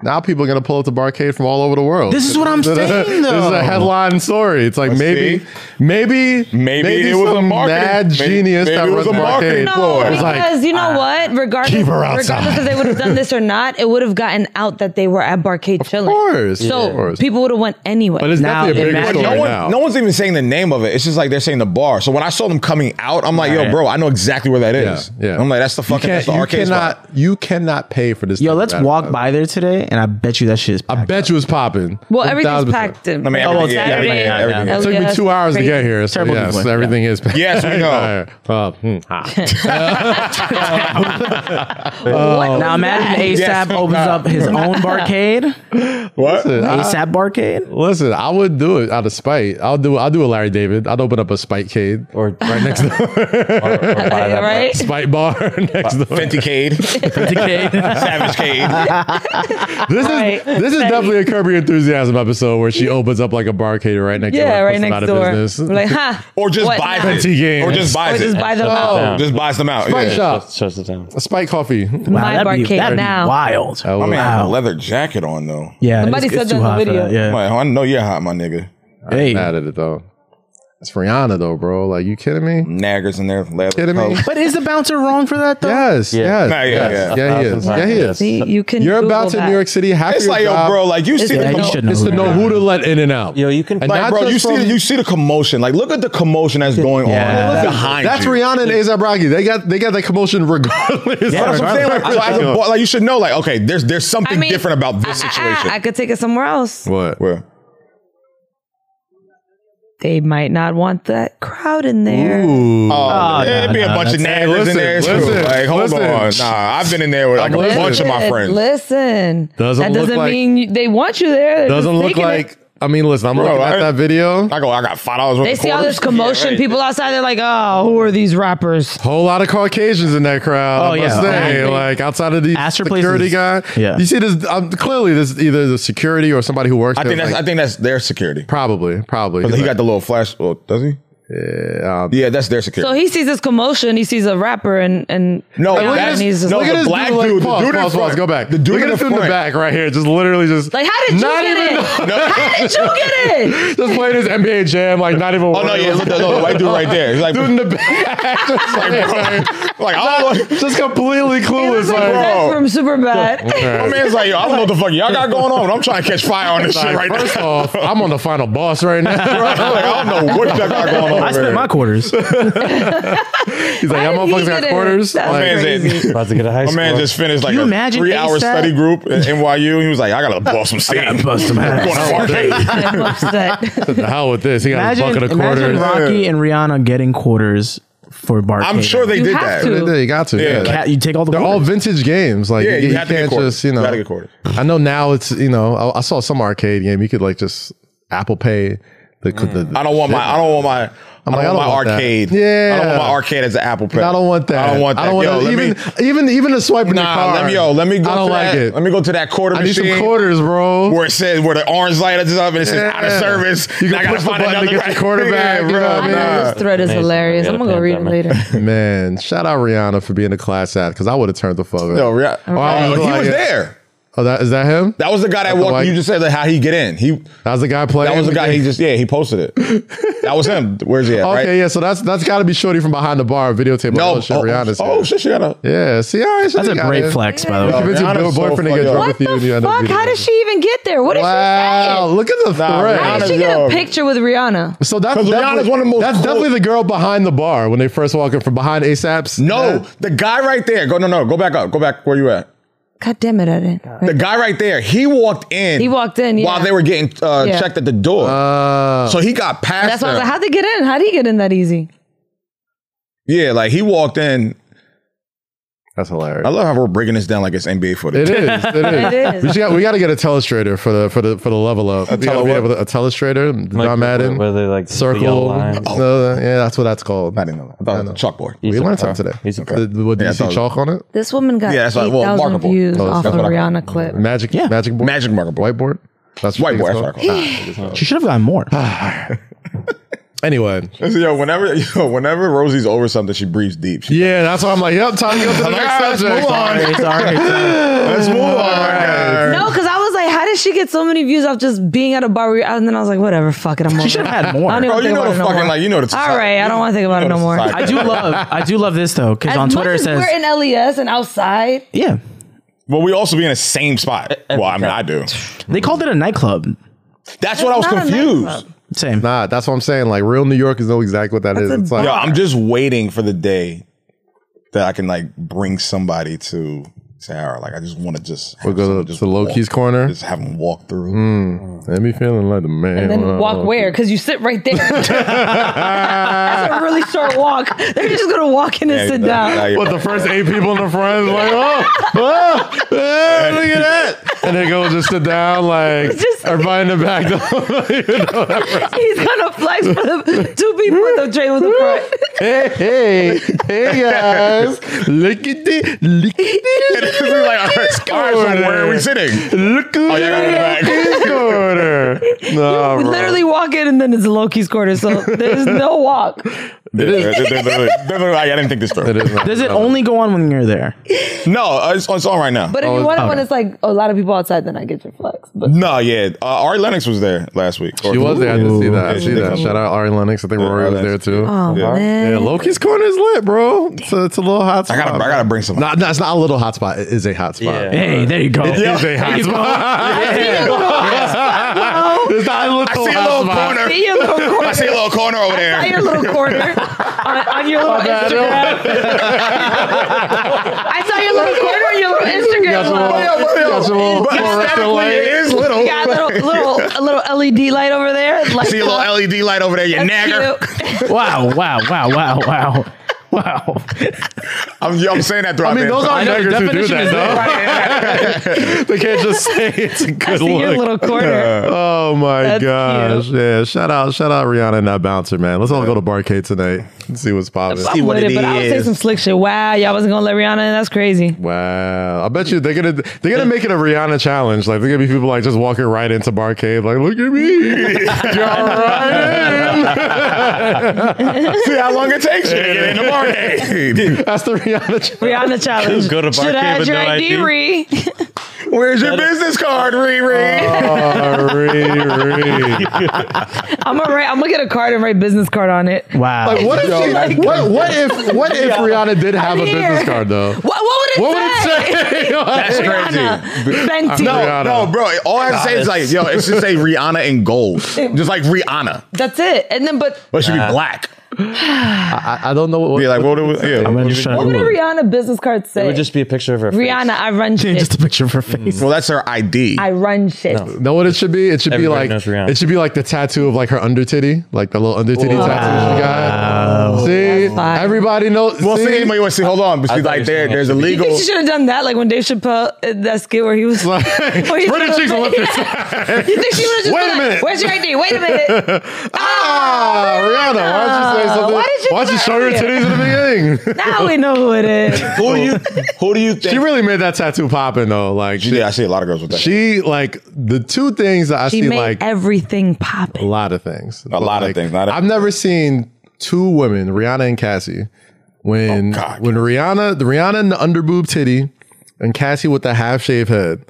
[SPEAKER 1] now people are gonna pull up to Barcade from all over the world.
[SPEAKER 6] This is what I'm saying,
[SPEAKER 1] This is
[SPEAKER 6] though.
[SPEAKER 1] a headline story. It's like
[SPEAKER 3] Let's
[SPEAKER 1] maybe,
[SPEAKER 3] see.
[SPEAKER 1] maybe,
[SPEAKER 3] Maybe it was a
[SPEAKER 1] some
[SPEAKER 3] marketing-
[SPEAKER 1] mad
[SPEAKER 3] maybe-
[SPEAKER 1] genius
[SPEAKER 3] maybe
[SPEAKER 1] that
[SPEAKER 3] it was
[SPEAKER 1] runs
[SPEAKER 3] a marketing
[SPEAKER 1] Barcade.
[SPEAKER 2] No,
[SPEAKER 3] ploy.
[SPEAKER 1] It's
[SPEAKER 2] because
[SPEAKER 1] like, ah,
[SPEAKER 2] you know what? Regardless,
[SPEAKER 1] keep her outside.
[SPEAKER 2] regardless if they would have done this or not, it would have gotten out that they were at Barcade chilling.
[SPEAKER 1] course,
[SPEAKER 2] So
[SPEAKER 1] of course.
[SPEAKER 2] people would have went anyway.
[SPEAKER 1] but it's
[SPEAKER 6] Now
[SPEAKER 1] definitely a bigger
[SPEAKER 6] imagine-
[SPEAKER 1] story
[SPEAKER 3] No,
[SPEAKER 1] now.
[SPEAKER 3] one, no one's even saying the name of it. It's just like they're saying the bar. So when I saw them coming out, I'm like, yo, bro, I know exactly where that is.
[SPEAKER 1] yeah, yeah.
[SPEAKER 3] I'm like, that's the fucking that's the
[SPEAKER 1] you
[SPEAKER 3] arcade
[SPEAKER 1] cannot,
[SPEAKER 3] spot.
[SPEAKER 1] you cannot pay for this.
[SPEAKER 6] Yo,
[SPEAKER 1] type of
[SPEAKER 6] let's
[SPEAKER 1] ad-
[SPEAKER 6] walk by there today, and I bet you that shit is.
[SPEAKER 3] Uh,
[SPEAKER 1] I
[SPEAKER 6] packed.
[SPEAKER 1] bet you it's popping.
[SPEAKER 2] well, everything's
[SPEAKER 1] 1000%.
[SPEAKER 2] packed. In.
[SPEAKER 3] I mean,
[SPEAKER 6] Oh,
[SPEAKER 3] everything,
[SPEAKER 6] well,
[SPEAKER 3] yeah,
[SPEAKER 2] Saturday.
[SPEAKER 3] everything, yeah, everything.
[SPEAKER 2] Yeah.
[SPEAKER 1] It took me
[SPEAKER 2] That's
[SPEAKER 1] two hours
[SPEAKER 2] crazy.
[SPEAKER 1] to get here. So
[SPEAKER 6] Terrible
[SPEAKER 1] yes,
[SPEAKER 6] people.
[SPEAKER 1] everything is packed.
[SPEAKER 3] Yes, we know.
[SPEAKER 1] Uh, hmm, ah.
[SPEAKER 2] What
[SPEAKER 6] Now
[SPEAKER 2] was
[SPEAKER 6] imagine
[SPEAKER 3] oh,
[SPEAKER 6] ASAP
[SPEAKER 3] Yes. Uh,
[SPEAKER 6] opens up his own barcade,
[SPEAKER 3] What?
[SPEAKER 6] ASAP barcade.
[SPEAKER 1] Listen, I would do it out of spite. I'll do. I'll do a Larry David. I'd open up a spite cade
[SPEAKER 4] Or
[SPEAKER 1] right next door,
[SPEAKER 2] that? right?
[SPEAKER 1] spite bar next door.
[SPEAKER 3] Fenty Cade,
[SPEAKER 6] Barcade.
[SPEAKER 3] Savage Cade.
[SPEAKER 1] This is
[SPEAKER 2] Right.
[SPEAKER 1] this is
[SPEAKER 2] Spite.
[SPEAKER 1] definitely a Curb Your Enthusiasm episode where she opens up like a barcade right next door.
[SPEAKER 2] Yeah,
[SPEAKER 1] and puts
[SPEAKER 2] right
[SPEAKER 1] them
[SPEAKER 2] next
[SPEAKER 1] out of
[SPEAKER 2] door.
[SPEAKER 1] business.
[SPEAKER 2] Like, huh?
[SPEAKER 3] Or just
[SPEAKER 2] What
[SPEAKER 3] buys
[SPEAKER 2] now?
[SPEAKER 1] Fenty
[SPEAKER 3] it.
[SPEAKER 1] Games.
[SPEAKER 3] Or just
[SPEAKER 2] Or
[SPEAKER 3] buys
[SPEAKER 2] just
[SPEAKER 3] it.
[SPEAKER 2] buy them
[SPEAKER 1] Oh.
[SPEAKER 2] out.
[SPEAKER 3] Just buys them out.
[SPEAKER 1] Spite
[SPEAKER 3] yeah.
[SPEAKER 1] shop,
[SPEAKER 4] Shuts it down.
[SPEAKER 1] a spite coffee. Hmm.
[SPEAKER 2] My
[SPEAKER 6] that'd
[SPEAKER 2] barcade
[SPEAKER 6] that'd
[SPEAKER 2] now.
[SPEAKER 6] wild.
[SPEAKER 1] would-
[SPEAKER 3] I mean, I have a
[SPEAKER 6] Wow.
[SPEAKER 3] leather jacket on though.
[SPEAKER 6] Yeah,
[SPEAKER 2] Somebody said that
[SPEAKER 6] too
[SPEAKER 2] in the
[SPEAKER 6] hot for
[SPEAKER 2] video.
[SPEAKER 6] that, Yeah.
[SPEAKER 3] I'm like, oh, I know you're hot, my nigga.
[SPEAKER 6] Hey,
[SPEAKER 1] Mad at it though. It's Rihanna though, bro. Like, you kidding me?
[SPEAKER 3] Naggers in there, leather.
[SPEAKER 1] Kidding me?
[SPEAKER 3] coats.
[SPEAKER 6] but is the bouncer wrong for that though?
[SPEAKER 1] Yes, yes,
[SPEAKER 3] Nah, yeah,
[SPEAKER 1] yes.
[SPEAKER 3] yeah.
[SPEAKER 1] yeah, he is. Yeah, he is.
[SPEAKER 2] See, you can.
[SPEAKER 1] You're
[SPEAKER 2] Google
[SPEAKER 1] about to
[SPEAKER 2] that.
[SPEAKER 1] New York City. Half
[SPEAKER 3] It's
[SPEAKER 1] your
[SPEAKER 3] like, yo,
[SPEAKER 1] job
[SPEAKER 3] bro, like you
[SPEAKER 2] It's
[SPEAKER 3] see the
[SPEAKER 2] like,
[SPEAKER 6] Yeah, you
[SPEAKER 2] no.
[SPEAKER 6] should know.
[SPEAKER 1] is to
[SPEAKER 6] who
[SPEAKER 1] know
[SPEAKER 6] that
[SPEAKER 1] who
[SPEAKER 6] is.
[SPEAKER 1] to let in and out.
[SPEAKER 4] Yo, you can-
[SPEAKER 1] And
[SPEAKER 3] Like,
[SPEAKER 1] not
[SPEAKER 3] bro,
[SPEAKER 1] just
[SPEAKER 3] you see,
[SPEAKER 1] from-
[SPEAKER 3] you see the commotion. Like, look at the commotion that's going
[SPEAKER 6] Yeah.
[SPEAKER 3] on
[SPEAKER 6] Listen,
[SPEAKER 3] behind
[SPEAKER 1] That's
[SPEAKER 3] you.
[SPEAKER 1] Rihanna and ASAP Rocky. They got they got that commotion regardless.
[SPEAKER 3] Yeah, that's what I'm saying. Like, so as a boy, like, you should know, like, okay, there's there's something
[SPEAKER 2] I mean,
[SPEAKER 3] different about this
[SPEAKER 2] I- I- I-
[SPEAKER 3] situation.
[SPEAKER 2] I, could take it somewhere else.
[SPEAKER 1] what?
[SPEAKER 3] Where?
[SPEAKER 2] They might not want that crowd in there.
[SPEAKER 1] Ooh.
[SPEAKER 3] Oh, it'd
[SPEAKER 6] no,
[SPEAKER 3] be a
[SPEAKER 6] no,
[SPEAKER 3] bunch of
[SPEAKER 1] that's-
[SPEAKER 3] naggers
[SPEAKER 1] Hey,
[SPEAKER 3] in there
[SPEAKER 1] listen,
[SPEAKER 3] too.
[SPEAKER 1] listen,
[SPEAKER 3] Like, hold
[SPEAKER 1] listen.
[SPEAKER 3] on, nah, I've been in there with like a
[SPEAKER 1] Listen.
[SPEAKER 3] bunch of my friends.
[SPEAKER 2] Listen,
[SPEAKER 1] Doesn't
[SPEAKER 2] that
[SPEAKER 1] look
[SPEAKER 2] doesn't
[SPEAKER 1] like-
[SPEAKER 2] mean you, they want you there. They're
[SPEAKER 1] Doesn't
[SPEAKER 2] just
[SPEAKER 1] look
[SPEAKER 2] taking it.
[SPEAKER 1] like. I mean, listen. I'm
[SPEAKER 3] Bro,
[SPEAKER 1] looking at
[SPEAKER 3] I-
[SPEAKER 1] that video.
[SPEAKER 3] I go, I got five dollars.
[SPEAKER 2] They see all this commotion, people outside. They're like, "Oh, who are these rappers?"
[SPEAKER 1] Whole lot of Caucasians in that crowd.
[SPEAKER 6] Oh,
[SPEAKER 1] I
[SPEAKER 6] yeah.
[SPEAKER 1] must say,
[SPEAKER 2] Exactly.
[SPEAKER 1] like outside of the
[SPEAKER 6] Astor Place
[SPEAKER 1] security
[SPEAKER 6] is-
[SPEAKER 1] guy.
[SPEAKER 6] yeah.
[SPEAKER 1] You see this? Um, clearly, this is either the security or somebody who works.
[SPEAKER 3] I
[SPEAKER 1] there,
[SPEAKER 3] think that's
[SPEAKER 1] like,
[SPEAKER 3] I think that's their security.
[SPEAKER 1] probably probably.
[SPEAKER 3] He got the little flash. Well, does he?
[SPEAKER 1] Yeah, um,
[SPEAKER 3] Yeah, that's their
[SPEAKER 2] So
[SPEAKER 3] security.
[SPEAKER 2] he sees this commotion. He sees a rapper, and and
[SPEAKER 3] No,
[SPEAKER 2] and
[SPEAKER 3] that is-
[SPEAKER 2] he's just
[SPEAKER 3] no,
[SPEAKER 1] Look
[SPEAKER 2] like,
[SPEAKER 1] at
[SPEAKER 3] the
[SPEAKER 1] this
[SPEAKER 3] black
[SPEAKER 1] dude. Like,
[SPEAKER 3] dude, the
[SPEAKER 1] pause,
[SPEAKER 3] dude in
[SPEAKER 1] pause,
[SPEAKER 3] front.
[SPEAKER 1] pause, Go back.
[SPEAKER 3] The dude
[SPEAKER 1] Look
[SPEAKER 3] in
[SPEAKER 1] at
[SPEAKER 3] the
[SPEAKER 1] this dude in the
[SPEAKER 3] front.
[SPEAKER 1] back right here. Just literally just.
[SPEAKER 2] like, how did you
[SPEAKER 1] Not
[SPEAKER 2] get
[SPEAKER 1] even
[SPEAKER 2] it? How did you get it?
[SPEAKER 1] Just playing his NBA jam, like not even.
[SPEAKER 3] Oh no, yeah, look, at the little white dude right there. He's like,
[SPEAKER 1] dude in the back. just, like,
[SPEAKER 3] like, oh, I don't know.
[SPEAKER 1] just completely
[SPEAKER 2] He
[SPEAKER 1] clueless.
[SPEAKER 2] looks like
[SPEAKER 1] Like,
[SPEAKER 2] Zed
[SPEAKER 3] bro.
[SPEAKER 2] from Superbad.
[SPEAKER 3] My man's like, yo, I don't know what the fuck y'all got going on, but I'm trying to catch fire on this shit
[SPEAKER 1] like,
[SPEAKER 3] right now.
[SPEAKER 1] first off, I'm on the final boss right now.
[SPEAKER 3] Like, I don't know what y'all got going on.
[SPEAKER 6] I
[SPEAKER 3] over here.
[SPEAKER 6] spent my quarters.
[SPEAKER 1] He's like,
[SPEAKER 2] How
[SPEAKER 1] y'all
[SPEAKER 2] did he
[SPEAKER 1] motherfuckers
[SPEAKER 2] get
[SPEAKER 1] got
[SPEAKER 2] it?
[SPEAKER 1] quarters.
[SPEAKER 2] That's
[SPEAKER 1] Like,
[SPEAKER 3] man's
[SPEAKER 2] crazy.
[SPEAKER 3] in.
[SPEAKER 4] About to get a high
[SPEAKER 3] My
[SPEAKER 4] score.
[SPEAKER 3] man just finished like
[SPEAKER 6] You
[SPEAKER 3] a
[SPEAKER 6] imagine
[SPEAKER 3] three-hour
[SPEAKER 6] ASAP?
[SPEAKER 3] study group at NYU. He was like, "I gotta bust some steam.
[SPEAKER 6] bust some ass. Oh,
[SPEAKER 3] Going to arcade.
[SPEAKER 2] I'm upset.
[SPEAKER 1] the hell with this? He got a
[SPEAKER 6] Imagine,
[SPEAKER 1] bucket of
[SPEAKER 6] imagine
[SPEAKER 1] quarters.
[SPEAKER 6] Rocky and Rihanna getting quarters for barcade.
[SPEAKER 3] I'm sure they
[SPEAKER 2] You
[SPEAKER 3] did
[SPEAKER 2] have
[SPEAKER 3] that.
[SPEAKER 2] to.
[SPEAKER 1] Yeah, you got to.
[SPEAKER 3] Yeah,
[SPEAKER 1] Yeah,
[SPEAKER 3] like-
[SPEAKER 6] Cat, you take all the
[SPEAKER 1] they're all
[SPEAKER 6] quarters.
[SPEAKER 1] vintage games. Like,
[SPEAKER 3] Yeah,
[SPEAKER 1] you,
[SPEAKER 3] you
[SPEAKER 1] you
[SPEAKER 3] had to get
[SPEAKER 1] can't
[SPEAKER 3] quarters.
[SPEAKER 1] just you know.
[SPEAKER 3] You had to get quarters.
[SPEAKER 1] I know now it's you know. I, I saw some arcade game. You could like just Apple Pay. The, the,
[SPEAKER 3] I don't want my. I don't want my. I don't
[SPEAKER 1] like, I don't
[SPEAKER 3] want my
[SPEAKER 1] want that.
[SPEAKER 3] arcade.
[SPEAKER 1] Yeah.
[SPEAKER 3] I don't want my arcade as an Apple Pay.
[SPEAKER 1] I don't want that.
[SPEAKER 3] I don't want that. Yo,
[SPEAKER 1] that.
[SPEAKER 3] let
[SPEAKER 1] Even,
[SPEAKER 3] me,
[SPEAKER 1] even even a swipe in your
[SPEAKER 3] nah,
[SPEAKER 1] car.
[SPEAKER 3] let me, yo, let me go.
[SPEAKER 1] I don't
[SPEAKER 3] to
[SPEAKER 1] like
[SPEAKER 3] that,
[SPEAKER 1] it.
[SPEAKER 3] Let me go to that quarter
[SPEAKER 1] I need
[SPEAKER 3] machine.
[SPEAKER 1] some quarters, bro.
[SPEAKER 3] Where it says where the orange light is up and it says out of
[SPEAKER 1] Yeah.
[SPEAKER 3] service.
[SPEAKER 1] You can
[SPEAKER 3] and I gotta
[SPEAKER 1] push the
[SPEAKER 3] find
[SPEAKER 1] button to
[SPEAKER 3] another
[SPEAKER 1] get the quarterback, you
[SPEAKER 3] bro.
[SPEAKER 1] know what I
[SPEAKER 2] I
[SPEAKER 1] mean?
[SPEAKER 2] know this thread is
[SPEAKER 4] Amazing.
[SPEAKER 2] hilarious.
[SPEAKER 4] Yeah,
[SPEAKER 2] I'm gonna go read it
[SPEAKER 4] pandemic.
[SPEAKER 2] later.
[SPEAKER 1] Man, shout out Rihanna for being a class act because I would have turned the fuck up.
[SPEAKER 3] Yo, Ria-
[SPEAKER 1] Or I
[SPEAKER 3] Oh,
[SPEAKER 1] would've
[SPEAKER 3] he
[SPEAKER 1] like,
[SPEAKER 3] was
[SPEAKER 1] yeah.
[SPEAKER 3] there.
[SPEAKER 1] Oh, that is that him?
[SPEAKER 3] That was the guy that
[SPEAKER 1] the
[SPEAKER 3] walked.
[SPEAKER 1] white-
[SPEAKER 3] you just said that how he get in. He
[SPEAKER 1] That was the guy playing.
[SPEAKER 3] that was the guy. He just yeah. He posted it. That was him. Where's he at?
[SPEAKER 1] Okay,
[SPEAKER 3] right?
[SPEAKER 1] yeah. So that's that's got to be Shorty from behind the bar videotape.
[SPEAKER 3] No.
[SPEAKER 1] oh, shit,
[SPEAKER 3] oh,
[SPEAKER 1] Rihanna's
[SPEAKER 3] oh,
[SPEAKER 1] here.
[SPEAKER 3] shit. She got a.
[SPEAKER 1] Yeah. See, all right,
[SPEAKER 6] That's
[SPEAKER 1] she
[SPEAKER 6] a
[SPEAKER 1] got
[SPEAKER 6] great
[SPEAKER 1] it.
[SPEAKER 6] flex, by the
[SPEAKER 1] You
[SPEAKER 6] way.
[SPEAKER 3] Yo,
[SPEAKER 1] convince your
[SPEAKER 3] Rihanna's so
[SPEAKER 1] boyfriend to get
[SPEAKER 3] fucked
[SPEAKER 1] drunk
[SPEAKER 3] up.
[SPEAKER 1] with
[SPEAKER 2] What
[SPEAKER 1] you, and you
[SPEAKER 2] the
[SPEAKER 1] end up
[SPEAKER 2] fuck? How
[SPEAKER 1] beating
[SPEAKER 2] did
[SPEAKER 1] her.
[SPEAKER 2] she even get there? What did
[SPEAKER 1] Wow,
[SPEAKER 2] she say?
[SPEAKER 1] look at the
[SPEAKER 3] Nah,
[SPEAKER 1] thread.
[SPEAKER 2] How did she
[SPEAKER 3] Rihanna's
[SPEAKER 2] get a
[SPEAKER 3] young.
[SPEAKER 2] picture with Rihanna?
[SPEAKER 1] So that's
[SPEAKER 3] 'Cause Rihanna's
[SPEAKER 1] definitely-
[SPEAKER 3] one of the most
[SPEAKER 1] That's
[SPEAKER 3] cool-
[SPEAKER 1] definitely the girl behind the bar when they first walk in from behind ASAP's.
[SPEAKER 3] No, the guy right there. Go no no. Go back up. Go back where you at.
[SPEAKER 2] God damn it, I didn't.
[SPEAKER 3] The
[SPEAKER 1] Mm.
[SPEAKER 3] guy right there. He walked in.
[SPEAKER 2] He walked in, yeah.
[SPEAKER 3] while they were getting uh,
[SPEAKER 2] Yeah.
[SPEAKER 3] checked at the door.
[SPEAKER 1] Oh.
[SPEAKER 3] so he got past.
[SPEAKER 2] That's why I was
[SPEAKER 3] them.
[SPEAKER 2] like, how'd they get in? How'd he get in that easy?
[SPEAKER 3] Yeah, like he walked in.
[SPEAKER 1] that's hilarious.
[SPEAKER 3] I love how we're breaking this down like it's NBA footage.
[SPEAKER 1] It is. It is.
[SPEAKER 2] It is.
[SPEAKER 1] We, just got, we got to get a telestrator for the for the for the level up. we
[SPEAKER 3] tele-
[SPEAKER 1] gotta be
[SPEAKER 3] what?
[SPEAKER 1] able to, a telestrator. John Madden.
[SPEAKER 4] Where they like The yellow
[SPEAKER 1] circle.
[SPEAKER 4] lines.
[SPEAKER 2] Oh,
[SPEAKER 1] No, yeah, that's what that's called.
[SPEAKER 3] I didn't know that. I thought it was a chalkboard.
[SPEAKER 1] We
[SPEAKER 4] He's a
[SPEAKER 1] learned
[SPEAKER 4] pro.
[SPEAKER 1] something today.
[SPEAKER 4] He's a pro.
[SPEAKER 1] Did- what, did
[SPEAKER 3] Yeah,
[SPEAKER 1] you
[SPEAKER 3] I
[SPEAKER 1] see
[SPEAKER 3] thought-
[SPEAKER 1] chalk on it?
[SPEAKER 2] This woman got
[SPEAKER 3] Yeah, that's like, well,
[SPEAKER 2] 8,000
[SPEAKER 3] markable.
[SPEAKER 2] views
[SPEAKER 1] Oh,
[SPEAKER 2] off
[SPEAKER 1] that's
[SPEAKER 2] of
[SPEAKER 3] what I-
[SPEAKER 2] Rihanna clip.
[SPEAKER 1] Magic,
[SPEAKER 6] Yeah.
[SPEAKER 1] magic board,
[SPEAKER 3] Magic markable.
[SPEAKER 1] whiteboard. That's what
[SPEAKER 3] Whiteboard.
[SPEAKER 1] it's
[SPEAKER 3] That's what I
[SPEAKER 1] called.
[SPEAKER 3] call it.
[SPEAKER 6] She should have gotten more.
[SPEAKER 1] Anyway,
[SPEAKER 3] Listen, yo, whenever yo, whenever Rosie's over something, she breathes deep. She,
[SPEAKER 1] yeah, that's why I'm like, yep, time to go to the
[SPEAKER 3] I'm like,
[SPEAKER 1] next
[SPEAKER 3] "Ah, let's
[SPEAKER 1] subject.
[SPEAKER 3] move on."
[SPEAKER 6] Sorry, sorry.
[SPEAKER 3] Let's move on. guys.
[SPEAKER 2] No, because I was like, how did she get so many views off just being at a bar? Where, and then I was like, whatever, fuck it, I'm
[SPEAKER 6] She
[SPEAKER 2] over
[SPEAKER 6] should
[SPEAKER 2] it.
[SPEAKER 6] have had more.
[SPEAKER 2] I don't even
[SPEAKER 3] Bro, oh, you
[SPEAKER 2] think
[SPEAKER 3] know
[SPEAKER 2] about
[SPEAKER 3] the
[SPEAKER 2] it no
[SPEAKER 3] fucking
[SPEAKER 2] more.
[SPEAKER 3] like you know the
[SPEAKER 2] All right, I don't want to think about it
[SPEAKER 3] You know
[SPEAKER 2] no
[SPEAKER 3] the
[SPEAKER 2] more.
[SPEAKER 3] society.
[SPEAKER 6] I do love. I do love this though, because
[SPEAKER 2] As
[SPEAKER 6] on
[SPEAKER 2] much
[SPEAKER 6] Twitter it
[SPEAKER 2] as
[SPEAKER 6] says,
[SPEAKER 2] we're in LES and outside.
[SPEAKER 6] yeah,
[SPEAKER 3] Well, we also be in the same spot. Well, I mean, I do.
[SPEAKER 6] they called it a nightclub.
[SPEAKER 3] That's what I was
[SPEAKER 2] not a
[SPEAKER 3] confused.
[SPEAKER 2] nightclub.
[SPEAKER 6] Same.
[SPEAKER 1] Nah, that's what I'm saying. Like, real New Yorkers know exactly what that's
[SPEAKER 2] a
[SPEAKER 1] It's like,
[SPEAKER 3] Yo, I'm just waiting for the day that I can like bring somebody to Sahara. Like, I just want to just have
[SPEAKER 1] We'll go
[SPEAKER 3] someone
[SPEAKER 1] to- to Low
[SPEAKER 3] walk-
[SPEAKER 1] Key's corner. Hmm.
[SPEAKER 3] Just have them walk through.
[SPEAKER 1] let me feeling like the man.
[SPEAKER 2] And then
[SPEAKER 1] when I
[SPEAKER 2] walk where? Because you sit right there. That's a really short walk. They're just gonna walk in and sit down.
[SPEAKER 1] What the first eight people in the front is like, oh, oh, eh, look at that, and they go just sit down, like
[SPEAKER 2] Just-
[SPEAKER 1] everybody in the back. don't- you know,
[SPEAKER 2] He's gonna flex for the two people at the train with the front.
[SPEAKER 1] hey, hey, hey, guys! Look at this! Look at this!
[SPEAKER 3] We're like, all right, all right, so where are we sitting?
[SPEAKER 1] Look at
[SPEAKER 3] yeah, I got it back.
[SPEAKER 1] this corner. Nah,
[SPEAKER 2] We
[SPEAKER 1] bro.
[SPEAKER 2] literally walk in and then it's a low key's quarter, so there's no walk.
[SPEAKER 3] I didn't think this
[SPEAKER 1] It
[SPEAKER 3] through.
[SPEAKER 1] is not-
[SPEAKER 6] Does it only go on when you're there?
[SPEAKER 3] No, uh, it's, it's on right now.
[SPEAKER 2] But if you want it when it's like a lot of people outside, then I get your flex. But
[SPEAKER 3] no, yeah, uh, Ari Lennox was there last week.
[SPEAKER 1] She was there. I didn't see that. I
[SPEAKER 3] Yeah,
[SPEAKER 1] see
[SPEAKER 3] she
[SPEAKER 1] that.
[SPEAKER 3] did.
[SPEAKER 1] Shout out Ari Lennox. I think Rory was there too.
[SPEAKER 2] oh
[SPEAKER 3] Yeah.
[SPEAKER 2] man,
[SPEAKER 1] Yeah, Loki's corner is lit, bro. It's a, it's a little hot
[SPEAKER 3] I
[SPEAKER 1] spot.
[SPEAKER 3] gotta, I gotta bring some.
[SPEAKER 1] Nah, nah, it's not a little hot spot. It is a hot spot.
[SPEAKER 4] Yeah.
[SPEAKER 6] Hey, there you go.
[SPEAKER 1] It is a hot spot. It's not a little
[SPEAKER 3] I see a
[SPEAKER 1] hot
[SPEAKER 3] little
[SPEAKER 1] spot.
[SPEAKER 3] corner.
[SPEAKER 2] see your little corner,
[SPEAKER 3] I see a little corner over there.
[SPEAKER 2] Saw your little corner on, on your little
[SPEAKER 1] bad.
[SPEAKER 2] Instagram. I saw your little corner on your little Instagram.
[SPEAKER 1] Got
[SPEAKER 2] live.
[SPEAKER 1] your little
[SPEAKER 3] But
[SPEAKER 1] fluorescent
[SPEAKER 3] aesthetically, it
[SPEAKER 1] light.
[SPEAKER 3] is little.
[SPEAKER 2] You got a little, little, a little LED light over there. Like
[SPEAKER 3] see a little LED light over there, you nagger.
[SPEAKER 6] Wow! Wow! Wow! Wow! Wow! Wow!
[SPEAKER 3] I'm, I'm saying that
[SPEAKER 1] I
[SPEAKER 3] throughout.
[SPEAKER 1] mean,
[SPEAKER 3] the
[SPEAKER 1] those aren't
[SPEAKER 3] entire-
[SPEAKER 6] know the
[SPEAKER 1] beggars who do
[SPEAKER 6] definition is
[SPEAKER 1] that, though. they can't just say it's a good
[SPEAKER 2] See your
[SPEAKER 1] look.
[SPEAKER 2] little
[SPEAKER 3] Uh,
[SPEAKER 2] corner.
[SPEAKER 1] Oh my
[SPEAKER 2] That's
[SPEAKER 1] gosh!
[SPEAKER 2] cute.
[SPEAKER 1] Yeah, shout out, shout out, Rihanna and that bouncer man. Let's all go to Barcade tonight and see what's popping.
[SPEAKER 2] I'm
[SPEAKER 3] what
[SPEAKER 2] with
[SPEAKER 3] it
[SPEAKER 2] it, but I would say
[SPEAKER 3] is.
[SPEAKER 2] some slick shit. Wow, y'all wasn't gonna let Rihanna in. That's crazy.
[SPEAKER 1] Wow! I bet you they're gonna they're gonna make it a Rihanna challenge. Like they're gonna be people like just walking right into Barcade, like look at me, you're right in.
[SPEAKER 3] See how long it takes you to get in the barcade.
[SPEAKER 1] That's the Rihanna challenge.
[SPEAKER 2] Rihanna challenge.
[SPEAKER 4] Go to
[SPEAKER 2] Should I
[SPEAKER 4] Barcade
[SPEAKER 2] add
[SPEAKER 4] with
[SPEAKER 2] your
[SPEAKER 4] no
[SPEAKER 2] ID,
[SPEAKER 4] ID?
[SPEAKER 2] Ree?
[SPEAKER 3] Where's your business card, Riri?
[SPEAKER 1] Oh, Riri.
[SPEAKER 2] I'm gonna write. I'm gonna get a card and write business card on it. What,
[SPEAKER 6] Wow!
[SPEAKER 1] Like what if she, what what if what if Rihanna did have a business
[SPEAKER 2] here.
[SPEAKER 1] card though?
[SPEAKER 2] what would it
[SPEAKER 1] What would
[SPEAKER 2] say?
[SPEAKER 1] it say?
[SPEAKER 3] That's
[SPEAKER 2] Rihanna, Fenty.
[SPEAKER 1] Rihanna.
[SPEAKER 3] No, bro. All I have to say is like, yo, it should say Rihanna in gold, just like Rihanna,
[SPEAKER 2] That's it. And then, but
[SPEAKER 3] but it should be black.
[SPEAKER 1] I, I don't know what.
[SPEAKER 3] Yeah, like what? It, yeah.
[SPEAKER 6] I'm gonna shut
[SPEAKER 2] what would a
[SPEAKER 6] up.
[SPEAKER 2] Rihanna business card say?
[SPEAKER 4] It would just be a picture of her. face.
[SPEAKER 2] Rihanna, I run shit.
[SPEAKER 6] Just a picture of her face.
[SPEAKER 3] Well, that's her ID.
[SPEAKER 2] I run shit.
[SPEAKER 1] Know what it should be? It should
[SPEAKER 4] Everybody
[SPEAKER 1] be like
[SPEAKER 4] knows Rihanna.
[SPEAKER 1] it should be like the tattoo of like her under titty, like the little under titty tattoo she got. See,
[SPEAKER 2] fire.
[SPEAKER 1] Everybody knows.
[SPEAKER 3] Well, see,
[SPEAKER 1] see?
[SPEAKER 3] wait, wait, see, hold on. Because
[SPEAKER 4] thought
[SPEAKER 3] like
[SPEAKER 4] you
[SPEAKER 3] there,
[SPEAKER 4] said-
[SPEAKER 3] there's
[SPEAKER 2] you
[SPEAKER 3] illegal.
[SPEAKER 2] think she should have done that, like when Dave Chappelle uh, that skit where he was
[SPEAKER 1] Like,
[SPEAKER 2] where he
[SPEAKER 1] spread your
[SPEAKER 2] was
[SPEAKER 1] cheeks on
[SPEAKER 2] like-
[SPEAKER 1] left and
[SPEAKER 2] You think she would have just
[SPEAKER 1] Wait
[SPEAKER 2] been
[SPEAKER 1] a
[SPEAKER 2] like,
[SPEAKER 1] minute.
[SPEAKER 2] Where's your ID? Wait a minute.
[SPEAKER 1] Ah, Rihanna, Ah, why did you say something?
[SPEAKER 2] Why did you
[SPEAKER 1] Why'd
[SPEAKER 2] do
[SPEAKER 1] you
[SPEAKER 2] that
[SPEAKER 1] show your
[SPEAKER 2] earlier?
[SPEAKER 1] titties in the beginning?
[SPEAKER 2] now we know who it is.
[SPEAKER 3] who do you? Who do you think?
[SPEAKER 1] She really made that tattoo poppin' though. Like she,
[SPEAKER 3] yeah, I see a lot of girls with that.
[SPEAKER 1] like the two things that I
[SPEAKER 2] She
[SPEAKER 1] see
[SPEAKER 2] made
[SPEAKER 1] like
[SPEAKER 2] everything pop.
[SPEAKER 1] a lot of things. A
[SPEAKER 3] lot of things, not a-
[SPEAKER 1] I've never seen two women, Rihanna and Cassie, when
[SPEAKER 3] Oh, God.
[SPEAKER 1] when Rihanna, the Rihanna and the underboob titty, and Cassie with the half shaved head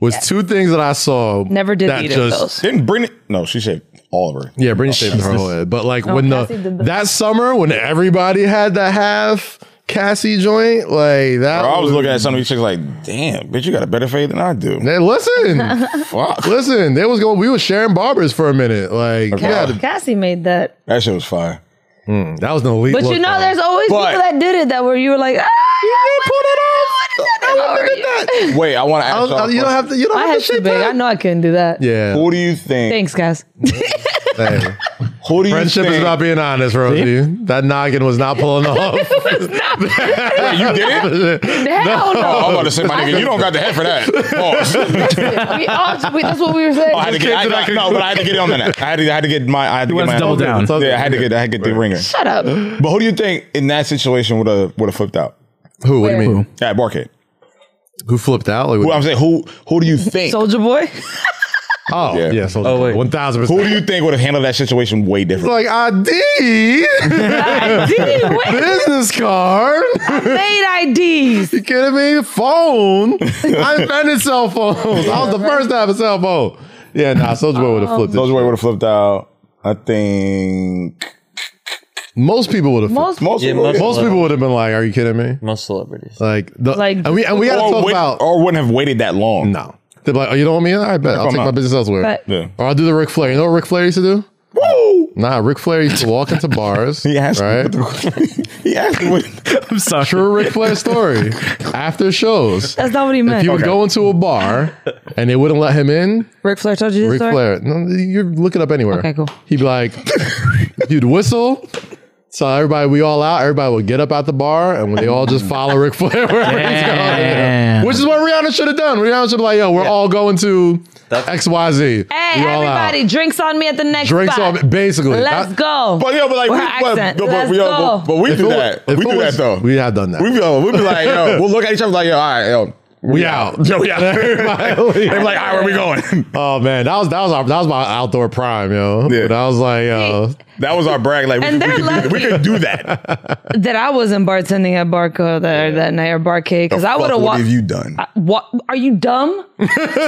[SPEAKER 1] was two things that I saw.
[SPEAKER 2] Never did
[SPEAKER 1] that
[SPEAKER 2] either of those.
[SPEAKER 3] Didn't Britney? No, she shaved all of her.
[SPEAKER 1] Yeah, Britney shaved
[SPEAKER 3] Oh,
[SPEAKER 1] her whole head. But like when
[SPEAKER 2] Oh, Cassie
[SPEAKER 1] the
[SPEAKER 2] did the-
[SPEAKER 1] that summer when everybody had the half Cassie joint, like that.
[SPEAKER 3] Bro, I was looking at some of these chicks like, damn, bitch, you got a better fade than I do.
[SPEAKER 1] Hey, listen,
[SPEAKER 3] Fuck.
[SPEAKER 1] listen. They was going. We was sharing barbers for a minute. Like, yeah,
[SPEAKER 2] Cassie, made that.
[SPEAKER 3] That shit was fire.
[SPEAKER 1] that was an elite.
[SPEAKER 2] But you
[SPEAKER 1] look,
[SPEAKER 2] know,
[SPEAKER 1] though.
[SPEAKER 2] there's always
[SPEAKER 3] But-
[SPEAKER 2] people that did it that were you were like, ah, you didn't pull that off.
[SPEAKER 3] Wait, I want to
[SPEAKER 1] I
[SPEAKER 3] ask
[SPEAKER 1] was-
[SPEAKER 3] y'all.
[SPEAKER 1] I- you don't have to. You don't
[SPEAKER 2] I
[SPEAKER 1] have
[SPEAKER 2] had
[SPEAKER 1] to
[SPEAKER 2] too
[SPEAKER 1] shake
[SPEAKER 2] big. I
[SPEAKER 1] that.
[SPEAKER 2] know I couldn't do that.
[SPEAKER 1] Yeah.
[SPEAKER 3] Who do you think?
[SPEAKER 2] Thanks, guys.
[SPEAKER 1] Hey,
[SPEAKER 3] Who do you
[SPEAKER 1] friendship
[SPEAKER 3] think?
[SPEAKER 1] is about being honest, Rosie. That noggin was not pulling off.
[SPEAKER 3] you did it?
[SPEAKER 2] Hell no.
[SPEAKER 3] Oh, I'm about to say, my nigga, you don't got the head for that. Pause.
[SPEAKER 2] we all, we, that's what we were saying.
[SPEAKER 3] I had to get, I, I, no, but I had to get on that. I had to, I had to get my, I had to get
[SPEAKER 6] wants
[SPEAKER 3] my
[SPEAKER 6] to double down.
[SPEAKER 3] Yeah, I had to get, I had to get the ringer.
[SPEAKER 2] Shut up.
[SPEAKER 3] But who do you think in that situation would have would have flipped out?
[SPEAKER 1] Who? What do you
[SPEAKER 2] Where?
[SPEAKER 1] mean?
[SPEAKER 3] At Barcade.
[SPEAKER 1] Who flipped out? Like,
[SPEAKER 3] Who I'm saying, who who do you think?
[SPEAKER 2] Soldier boy.
[SPEAKER 1] oh,
[SPEAKER 3] Yeah.
[SPEAKER 1] yeah. so
[SPEAKER 4] Oh, wait.
[SPEAKER 1] one thousand
[SPEAKER 3] who
[SPEAKER 1] percent.
[SPEAKER 3] do you think would have handled that situation way different?
[SPEAKER 1] Like ID,
[SPEAKER 2] ID. Wait,
[SPEAKER 1] business card.
[SPEAKER 2] made IDs.
[SPEAKER 1] You kidding me? Phone. I invented cell phones. I was the first to have a cell phone. Yeah, nah, Soulja Boy would have flipped
[SPEAKER 3] Um, Those
[SPEAKER 1] it.
[SPEAKER 3] way would have flipped out. I think
[SPEAKER 1] Most people would have. Most,
[SPEAKER 2] Most
[SPEAKER 3] most
[SPEAKER 4] Yeah,
[SPEAKER 3] people-
[SPEAKER 4] most-
[SPEAKER 1] most people would have been like, "Are you kidding me?"
[SPEAKER 4] Most celebrities.
[SPEAKER 1] Like, the,
[SPEAKER 2] Like-
[SPEAKER 1] and we and we got to
[SPEAKER 3] or,
[SPEAKER 1] talk
[SPEAKER 3] would,
[SPEAKER 1] about.
[SPEAKER 3] or wouldn't have waited that long.
[SPEAKER 1] no, they're like, "Oh, you don't want me? I bet I'll
[SPEAKER 3] I'm
[SPEAKER 1] take my
[SPEAKER 3] not.
[SPEAKER 1] business elsewhere."
[SPEAKER 2] But-
[SPEAKER 3] Yeah.
[SPEAKER 1] Or I'll do the Ric Flair. You know what Ric Flair used to do?
[SPEAKER 3] Woo!
[SPEAKER 1] Nah, Ric Flair used to walk into bars.
[SPEAKER 3] He asked
[SPEAKER 1] right?
[SPEAKER 3] he asked me what,
[SPEAKER 6] I'm sorry.
[SPEAKER 1] True Ric Flair story. After shows,
[SPEAKER 2] That's not what he
[SPEAKER 1] if
[SPEAKER 2] meant.
[SPEAKER 1] he would go into a bar and they wouldn't let him in,
[SPEAKER 2] Ric Flair told you this
[SPEAKER 1] Ric
[SPEAKER 2] story?
[SPEAKER 1] Flair. No, you're looking up anywhere.
[SPEAKER 2] Okay, cool.
[SPEAKER 1] He'd be like, you'd whistle. So everybody, we all out. Everybody would get up out the bar, and they all just follow Ric Flair wherever he's going.
[SPEAKER 6] Damn.
[SPEAKER 1] Which is what Rihanna should have done. Rihanna should have been like, "Yo, we're all going to
[SPEAKER 4] That's-
[SPEAKER 1] X Y Z.
[SPEAKER 2] Hey,
[SPEAKER 1] We all out.
[SPEAKER 2] everybody, drinks on me at the next
[SPEAKER 1] Drinks
[SPEAKER 2] spot.
[SPEAKER 1] on basically.
[SPEAKER 2] Let's
[SPEAKER 1] That-
[SPEAKER 2] go.
[SPEAKER 3] but yo, but like,
[SPEAKER 2] With
[SPEAKER 3] we,
[SPEAKER 2] her
[SPEAKER 3] but,
[SPEAKER 2] accent.
[SPEAKER 3] but, but,
[SPEAKER 2] Let's
[SPEAKER 3] we,
[SPEAKER 2] go.
[SPEAKER 3] but, but we
[SPEAKER 1] If
[SPEAKER 3] do
[SPEAKER 1] it wa-
[SPEAKER 3] that.
[SPEAKER 1] if
[SPEAKER 3] We
[SPEAKER 1] it
[SPEAKER 3] do that
[SPEAKER 1] was-
[SPEAKER 3] though.
[SPEAKER 1] We have done that.
[SPEAKER 3] We be, uh, we be like, yo, we'll look at each other like, yo, all right, yo,
[SPEAKER 1] We out.
[SPEAKER 3] yo, we out. they be like, all right, where we going?
[SPEAKER 1] Oh man, that was that was our, that was my outdoor prime, yo.
[SPEAKER 3] Yeah.
[SPEAKER 1] But I was like, yo,
[SPEAKER 3] that was our brag. Like, we,
[SPEAKER 2] And
[SPEAKER 3] could- we,
[SPEAKER 2] they're
[SPEAKER 3] could do, that. we
[SPEAKER 2] lucky.
[SPEAKER 3] could do that.
[SPEAKER 2] that I wasn't bartending at Barco there that night or Barcade because I
[SPEAKER 3] Fuck,
[SPEAKER 2] would have
[SPEAKER 3] What
[SPEAKER 2] walked.
[SPEAKER 3] have you done?
[SPEAKER 2] What are you dumb?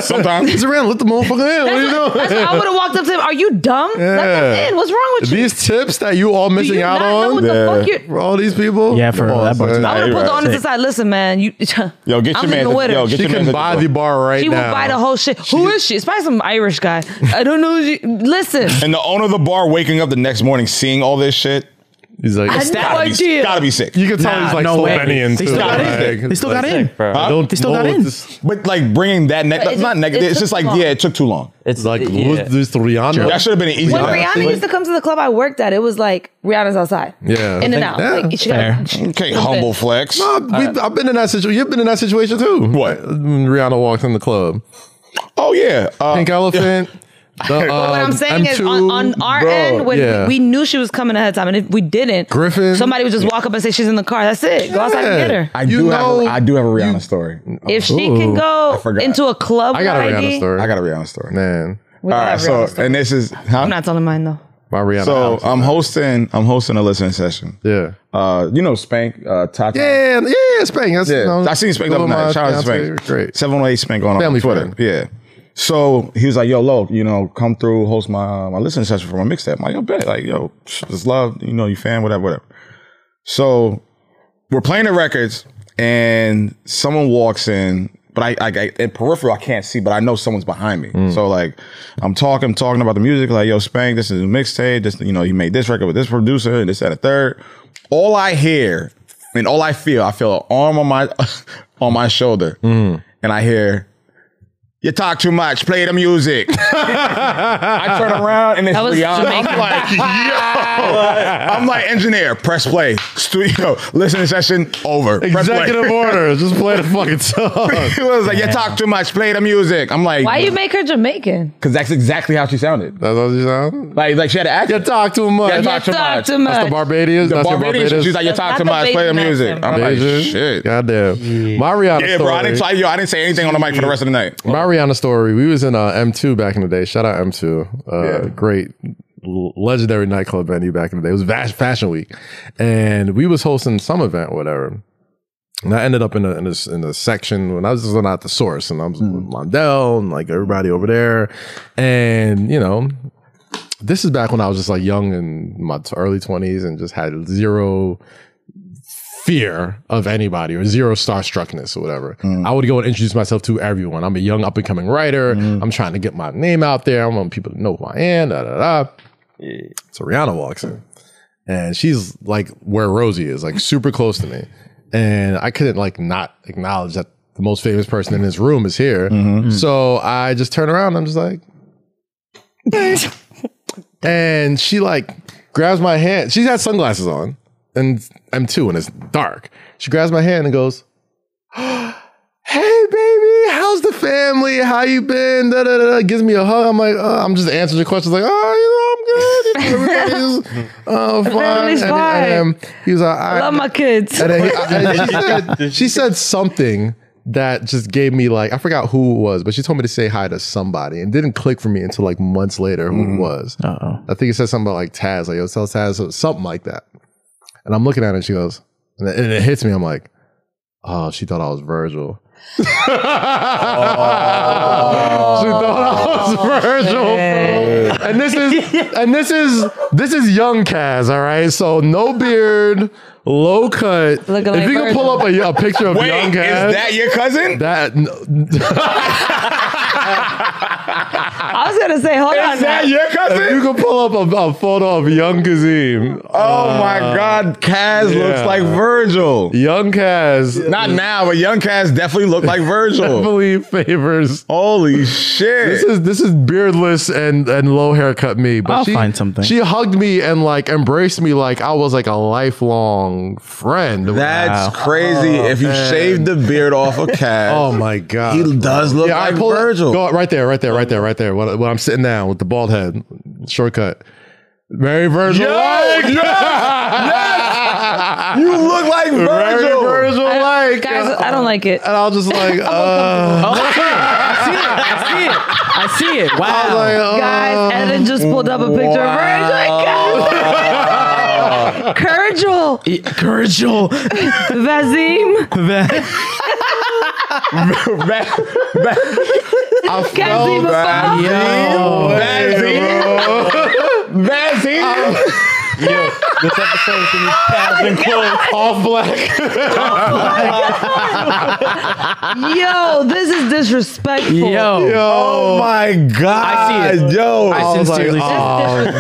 [SPEAKER 3] Sometimes.
[SPEAKER 1] it's around. Let the motherfucker in. What are you
[SPEAKER 2] That's
[SPEAKER 1] doing?
[SPEAKER 2] what- that's what I would have walked up to him. Are you dumb? Let
[SPEAKER 1] Yeah.
[SPEAKER 2] them in. What's wrong with you?
[SPEAKER 1] These tips that you all
[SPEAKER 2] Do
[SPEAKER 1] missing
[SPEAKER 2] you
[SPEAKER 1] out
[SPEAKER 2] not know
[SPEAKER 1] on
[SPEAKER 2] what the fuck
[SPEAKER 3] Yeah.
[SPEAKER 2] you're?
[SPEAKER 1] for all these people.
[SPEAKER 6] Yeah, for
[SPEAKER 1] Come on,
[SPEAKER 6] that part.
[SPEAKER 1] son.
[SPEAKER 2] I would have put
[SPEAKER 3] Nah,
[SPEAKER 2] the
[SPEAKER 3] you're
[SPEAKER 2] honest
[SPEAKER 3] right.
[SPEAKER 2] aside. Listen, man. You,
[SPEAKER 3] Yo, get
[SPEAKER 2] I'm
[SPEAKER 3] your man.
[SPEAKER 2] leaving with her.
[SPEAKER 3] Yo, get
[SPEAKER 1] She
[SPEAKER 3] your
[SPEAKER 1] can
[SPEAKER 3] man.
[SPEAKER 1] buy the bar right
[SPEAKER 2] She will
[SPEAKER 1] now.
[SPEAKER 2] buy the whole shit. Who is she? It's probably some Irish guy. I don't know. who she- Listen,
[SPEAKER 3] And the owner of the bar waking up the next morning, seeing all this shit,
[SPEAKER 1] He's like,
[SPEAKER 2] I had no
[SPEAKER 3] gotta be,
[SPEAKER 2] idea.
[SPEAKER 3] gotta be sick.
[SPEAKER 1] you can tell
[SPEAKER 6] Nah,
[SPEAKER 1] he's like
[SPEAKER 6] no way.
[SPEAKER 1] Slovenian
[SPEAKER 6] They
[SPEAKER 1] too.
[SPEAKER 6] still got
[SPEAKER 1] like,
[SPEAKER 6] in. They still got
[SPEAKER 1] like,
[SPEAKER 6] in.
[SPEAKER 4] Bro.
[SPEAKER 1] I don't
[SPEAKER 6] They still
[SPEAKER 1] know
[SPEAKER 6] got
[SPEAKER 1] what
[SPEAKER 6] in.
[SPEAKER 1] This,
[SPEAKER 3] But like bringing that
[SPEAKER 2] But
[SPEAKER 3] negative,
[SPEAKER 2] it
[SPEAKER 3] not
[SPEAKER 2] took-
[SPEAKER 3] negative.
[SPEAKER 2] it
[SPEAKER 3] It's just
[SPEAKER 2] took
[SPEAKER 3] like,
[SPEAKER 2] long.
[SPEAKER 3] yeah, it took too long.
[SPEAKER 4] It's
[SPEAKER 1] like,
[SPEAKER 4] it-
[SPEAKER 1] who's
[SPEAKER 4] yeah.
[SPEAKER 1] this Rihanna?
[SPEAKER 3] That should have been an easy.
[SPEAKER 2] when
[SPEAKER 3] one.
[SPEAKER 2] Rihanna used to come to the club I worked at, it was like Rihanna's outside.
[SPEAKER 1] Yeah.
[SPEAKER 2] in and out.
[SPEAKER 1] Yeah.
[SPEAKER 2] Like, she
[SPEAKER 6] Fair.
[SPEAKER 2] got,
[SPEAKER 3] Okay, humble flex.
[SPEAKER 1] Nah, we, I've been in that situation. You've been in that situation too.
[SPEAKER 3] What?
[SPEAKER 1] When Rihanna walked in the club.
[SPEAKER 3] Oh yeah, uh,
[SPEAKER 1] Pink elephant. The,
[SPEAKER 2] But what I'm
[SPEAKER 1] um,
[SPEAKER 2] saying is on,
[SPEAKER 1] M2,
[SPEAKER 2] on our
[SPEAKER 1] bro,
[SPEAKER 2] end, when
[SPEAKER 1] yeah.
[SPEAKER 2] we, we knew she was coming ahead of time, and if we didn't,
[SPEAKER 1] Griffin.
[SPEAKER 2] somebody would just walk up and say she's in the car. That's it. Go outside and get her.
[SPEAKER 3] I
[SPEAKER 1] You
[SPEAKER 3] do have
[SPEAKER 1] know-
[SPEAKER 3] a, I do have a Rihanna story.
[SPEAKER 2] If she can
[SPEAKER 3] I
[SPEAKER 2] go
[SPEAKER 3] forgot.
[SPEAKER 2] into a club,
[SPEAKER 1] I got a
[SPEAKER 2] with
[SPEAKER 1] Rihanna
[SPEAKER 2] ID,
[SPEAKER 1] story.
[SPEAKER 3] I got a Rihanna story.
[SPEAKER 1] man.
[SPEAKER 2] we
[SPEAKER 3] All
[SPEAKER 2] got
[SPEAKER 3] right,
[SPEAKER 2] a
[SPEAKER 3] so
[SPEAKER 2] Rihanna story.
[SPEAKER 3] and this is huh?
[SPEAKER 2] I'm not telling mine though.
[SPEAKER 1] My Rihanna.
[SPEAKER 3] so
[SPEAKER 1] house.
[SPEAKER 3] I'm hosting. I'm hosting a listening session.
[SPEAKER 1] yeah.
[SPEAKER 3] Uh, you know Spank, uh, Tata.
[SPEAKER 1] Yeah, yeah, yeah, Spank. That's,
[SPEAKER 3] Yeah,
[SPEAKER 1] you know,
[SPEAKER 3] I seen Spank the
[SPEAKER 1] little
[SPEAKER 3] other night.
[SPEAKER 1] my
[SPEAKER 3] Shout out to
[SPEAKER 1] fiance,
[SPEAKER 3] Spank.
[SPEAKER 1] Great.
[SPEAKER 3] Seven one eight Spank going on
[SPEAKER 1] Family
[SPEAKER 3] on Twitter.
[SPEAKER 1] friend.
[SPEAKER 3] Yeah. So he was like, "Yo, Lo, you know, come through, host my my listening session for my mixtape." I'm like, "Yo, bet, like, yo, psh, just love, you know, you fan, whatever, whatever." So we're playing the records, and someone walks in, but I, I, I in peripheral, I can't see, but I know someone's behind me.
[SPEAKER 1] Mm.
[SPEAKER 3] So like, I'm talking, talking about the music, like, "Yo, Spank, this is a mixtape. This, you know, he made this record with this producer, and this that, and a third. All I hear and all I feel, I feel an arm on my on my shoulder, and I hear. You talk too much. Play the music. I turn around and it's
[SPEAKER 2] That was
[SPEAKER 3] Rihanna. I'm
[SPEAKER 2] Jamaican.
[SPEAKER 3] like, yo, I'm like engineer. Press play. Studio listening session over. Press play.
[SPEAKER 1] Executive orders. Just play the fucking song.
[SPEAKER 3] He was like, "You talk too much. Play the music." I'm like,
[SPEAKER 2] Why you make her Jamaican?
[SPEAKER 3] Because that's exactly how she sounded.
[SPEAKER 1] That's what you sound.
[SPEAKER 3] Like, like she had an
[SPEAKER 1] You
[SPEAKER 3] accent.
[SPEAKER 1] talk too much.
[SPEAKER 3] Yeah, Talk too
[SPEAKER 2] Talk
[SPEAKER 3] much.
[SPEAKER 2] too
[SPEAKER 1] That's the
[SPEAKER 2] much.
[SPEAKER 1] Barbadians.
[SPEAKER 3] The
[SPEAKER 1] That's your
[SPEAKER 3] Barbadian.
[SPEAKER 1] Barbadians.
[SPEAKER 3] She's like, "You talk
[SPEAKER 2] That's
[SPEAKER 3] too
[SPEAKER 2] the
[SPEAKER 3] much. Play the
[SPEAKER 2] Bajan
[SPEAKER 3] music."
[SPEAKER 2] accent.
[SPEAKER 3] I'm like,
[SPEAKER 1] Asian.
[SPEAKER 3] "Shit."
[SPEAKER 1] Goddamn. My Rihanna
[SPEAKER 3] Yeah,
[SPEAKER 1] story.
[SPEAKER 3] bro. I didn't, try, yo, I didn't say anything on the mic for the rest of the night.
[SPEAKER 1] My Rihanna story. We was in uh, M2 back in the day. Shout out M2. Uh,
[SPEAKER 3] Yeah.
[SPEAKER 1] Great, l- legendary nightclub venue back in the day. It was Vash Fashion Week, and we was hosting some event, whatever. And I ended up in a in a, in a section when I was just not the source, and I was with Mondell and like everybody over there, and you know. This is back when I was just like young in my t- early 20s and just had zero fear of anybody or zero starstruckness or whatever. I would go and introduce myself to everyone. I'm a young up and coming writer. I'm trying to get my name out there. I want people to know who I am. Da, da, da. So Rihanna walks in and she's like where Rosie is, like super close to me. And I couldn't like not acknowledge that the most famous person in this room is here.
[SPEAKER 2] Mm.
[SPEAKER 1] So I just turn around and I'm just like, and she like grabs my hand. She's had sunglasses on, and I'm two, and it's dark. She grabs my hand and goes, "Hey, baby, how's the family? How you been?" Da, da, da, da. Gives me a hug. I'm like, uh, I'm just answering the questions like, "Oh, you know, I'm good. Everybody's uh, fine."
[SPEAKER 2] Family's
[SPEAKER 1] And, then- and then he was like,
[SPEAKER 2] I
[SPEAKER 1] "I
[SPEAKER 2] love my kids.
[SPEAKER 1] and then he- and she, said, she said something that just gave me like I forgot who it was, but she told me to say hi to somebody and didn't click for me until like months later who it was. Mm-hmm. Uh-oh. I think it said something about like Taz, like yo, tell Taz or something like that. And I'm looking at her and she goes, and it, and it hits me. I'm like, oh, she thought I was
[SPEAKER 2] Oh.
[SPEAKER 1] Virgil. she thought I
[SPEAKER 2] Oh,
[SPEAKER 1] was Virgil. bro. And this is and this is this is young Kaz, all right? So no beard, low cut.
[SPEAKER 2] Looking
[SPEAKER 1] if
[SPEAKER 2] like
[SPEAKER 1] you can pull up a, a picture of
[SPEAKER 3] Wait,
[SPEAKER 1] young
[SPEAKER 3] is
[SPEAKER 1] Kaz.
[SPEAKER 3] that your cousin?
[SPEAKER 1] that n-
[SPEAKER 2] I was gonna say, hold on.
[SPEAKER 3] Is that
[SPEAKER 2] now.
[SPEAKER 3] your
[SPEAKER 1] if you
[SPEAKER 3] cousin?
[SPEAKER 1] can pull up a, a photo of young Kazim.
[SPEAKER 3] Oh my God, Kaz
[SPEAKER 1] Uh, yeah.
[SPEAKER 3] looks like Virgil.
[SPEAKER 1] Young Kaz
[SPEAKER 3] Not now, but young Kaz definitely looked like Virgil.
[SPEAKER 1] definitely favors
[SPEAKER 3] Holy shit!
[SPEAKER 1] This is this is beardless and and low haircut me. But
[SPEAKER 6] I'll
[SPEAKER 1] she,
[SPEAKER 6] find something.
[SPEAKER 1] She hugged me and like embraced me like I was like a lifelong friend.
[SPEAKER 3] That's crazy. if you shave the beard off of Kaz,
[SPEAKER 1] oh my god.
[SPEAKER 3] he does look
[SPEAKER 1] I
[SPEAKER 3] like
[SPEAKER 1] pulled-
[SPEAKER 3] Virgil.
[SPEAKER 1] Go right there, right there, right there, right there. When, when I'm sitting down with the bald head, shortcut. Mary Virgil.
[SPEAKER 3] Yo,
[SPEAKER 1] like.
[SPEAKER 3] yes, you look like
[SPEAKER 1] Very
[SPEAKER 3] Virgil.
[SPEAKER 1] Virgil like.
[SPEAKER 2] Guys, I don't like it.
[SPEAKER 1] and I was just like, uh,
[SPEAKER 6] I see it. Wow.
[SPEAKER 1] I was like, uh,
[SPEAKER 2] Guys, Eden just pulled up a picture of Virgil. Wow. Virgil.
[SPEAKER 6] Cordial.
[SPEAKER 2] Vazim.
[SPEAKER 1] I
[SPEAKER 2] Kazim.
[SPEAKER 1] felt
[SPEAKER 2] Abba.
[SPEAKER 6] Yo.
[SPEAKER 4] Yo, this episode is gonna be Kaz and Close.
[SPEAKER 1] all black.
[SPEAKER 2] Yo, this is disrespectful.
[SPEAKER 6] Yo.
[SPEAKER 3] Oh my god!
[SPEAKER 6] I see it.
[SPEAKER 3] Yo,
[SPEAKER 6] I
[SPEAKER 1] was
[SPEAKER 6] sincerely
[SPEAKER 1] like, uh,
[SPEAKER 6] see it.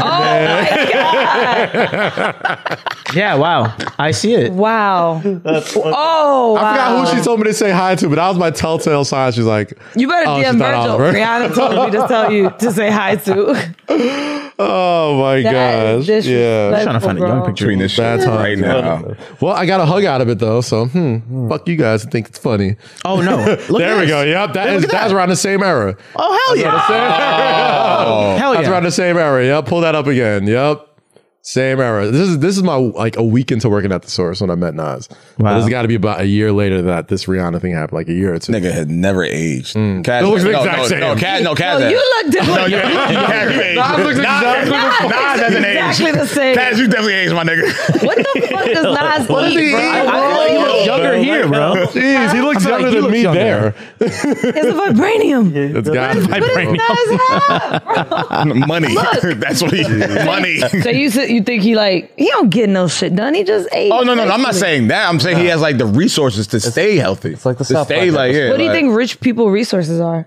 [SPEAKER 2] Oh my god.
[SPEAKER 6] Yeah, wow. I see it.
[SPEAKER 2] Wow. Oh, wow.
[SPEAKER 1] I forgot who she told me to say hi to, but that was my telltale sign. She's like,
[SPEAKER 2] You better
[SPEAKER 1] Oh, she
[SPEAKER 2] DM
[SPEAKER 1] thought I
[SPEAKER 2] Virgil.
[SPEAKER 1] was Virgil.
[SPEAKER 2] Rihanna told me to tell you to say hi to.
[SPEAKER 1] Oh my
[SPEAKER 2] That
[SPEAKER 1] gosh.
[SPEAKER 2] is disrespectful,
[SPEAKER 1] Yeah.
[SPEAKER 6] trying to find a young
[SPEAKER 2] bro.
[SPEAKER 6] picture.
[SPEAKER 3] Between this
[SPEAKER 1] That's
[SPEAKER 3] shit
[SPEAKER 1] hot.
[SPEAKER 3] right now.
[SPEAKER 1] Well, I got a hug out of it though, so hmm, fuck you guys. I think it's funny.
[SPEAKER 6] Oh no! Look
[SPEAKER 1] there
[SPEAKER 6] at
[SPEAKER 1] we
[SPEAKER 6] this.
[SPEAKER 1] go. Yep, that is
[SPEAKER 6] at that.
[SPEAKER 1] that's around the same era. Oh.
[SPEAKER 6] Oh hell yeah! Hell yeah!
[SPEAKER 1] That's around the same era. Yep, pull that up again. Yep. Same era. This is this is my like a week into working at the source when I met Nas.
[SPEAKER 6] Wow.
[SPEAKER 1] This has got to be about a year later that this Rihanna thing happened, like a year or two.
[SPEAKER 3] Nigga had never aged. Cat,
[SPEAKER 1] Mm. It looks the
[SPEAKER 3] no,
[SPEAKER 1] exact
[SPEAKER 3] no,
[SPEAKER 1] same.
[SPEAKER 3] No, cat, no, cat.
[SPEAKER 2] No, you look different.
[SPEAKER 3] No, you you aged.
[SPEAKER 1] Nas looks exactly
[SPEAKER 2] the-
[SPEAKER 3] Nas
[SPEAKER 2] Nas
[SPEAKER 3] doesn't age.
[SPEAKER 2] exactly the same.
[SPEAKER 3] Kaz, you definitely aged, my nigga.
[SPEAKER 2] What the fuck does Nas
[SPEAKER 1] What does he
[SPEAKER 2] eat, bro?
[SPEAKER 1] eat,
[SPEAKER 2] I-
[SPEAKER 1] bro?
[SPEAKER 2] I-
[SPEAKER 6] He looks younger here, bro.
[SPEAKER 1] Jeez, he looks
[SPEAKER 6] I'm like,
[SPEAKER 1] younger
[SPEAKER 6] he
[SPEAKER 1] than
[SPEAKER 6] looks
[SPEAKER 1] me
[SPEAKER 6] younger.
[SPEAKER 1] there.
[SPEAKER 2] It's a vibranium.
[SPEAKER 1] It's got
[SPEAKER 2] What does Nas have? bro?
[SPEAKER 3] Money. That's what he. Money.
[SPEAKER 2] So you said you think he like he don't get no shit done. He just ate.
[SPEAKER 3] Oh no, no, no, I'm not saying that. I'm saying he has like the resources to stay healthy. It's
[SPEAKER 4] like the
[SPEAKER 3] to
[SPEAKER 4] South
[SPEAKER 3] stay
[SPEAKER 4] Park
[SPEAKER 3] like yeah,
[SPEAKER 2] What do you
[SPEAKER 3] like,
[SPEAKER 2] think rich people resources are?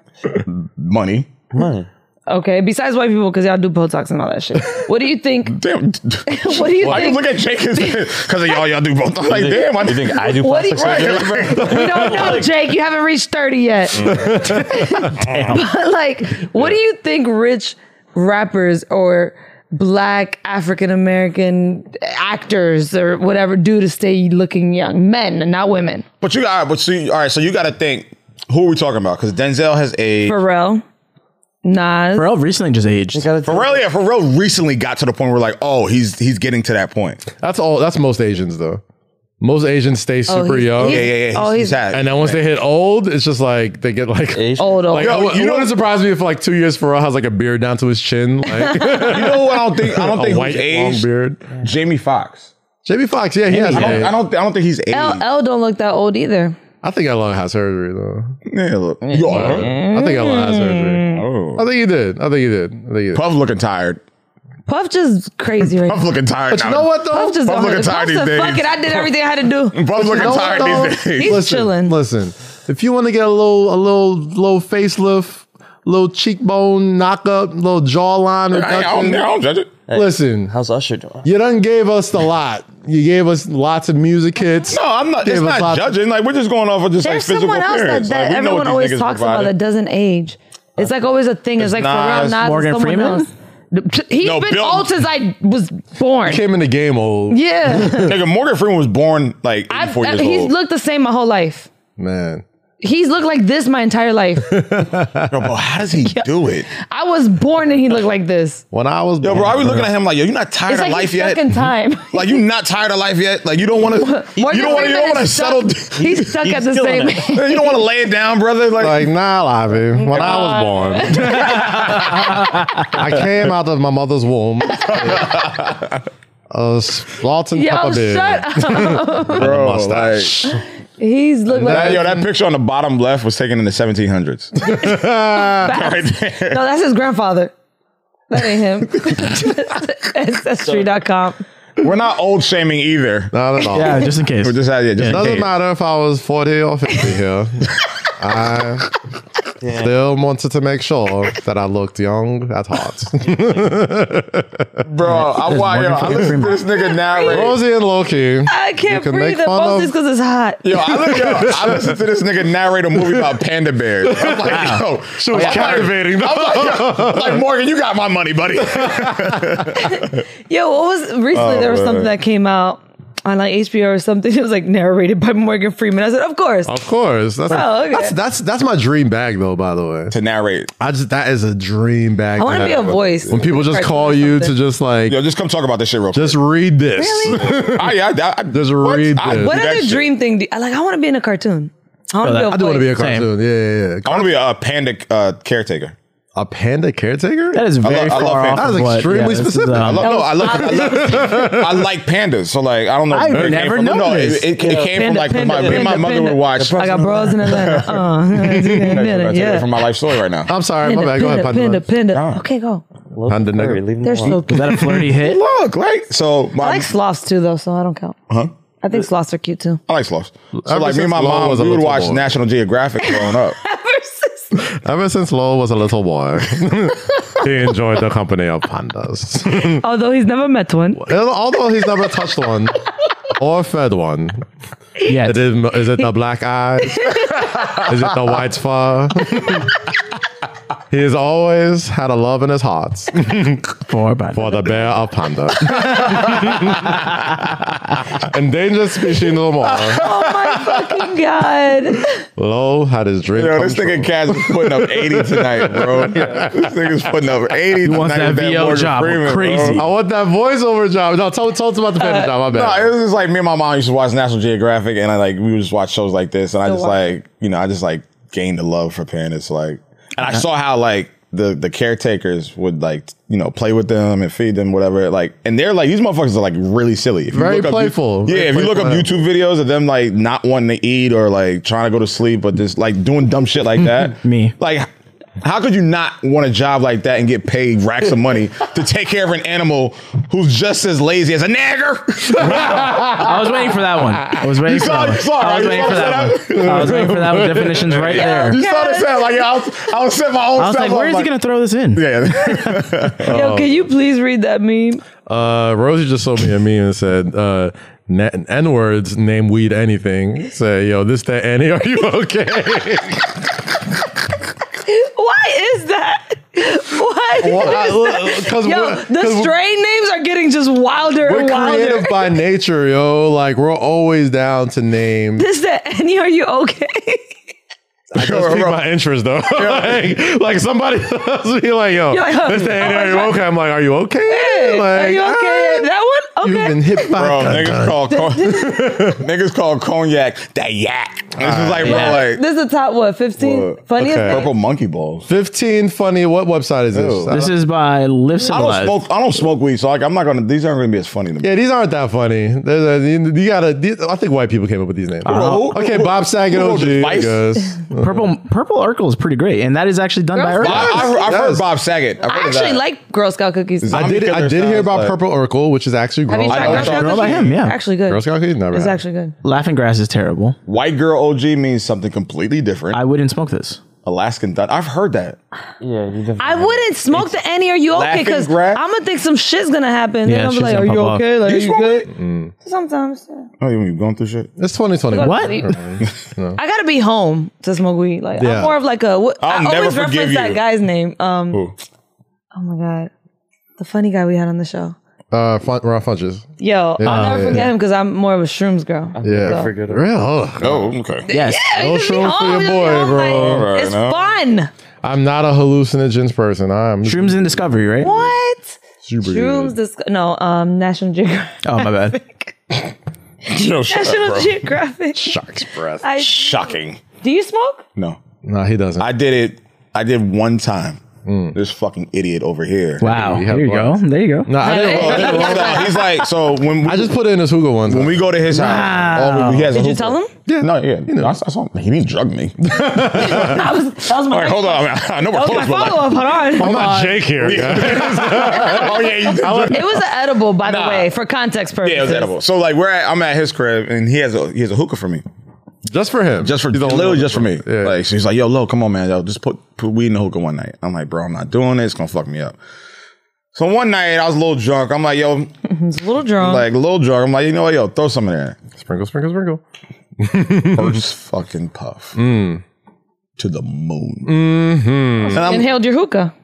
[SPEAKER 3] Money.
[SPEAKER 4] Money.
[SPEAKER 2] Okay, besides white people, because y'all do Botox and all that shit. What do you think?
[SPEAKER 3] Damn.
[SPEAKER 2] What do you
[SPEAKER 3] Why you
[SPEAKER 2] think?
[SPEAKER 3] look at Jake? Because of y'all, y'all do both. I'm like, damn. I
[SPEAKER 4] You think I do
[SPEAKER 2] What do you-
[SPEAKER 4] plastic surgery?
[SPEAKER 2] We don't know, Jake. You haven't reached thirty yet. but like, what do you think rich rappers or black African American actors or whatever do to stay looking young. Men and not women.
[SPEAKER 3] But you got, but see, all right. So you got to think. Who are we talking about? Because Denzel has a
[SPEAKER 2] Pharrell, Nas.
[SPEAKER 6] Pharrell recently just aged.
[SPEAKER 3] Pharrell. Yeah, Pharrell recently got to the point where like, oh, he's he's getting to that point.
[SPEAKER 1] That's all. That's most Asians though. Most Asians stay
[SPEAKER 2] Oh,
[SPEAKER 1] super
[SPEAKER 2] he's-
[SPEAKER 1] young,
[SPEAKER 2] he's-
[SPEAKER 3] Yeah, yeah, yeah.
[SPEAKER 2] Oh, he's-
[SPEAKER 3] had-
[SPEAKER 1] and then once they hit old, it's just like they get like.
[SPEAKER 4] Asian.
[SPEAKER 2] Old, old.
[SPEAKER 1] Like, oh, I
[SPEAKER 3] Yo,
[SPEAKER 1] w-
[SPEAKER 3] you
[SPEAKER 1] it
[SPEAKER 3] know-
[SPEAKER 1] wouldn't surprise me if like two years Pharrell has like a beard down to his chin, like
[SPEAKER 3] you know what? I don't think I don't
[SPEAKER 1] a
[SPEAKER 3] think
[SPEAKER 1] white
[SPEAKER 3] he's
[SPEAKER 1] long
[SPEAKER 3] aged.
[SPEAKER 1] beard.
[SPEAKER 3] Jamie Foxx.
[SPEAKER 1] Jamie Foxx, yeah, he has.
[SPEAKER 3] I don't,
[SPEAKER 1] hair.
[SPEAKER 3] I don't. I don't think he's aged.
[SPEAKER 2] L, L don't look that old either.
[SPEAKER 1] I think Elon has surgery though.
[SPEAKER 3] Yeah, look. You all right?
[SPEAKER 1] I think Elon has surgery. I think he did. I think he did. I think he did.
[SPEAKER 3] Mm. Puff looking tired.
[SPEAKER 2] Puff just crazy right
[SPEAKER 3] Puff
[SPEAKER 2] now.
[SPEAKER 3] looking tired.
[SPEAKER 1] But you
[SPEAKER 3] now.
[SPEAKER 1] know what though?
[SPEAKER 2] Puff just
[SPEAKER 3] Puff
[SPEAKER 2] don't-
[SPEAKER 3] looking tired
[SPEAKER 2] Puff said,
[SPEAKER 3] these days.
[SPEAKER 2] Fuck it, I did everything I had to do.
[SPEAKER 3] Puff looking
[SPEAKER 1] No,
[SPEAKER 3] tired
[SPEAKER 1] no.
[SPEAKER 3] these days.
[SPEAKER 2] He's chilling.
[SPEAKER 1] Listen, if you want to get a little, a little, little facelift, little cheekbone knockup, little jawline
[SPEAKER 3] I, I don't, I
[SPEAKER 1] reduction.
[SPEAKER 3] don't judge it.
[SPEAKER 1] Listen,
[SPEAKER 4] How's Usher doing?
[SPEAKER 1] you done gave us the lot. You gave us lots of music hits.
[SPEAKER 3] No, I'm not. It's
[SPEAKER 1] Gave us
[SPEAKER 3] not
[SPEAKER 1] lots of-
[SPEAKER 3] judging. Like we're just going off of just
[SPEAKER 2] There's
[SPEAKER 3] like physical
[SPEAKER 2] someone else that,
[SPEAKER 3] appearance.
[SPEAKER 2] that
[SPEAKER 3] Like, we know what
[SPEAKER 2] everyone
[SPEAKER 3] these
[SPEAKER 2] always
[SPEAKER 3] niggas
[SPEAKER 2] talks
[SPEAKER 3] provided.
[SPEAKER 2] about that doesn't age. It's like always a thing. It's like
[SPEAKER 3] It's
[SPEAKER 2] Pharrell,
[SPEAKER 3] Nas,
[SPEAKER 2] Nas, and
[SPEAKER 6] Morgan
[SPEAKER 2] someone
[SPEAKER 6] Freeman?
[SPEAKER 2] else. He's
[SPEAKER 3] No,
[SPEAKER 2] been
[SPEAKER 3] Bill-
[SPEAKER 2] old since I was born.
[SPEAKER 1] Came in the game old.
[SPEAKER 2] Yeah,
[SPEAKER 3] Nigga, Morgan Freeman was born like
[SPEAKER 2] I've,
[SPEAKER 3] 84 years
[SPEAKER 2] he's
[SPEAKER 3] old.
[SPEAKER 2] looked the same my whole life.
[SPEAKER 1] Man,
[SPEAKER 2] He's looked like this my entire life.
[SPEAKER 3] Yo, bro, how does he do it?
[SPEAKER 2] I was born and he looked like this.
[SPEAKER 1] when I was
[SPEAKER 3] Yo,
[SPEAKER 1] born,
[SPEAKER 3] bro, I was looking at him like, yo, you not tired
[SPEAKER 2] It's
[SPEAKER 3] of
[SPEAKER 2] like
[SPEAKER 3] life
[SPEAKER 2] he's
[SPEAKER 3] yet?
[SPEAKER 2] stuck in time.
[SPEAKER 3] Like you not tired of life yet? Like you don't want to. You
[SPEAKER 2] Morgan
[SPEAKER 3] don't want.
[SPEAKER 2] Freeman
[SPEAKER 3] You don't want to
[SPEAKER 2] is
[SPEAKER 3] settle.
[SPEAKER 2] stuck- He's stuck
[SPEAKER 4] He's
[SPEAKER 2] at the same.
[SPEAKER 4] killing it.
[SPEAKER 2] age.
[SPEAKER 3] you don't want to lay it down, brother. Like,
[SPEAKER 1] Like nah,
[SPEAKER 3] Oh
[SPEAKER 1] Lavi. When I was born, I came out of my mother's womb. A salt and
[SPEAKER 2] Yo,
[SPEAKER 1] pepper beer.
[SPEAKER 2] shut up.
[SPEAKER 3] bro,
[SPEAKER 1] mustache.
[SPEAKER 3] like-
[SPEAKER 2] He's looked
[SPEAKER 3] that,
[SPEAKER 2] like.
[SPEAKER 3] yo, that picture on the bottom left was taken in the 1700s. right there.
[SPEAKER 2] No, that's his grandfather. That ain't him. Ancestry.com.
[SPEAKER 3] We're not old shaming either.
[SPEAKER 1] Not at all.
[SPEAKER 6] Yeah, just in case.
[SPEAKER 3] We're just out here. Just
[SPEAKER 1] Doesn't
[SPEAKER 3] yeah,
[SPEAKER 1] matter if I was 40 or 50 here. I still wanted to make sure that I looked young at heart.
[SPEAKER 3] bro. I
[SPEAKER 6] There's
[SPEAKER 3] why yo,
[SPEAKER 6] Morgan
[SPEAKER 3] I listen to
[SPEAKER 6] Freeman.
[SPEAKER 3] this nigga narrate.
[SPEAKER 1] Rosie and Loki.
[SPEAKER 2] I can't
[SPEAKER 1] can make
[SPEAKER 2] breathe.
[SPEAKER 1] fun
[SPEAKER 2] Both
[SPEAKER 1] of-
[SPEAKER 2] these because it's hot.
[SPEAKER 3] Yo, I, look, yo, I listen to this nigga narrate a movie about panda bears. I'm like, yo, she
[SPEAKER 1] was captivating, though.
[SPEAKER 3] I'm like, yo, I'm like Morgan, you got my money, buddy.
[SPEAKER 2] Yo, what was recently
[SPEAKER 3] Oh,
[SPEAKER 2] there was
[SPEAKER 3] man.
[SPEAKER 2] something that came out on like HBO or something. It was like narrated by Morgan Freeman. I said, of course.
[SPEAKER 1] Of course. That's,
[SPEAKER 2] Oh, okay.
[SPEAKER 1] that's that's that's my dream bag though, by the way.
[SPEAKER 3] to narrate,
[SPEAKER 1] I just that is a dream bag.
[SPEAKER 2] I wanna
[SPEAKER 1] to
[SPEAKER 2] be a
[SPEAKER 1] have.
[SPEAKER 2] voice.
[SPEAKER 1] When people just
[SPEAKER 2] Cartoon
[SPEAKER 1] call
[SPEAKER 2] or
[SPEAKER 1] you to
[SPEAKER 2] something.
[SPEAKER 1] just like
[SPEAKER 3] yo, just come talk about this shit real quick.
[SPEAKER 1] just read this.
[SPEAKER 3] I, I, I,
[SPEAKER 1] Just read this.
[SPEAKER 2] what
[SPEAKER 3] do that
[SPEAKER 2] other
[SPEAKER 3] shit.
[SPEAKER 2] dream thing do you, like? I want to be in a cartoon. I want to
[SPEAKER 6] that-
[SPEAKER 2] be a
[SPEAKER 1] I do want to be a
[SPEAKER 2] voice.
[SPEAKER 1] cartoon. Yeah, yeah, yeah.
[SPEAKER 3] I want to be a panda uh, caretaker.
[SPEAKER 1] A panda caretaker?
[SPEAKER 6] that is very
[SPEAKER 3] I love
[SPEAKER 6] far
[SPEAKER 3] Fanta-
[SPEAKER 6] off.
[SPEAKER 3] That
[SPEAKER 6] of
[SPEAKER 1] was
[SPEAKER 6] what-
[SPEAKER 1] extremely
[SPEAKER 6] this is,
[SPEAKER 1] specific. I
[SPEAKER 3] I
[SPEAKER 6] um,
[SPEAKER 3] love, no, I love, I, love, I like pandas. So like, I don't know.
[SPEAKER 6] I've
[SPEAKER 3] where it came
[SPEAKER 6] never
[SPEAKER 3] from.
[SPEAKER 6] known
[SPEAKER 3] No, it,
[SPEAKER 6] this.
[SPEAKER 3] it, it came from
[SPEAKER 2] Panda,
[SPEAKER 3] like
[SPEAKER 2] panda,
[SPEAKER 3] my, me and my
[SPEAKER 2] panda,
[SPEAKER 3] mother
[SPEAKER 2] panda.
[SPEAKER 3] would watch.
[SPEAKER 2] I got bros in Atlanta. Uh,
[SPEAKER 3] yeah.
[SPEAKER 2] yeah.
[SPEAKER 3] From my life story right now.
[SPEAKER 1] I'm sorry,
[SPEAKER 2] Panda,
[SPEAKER 1] my bad. Go
[SPEAKER 2] panda,
[SPEAKER 1] ahead,
[SPEAKER 2] panda,
[SPEAKER 1] Panda.
[SPEAKER 2] panda. Okay, go.
[SPEAKER 1] Panda nigga.
[SPEAKER 4] Leave him
[SPEAKER 2] They're
[SPEAKER 4] alone.
[SPEAKER 2] so
[SPEAKER 6] is
[SPEAKER 2] cute.
[SPEAKER 6] that a flirty hit?
[SPEAKER 3] Look, right? So my,
[SPEAKER 2] I like sloths too, though, so I don't count.
[SPEAKER 3] huh?
[SPEAKER 2] I think sloths are cute too.
[SPEAKER 3] I like sloths. So
[SPEAKER 1] Ever
[SPEAKER 3] like me and my
[SPEAKER 1] since Lola
[SPEAKER 3] mom,
[SPEAKER 1] was a
[SPEAKER 3] we would
[SPEAKER 1] little
[SPEAKER 3] watch
[SPEAKER 1] boy.
[SPEAKER 3] National Geographic growing up.
[SPEAKER 1] Ever since Lowell was a little boy, he enjoyed the company of pandas.
[SPEAKER 2] Although he's never met one.
[SPEAKER 1] Although he's never touched one or fed one.
[SPEAKER 6] Yeah.
[SPEAKER 1] It is, is it the black eyes? is it the white fur? he has always had a love in his heart
[SPEAKER 6] Four, but
[SPEAKER 1] for the bear of panda. Endangered species no more.
[SPEAKER 2] Oh my fucking god!
[SPEAKER 1] Lowell had his dream.
[SPEAKER 3] Yo,
[SPEAKER 1] come
[SPEAKER 3] this
[SPEAKER 1] true.
[SPEAKER 3] nigga Kaz is putting up 80 tonight, bro. This nigga's putting up 80 tonight.
[SPEAKER 6] wants
[SPEAKER 3] with
[SPEAKER 6] that VO
[SPEAKER 3] Morgan
[SPEAKER 6] job.
[SPEAKER 3] bro.
[SPEAKER 6] Crazy.
[SPEAKER 1] I want that voiceover job. No, tell, tell us about the panda job. My
[SPEAKER 3] No,
[SPEAKER 1] bad.
[SPEAKER 3] it was just like me and my mom used to watch National Geographic, and I like we would just watch shows like this, and I
[SPEAKER 2] So
[SPEAKER 3] just
[SPEAKER 2] why-
[SPEAKER 3] like you know I just like gained a love for pandas, like, and I saw how like the the caretakers would like you know play with them and feed them whatever, like, and they're like these motherfuckers are like really silly, If you
[SPEAKER 1] Very
[SPEAKER 3] look up-
[SPEAKER 1] playful.
[SPEAKER 3] yeah,
[SPEAKER 1] Very
[SPEAKER 3] if you look up
[SPEAKER 1] playful.
[SPEAKER 3] YouTube videos of them like not wanting to eat or like trying to go to sleep, but just like doing dumb shit like that,
[SPEAKER 6] Me.
[SPEAKER 3] like. How could you not want a job like that and get paid racks of money to take care of an animal who's just as lazy as a nigger?
[SPEAKER 6] I was waiting for that one. I was waiting for
[SPEAKER 3] saw-
[SPEAKER 6] that one.
[SPEAKER 3] you saw it,
[SPEAKER 6] I was
[SPEAKER 3] right?
[SPEAKER 6] waiting
[SPEAKER 3] You
[SPEAKER 6] for
[SPEAKER 3] saw it
[SPEAKER 6] that
[SPEAKER 3] set
[SPEAKER 6] one. I was waiting for that one. Definitions right there.
[SPEAKER 3] You saw this sound like yo, I was, I was setting my own.
[SPEAKER 6] I was
[SPEAKER 3] self
[SPEAKER 6] like,
[SPEAKER 3] up,
[SPEAKER 6] where is he going to throw this in?
[SPEAKER 3] Yeah,
[SPEAKER 2] Yo, can you please read that meme?
[SPEAKER 1] Uh, Rosie just sold me a meme and said, uh, N words name weed anything. Say, yo, this, that, Annie, are you okay?
[SPEAKER 2] Why is that? Why
[SPEAKER 1] Because
[SPEAKER 2] Yo, the strain names are getting just wilder
[SPEAKER 1] we're
[SPEAKER 2] and wilder.
[SPEAKER 1] creative by nature, yo. Like we're always down to name.
[SPEAKER 2] This, that, any, are you okay?
[SPEAKER 1] I just piqued my interest though. like, like somebody else be like, yo,
[SPEAKER 2] You're like, huh,
[SPEAKER 1] this the Andy, are
[SPEAKER 2] oh my
[SPEAKER 1] you
[SPEAKER 2] God.
[SPEAKER 1] okay? I'm like, are you okay?
[SPEAKER 2] Hey, are
[SPEAKER 1] Like,
[SPEAKER 2] you okay?
[SPEAKER 1] ah,
[SPEAKER 2] that one?
[SPEAKER 1] You've
[SPEAKER 2] Okay.
[SPEAKER 1] been hit by
[SPEAKER 3] Bro,
[SPEAKER 1] a
[SPEAKER 3] niggas
[SPEAKER 1] gun.
[SPEAKER 3] call, co- niggas call cognac that yak. This is like,
[SPEAKER 4] yeah.
[SPEAKER 3] bro, like
[SPEAKER 2] this is the top what, 15?
[SPEAKER 3] What?
[SPEAKER 2] Funniest
[SPEAKER 1] Okay.
[SPEAKER 2] thing?
[SPEAKER 3] purple monkey balls.
[SPEAKER 1] 15 funny. What website is this?
[SPEAKER 3] Ew.
[SPEAKER 1] I
[SPEAKER 6] This
[SPEAKER 1] don't-
[SPEAKER 6] is by
[SPEAKER 3] I
[SPEAKER 6] Live
[SPEAKER 3] don't
[SPEAKER 6] Civilized.
[SPEAKER 3] smoke. I don't smoke weed, so like, I'm not gonna. These aren't gonna be as funny to me.
[SPEAKER 1] yeah, these aren't that funny. There's a, you, you gotta. these- I think white people came up with these names.
[SPEAKER 3] Bro,
[SPEAKER 1] okay,
[SPEAKER 3] who-
[SPEAKER 1] Bob Saget
[SPEAKER 3] who wrote
[SPEAKER 1] OG.
[SPEAKER 3] this?
[SPEAKER 1] I
[SPEAKER 3] Vice?
[SPEAKER 1] guess.
[SPEAKER 6] Purple Purple Urkel is pretty great, and that is actually done by
[SPEAKER 2] Girls
[SPEAKER 6] Urkel.
[SPEAKER 2] Scout.
[SPEAKER 3] I, have
[SPEAKER 1] Yes.
[SPEAKER 3] heard Bob Saget. I've
[SPEAKER 2] I
[SPEAKER 3] heard of
[SPEAKER 2] actually
[SPEAKER 3] that.
[SPEAKER 2] like Girl Scout cookies.
[SPEAKER 1] I
[SPEAKER 3] I'm
[SPEAKER 1] did.
[SPEAKER 3] because
[SPEAKER 1] I
[SPEAKER 3] their
[SPEAKER 1] did hear
[SPEAKER 3] style's
[SPEAKER 1] about
[SPEAKER 3] like-
[SPEAKER 1] Purple Urkel, which is actually
[SPEAKER 2] Have
[SPEAKER 1] grown.
[SPEAKER 2] you
[SPEAKER 1] by
[SPEAKER 2] tried
[SPEAKER 3] I
[SPEAKER 2] Girl
[SPEAKER 3] don't
[SPEAKER 2] Scout
[SPEAKER 3] know.
[SPEAKER 2] cookies?
[SPEAKER 6] Girl by him, yeah.
[SPEAKER 2] Actually good.
[SPEAKER 1] Girl Scout cookies? Never
[SPEAKER 2] It's
[SPEAKER 1] had.
[SPEAKER 2] actually good.
[SPEAKER 6] Laughing Grass is terrible.
[SPEAKER 3] White girl OG means something completely different.
[SPEAKER 6] I wouldn't smoke this.
[SPEAKER 3] Alaskan Dun. I've heard that.
[SPEAKER 4] Yeah, you definitely.
[SPEAKER 2] I wouldn't smoke the any. Are you okay?
[SPEAKER 3] Laughing
[SPEAKER 2] Because
[SPEAKER 3] grass?
[SPEAKER 2] I'm gonna think some shit's gonna happen.
[SPEAKER 6] Yeah,
[SPEAKER 2] Then I'm
[SPEAKER 6] shit's
[SPEAKER 2] like, are
[SPEAKER 6] gonna
[SPEAKER 2] you
[SPEAKER 6] pop off.
[SPEAKER 2] okay? Like,
[SPEAKER 3] You
[SPEAKER 2] you
[SPEAKER 3] smoke
[SPEAKER 2] good? Sometimes. yeah.
[SPEAKER 3] Oh, you you going through shit?
[SPEAKER 1] It's 2020.
[SPEAKER 6] What?
[SPEAKER 2] I gotta be home to smoke weed. Like
[SPEAKER 1] Yeah.
[SPEAKER 2] I'm more of like a. wh- I
[SPEAKER 3] I'll never
[SPEAKER 2] always
[SPEAKER 3] forgive
[SPEAKER 2] reference
[SPEAKER 3] you.
[SPEAKER 2] that guy's name. Um.
[SPEAKER 3] Who?
[SPEAKER 2] Oh my god, the funny guy we had on the show.
[SPEAKER 1] Uh, fun, Ron Funches.
[SPEAKER 2] Yo, I'll never
[SPEAKER 1] yeah.
[SPEAKER 2] forget him because I'm more of a shrooms girl.
[SPEAKER 1] Yeah.
[SPEAKER 4] forget it.
[SPEAKER 1] Real. Oh,
[SPEAKER 3] Oh, okay.
[SPEAKER 6] Yes.
[SPEAKER 1] No
[SPEAKER 2] Just be
[SPEAKER 1] shroom for
[SPEAKER 2] home,
[SPEAKER 1] your
[SPEAKER 2] just be
[SPEAKER 1] boy,
[SPEAKER 2] home,
[SPEAKER 1] bro.
[SPEAKER 2] like,
[SPEAKER 3] Alright,
[SPEAKER 2] it's
[SPEAKER 3] no.
[SPEAKER 2] fun.
[SPEAKER 1] I'm not a hallucinogens person. I'm
[SPEAKER 6] Shrooms and Discovery, right?
[SPEAKER 2] What?
[SPEAKER 1] super
[SPEAKER 2] Shrooms? This no. Um. National Geographic.
[SPEAKER 6] Oh my bad.
[SPEAKER 3] Yo, shut up,
[SPEAKER 2] National
[SPEAKER 3] bro.
[SPEAKER 2] Geographic.
[SPEAKER 1] Shark's breath.
[SPEAKER 2] I,
[SPEAKER 3] Shocking.
[SPEAKER 2] do you smoke?
[SPEAKER 3] No,
[SPEAKER 1] No, he doesn't.
[SPEAKER 3] I did it. I did one time.
[SPEAKER 1] Mm.
[SPEAKER 3] This fucking idiot over here.
[SPEAKER 6] Wow.
[SPEAKER 1] You have
[SPEAKER 6] There you go.
[SPEAKER 1] blast.
[SPEAKER 6] There you go.
[SPEAKER 1] no, I didn't.
[SPEAKER 3] Hold on, hold on. He's like, so when we,
[SPEAKER 1] I just put it in his Hugo ones.
[SPEAKER 3] when we go to his house,
[SPEAKER 6] Wow.
[SPEAKER 3] all we- he has a
[SPEAKER 2] Did you
[SPEAKER 3] hookah.
[SPEAKER 2] tell him?
[SPEAKER 3] Yeah, no, yeah, you know, I, I saw him. He didn't drug me. all
[SPEAKER 2] That was, that was my.
[SPEAKER 3] right, hold on. I, mean, I know we're
[SPEAKER 2] That was Oh, my
[SPEAKER 3] close, but
[SPEAKER 2] follow
[SPEAKER 3] like,
[SPEAKER 2] up. Hold on.
[SPEAKER 1] not Jake here.
[SPEAKER 3] oh yeah, you did drug me.
[SPEAKER 2] It was an edible, by
[SPEAKER 3] Nah.
[SPEAKER 2] the way, for context purposes.
[SPEAKER 3] Yeah, it was edible. So like, we're at, I'm at his crib, and he has a he has a hookah for me,
[SPEAKER 1] Just for him.
[SPEAKER 3] just for
[SPEAKER 1] He's the only
[SPEAKER 3] literally
[SPEAKER 1] one.
[SPEAKER 3] just for me.
[SPEAKER 1] Yeah.
[SPEAKER 3] Like, she's like, yo, low, come on, man, yo, just put put weed in the hookah one night. I'm like, bro, I'm not doing it. It's gonna fuck me up. So one night I was a little drunk. I'm like, yo,
[SPEAKER 2] It's a little drunk.
[SPEAKER 3] like a little drunk. I'm like, you know what, yo, throw some in there.
[SPEAKER 1] Sprinkle, sprinkle, sprinkle.
[SPEAKER 3] First fucking puff
[SPEAKER 2] Mm.
[SPEAKER 3] to the moon. And I'm
[SPEAKER 2] Inhaled your hookah.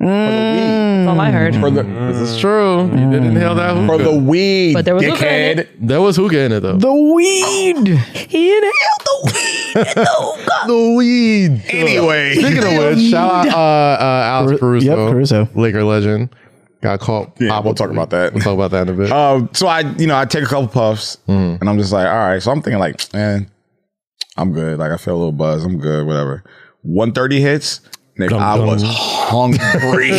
[SPEAKER 2] That's all I heard.
[SPEAKER 3] for the
[SPEAKER 1] This is true. He
[SPEAKER 6] Mm.
[SPEAKER 1] did inhale that hookah.
[SPEAKER 3] for the weed,
[SPEAKER 2] Mm. But there was hookah in
[SPEAKER 3] dickhead.
[SPEAKER 2] it.
[SPEAKER 1] there was hookah in it, though.
[SPEAKER 6] The weed.
[SPEAKER 2] He inhaled the weed. The hookah.
[SPEAKER 1] The weed.
[SPEAKER 3] Anyway,
[SPEAKER 1] Speaking of which, shout out uh, uh, Alex
[SPEAKER 6] Caru-
[SPEAKER 1] Caruso.
[SPEAKER 6] yep, Caruso.
[SPEAKER 1] Laker legend. Got caught.
[SPEAKER 3] Yeah, we'll talk about that.
[SPEAKER 1] We'll talk about that in a bit.
[SPEAKER 3] Um, so I, you know, I take a couple puffs, and I'm just like, all right. So I'm thinking like, man, I'm good. Like I feel a little buzz. I'm good. Whatever. 130 hits. Nick, I
[SPEAKER 1] dum.
[SPEAKER 3] was hungry,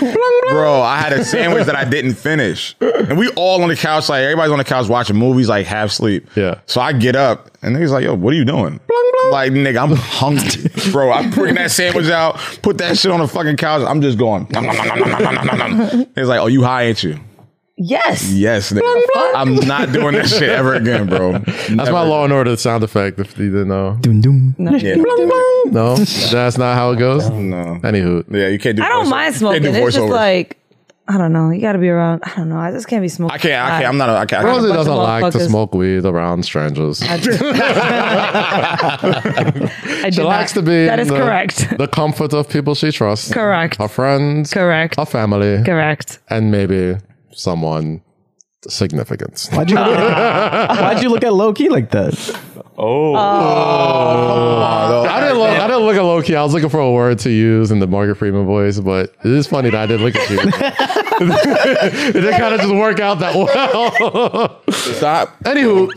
[SPEAKER 3] bro. I had a sandwich that I didn't finish, and we all on the couch, like everybody's on the couch watching movies, like half sleep.
[SPEAKER 1] Yeah.
[SPEAKER 3] So I get up, and nigga's like, "Yo, what are you doing?" Like, nigga, I'm hungry, bro. I'm putting that sandwich out, put that shit on the fucking couch. I'm just going. Nom, nom, nom, nom, nom, nom, nom, nom, nom. He's like, "Oh, you high, ain't you?"
[SPEAKER 2] Yes.
[SPEAKER 3] Yes, nigga. I'm not doing that shit ever again, bro.
[SPEAKER 1] That's my Law and Order sound effect, if you didn't know.
[SPEAKER 3] Yeah,
[SPEAKER 1] No, that's not how it goes.
[SPEAKER 3] no.
[SPEAKER 1] Anywho.
[SPEAKER 3] yeah, you can't do.
[SPEAKER 2] I don't
[SPEAKER 3] voiceover.
[SPEAKER 2] mind
[SPEAKER 3] You
[SPEAKER 2] smoking.
[SPEAKER 3] can't do
[SPEAKER 2] It's just
[SPEAKER 3] voiceovers.
[SPEAKER 2] like, I don't know. You got to be around. I don't know. I just can't be smoking.
[SPEAKER 3] I can't. I can't. I'm not. A, I can't. I
[SPEAKER 1] Rosie
[SPEAKER 3] can't-
[SPEAKER 1] doesn't like to
[SPEAKER 2] motherfuckers.
[SPEAKER 1] smoke weed around strangers.
[SPEAKER 2] I do
[SPEAKER 1] She
[SPEAKER 2] not-
[SPEAKER 1] likes to be
[SPEAKER 2] That
[SPEAKER 1] in
[SPEAKER 2] is
[SPEAKER 1] the,
[SPEAKER 2] correct.
[SPEAKER 1] The comfort of people she trusts.
[SPEAKER 2] Correct.
[SPEAKER 1] Her friends.
[SPEAKER 2] Correct.
[SPEAKER 1] Her family.
[SPEAKER 2] Correct.
[SPEAKER 1] And maybe someone significant.
[SPEAKER 6] Why'd you, look at, why'd you look at low key like that?
[SPEAKER 3] Oh,
[SPEAKER 1] I didn't look. I didn't look at low key. I was looking for a word to use in the Margaret Freeman voice, but it is funny that I did look at you. it didn't kind of just work out that well.
[SPEAKER 3] Stop.
[SPEAKER 1] Anywho,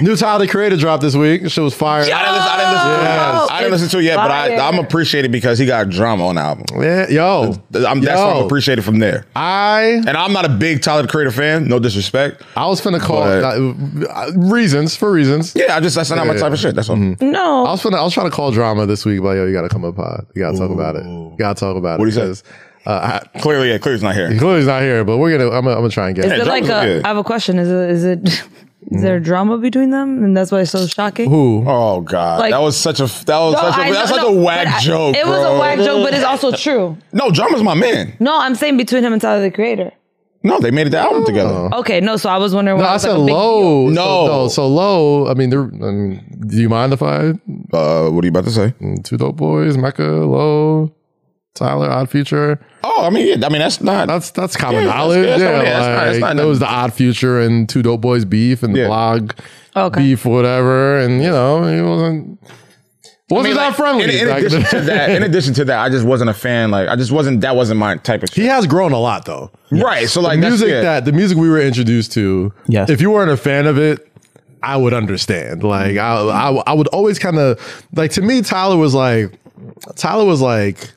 [SPEAKER 1] new Tyler the Creator dropped this week. Shit was fire.
[SPEAKER 3] I didn't listen. I didn't listen.
[SPEAKER 1] Yes.
[SPEAKER 3] I didn't listen to it yet, but I, I'm appreciated because he got drama on the album.
[SPEAKER 1] Yeah, yo,
[SPEAKER 3] I'm, that's why I'm
[SPEAKER 1] yo,
[SPEAKER 3] appreciated from there.
[SPEAKER 1] I
[SPEAKER 3] And I'm not a big Tyler the Creator fan. No disrespect.
[SPEAKER 1] I was finna call
[SPEAKER 3] But-
[SPEAKER 1] uh, reasons for reasons.
[SPEAKER 3] Yeah, I just that's not my type of shit. That's all.
[SPEAKER 1] Mm-hmm.
[SPEAKER 2] No.
[SPEAKER 1] I was finna, I was trying to call drama this week, but yo, you gotta come up high. You gotta talk about it. You gotta talk about it.
[SPEAKER 3] What'd he say?
[SPEAKER 1] 'cause, Uh, I,
[SPEAKER 3] Clearly, yeah, clearly's not here.
[SPEAKER 1] Chloe's not here, but we're gonna. I'm gonna, I'm gonna try and get.
[SPEAKER 2] is
[SPEAKER 1] it.
[SPEAKER 2] it like a?
[SPEAKER 3] drama's good.
[SPEAKER 2] I have a question. Is it? Is it? Is there drama between them, and that's why it's so shocking?
[SPEAKER 1] Who?
[SPEAKER 3] Oh God,
[SPEAKER 2] Like-
[SPEAKER 3] that was such a that
[SPEAKER 2] No,
[SPEAKER 3] was such a,
[SPEAKER 2] I
[SPEAKER 3] that's
[SPEAKER 2] know-
[SPEAKER 3] such
[SPEAKER 2] no,
[SPEAKER 3] a
[SPEAKER 2] but
[SPEAKER 3] whack
[SPEAKER 2] I-
[SPEAKER 3] joke.
[SPEAKER 2] It was
[SPEAKER 3] bro.
[SPEAKER 2] a whack joke, but it's also true.
[SPEAKER 3] No, drama's my man.
[SPEAKER 2] No, I'm saying between him and Tyler the Creator.
[SPEAKER 3] No, they made it the
[SPEAKER 1] Oh.
[SPEAKER 3] album together.
[SPEAKER 2] Okay, no. So I was wondering.
[SPEAKER 1] No,
[SPEAKER 2] why it
[SPEAKER 1] I
[SPEAKER 2] was
[SPEAKER 1] said
[SPEAKER 2] like a big deal.
[SPEAKER 1] low.
[SPEAKER 3] No.
[SPEAKER 1] so, so low. I mean, they're, I mean, do you mind if I mm,
[SPEAKER 3] Uh, what are you about to say?
[SPEAKER 1] two dope boys, Mecca, low, Tyler, Odd Future.
[SPEAKER 3] Oh, I mean, yeah, I mean that's not.
[SPEAKER 1] That's that's common
[SPEAKER 3] Yeah, that's-
[SPEAKER 1] knowledge.
[SPEAKER 3] yeah, that's
[SPEAKER 1] yeah,
[SPEAKER 3] not- yeah, that's not-
[SPEAKER 1] like,
[SPEAKER 3] that's not
[SPEAKER 1] that was the Odd Future and Two Dope Boys beef and the
[SPEAKER 3] Yeah.
[SPEAKER 1] blog
[SPEAKER 2] Okay.
[SPEAKER 1] beef, whatever. And you know, it wasn't wasn't
[SPEAKER 3] I mean,
[SPEAKER 1] that
[SPEAKER 3] like,
[SPEAKER 1] friendly.
[SPEAKER 3] In, in
[SPEAKER 1] back
[SPEAKER 3] addition to
[SPEAKER 1] then.
[SPEAKER 3] that, in addition to that, I just wasn't a fan. Like I just wasn't. That wasn't my type of.
[SPEAKER 1] he
[SPEAKER 3] Shit.
[SPEAKER 1] has grown a lot though.
[SPEAKER 3] Right. So like that's-
[SPEAKER 1] music
[SPEAKER 3] yeah.
[SPEAKER 1] that the music we were introduced to.
[SPEAKER 6] Yes.
[SPEAKER 1] If you weren't a fan of it, I would understand. Like I, I, I would always kind of like to me. Tyler was like, Tyler was like,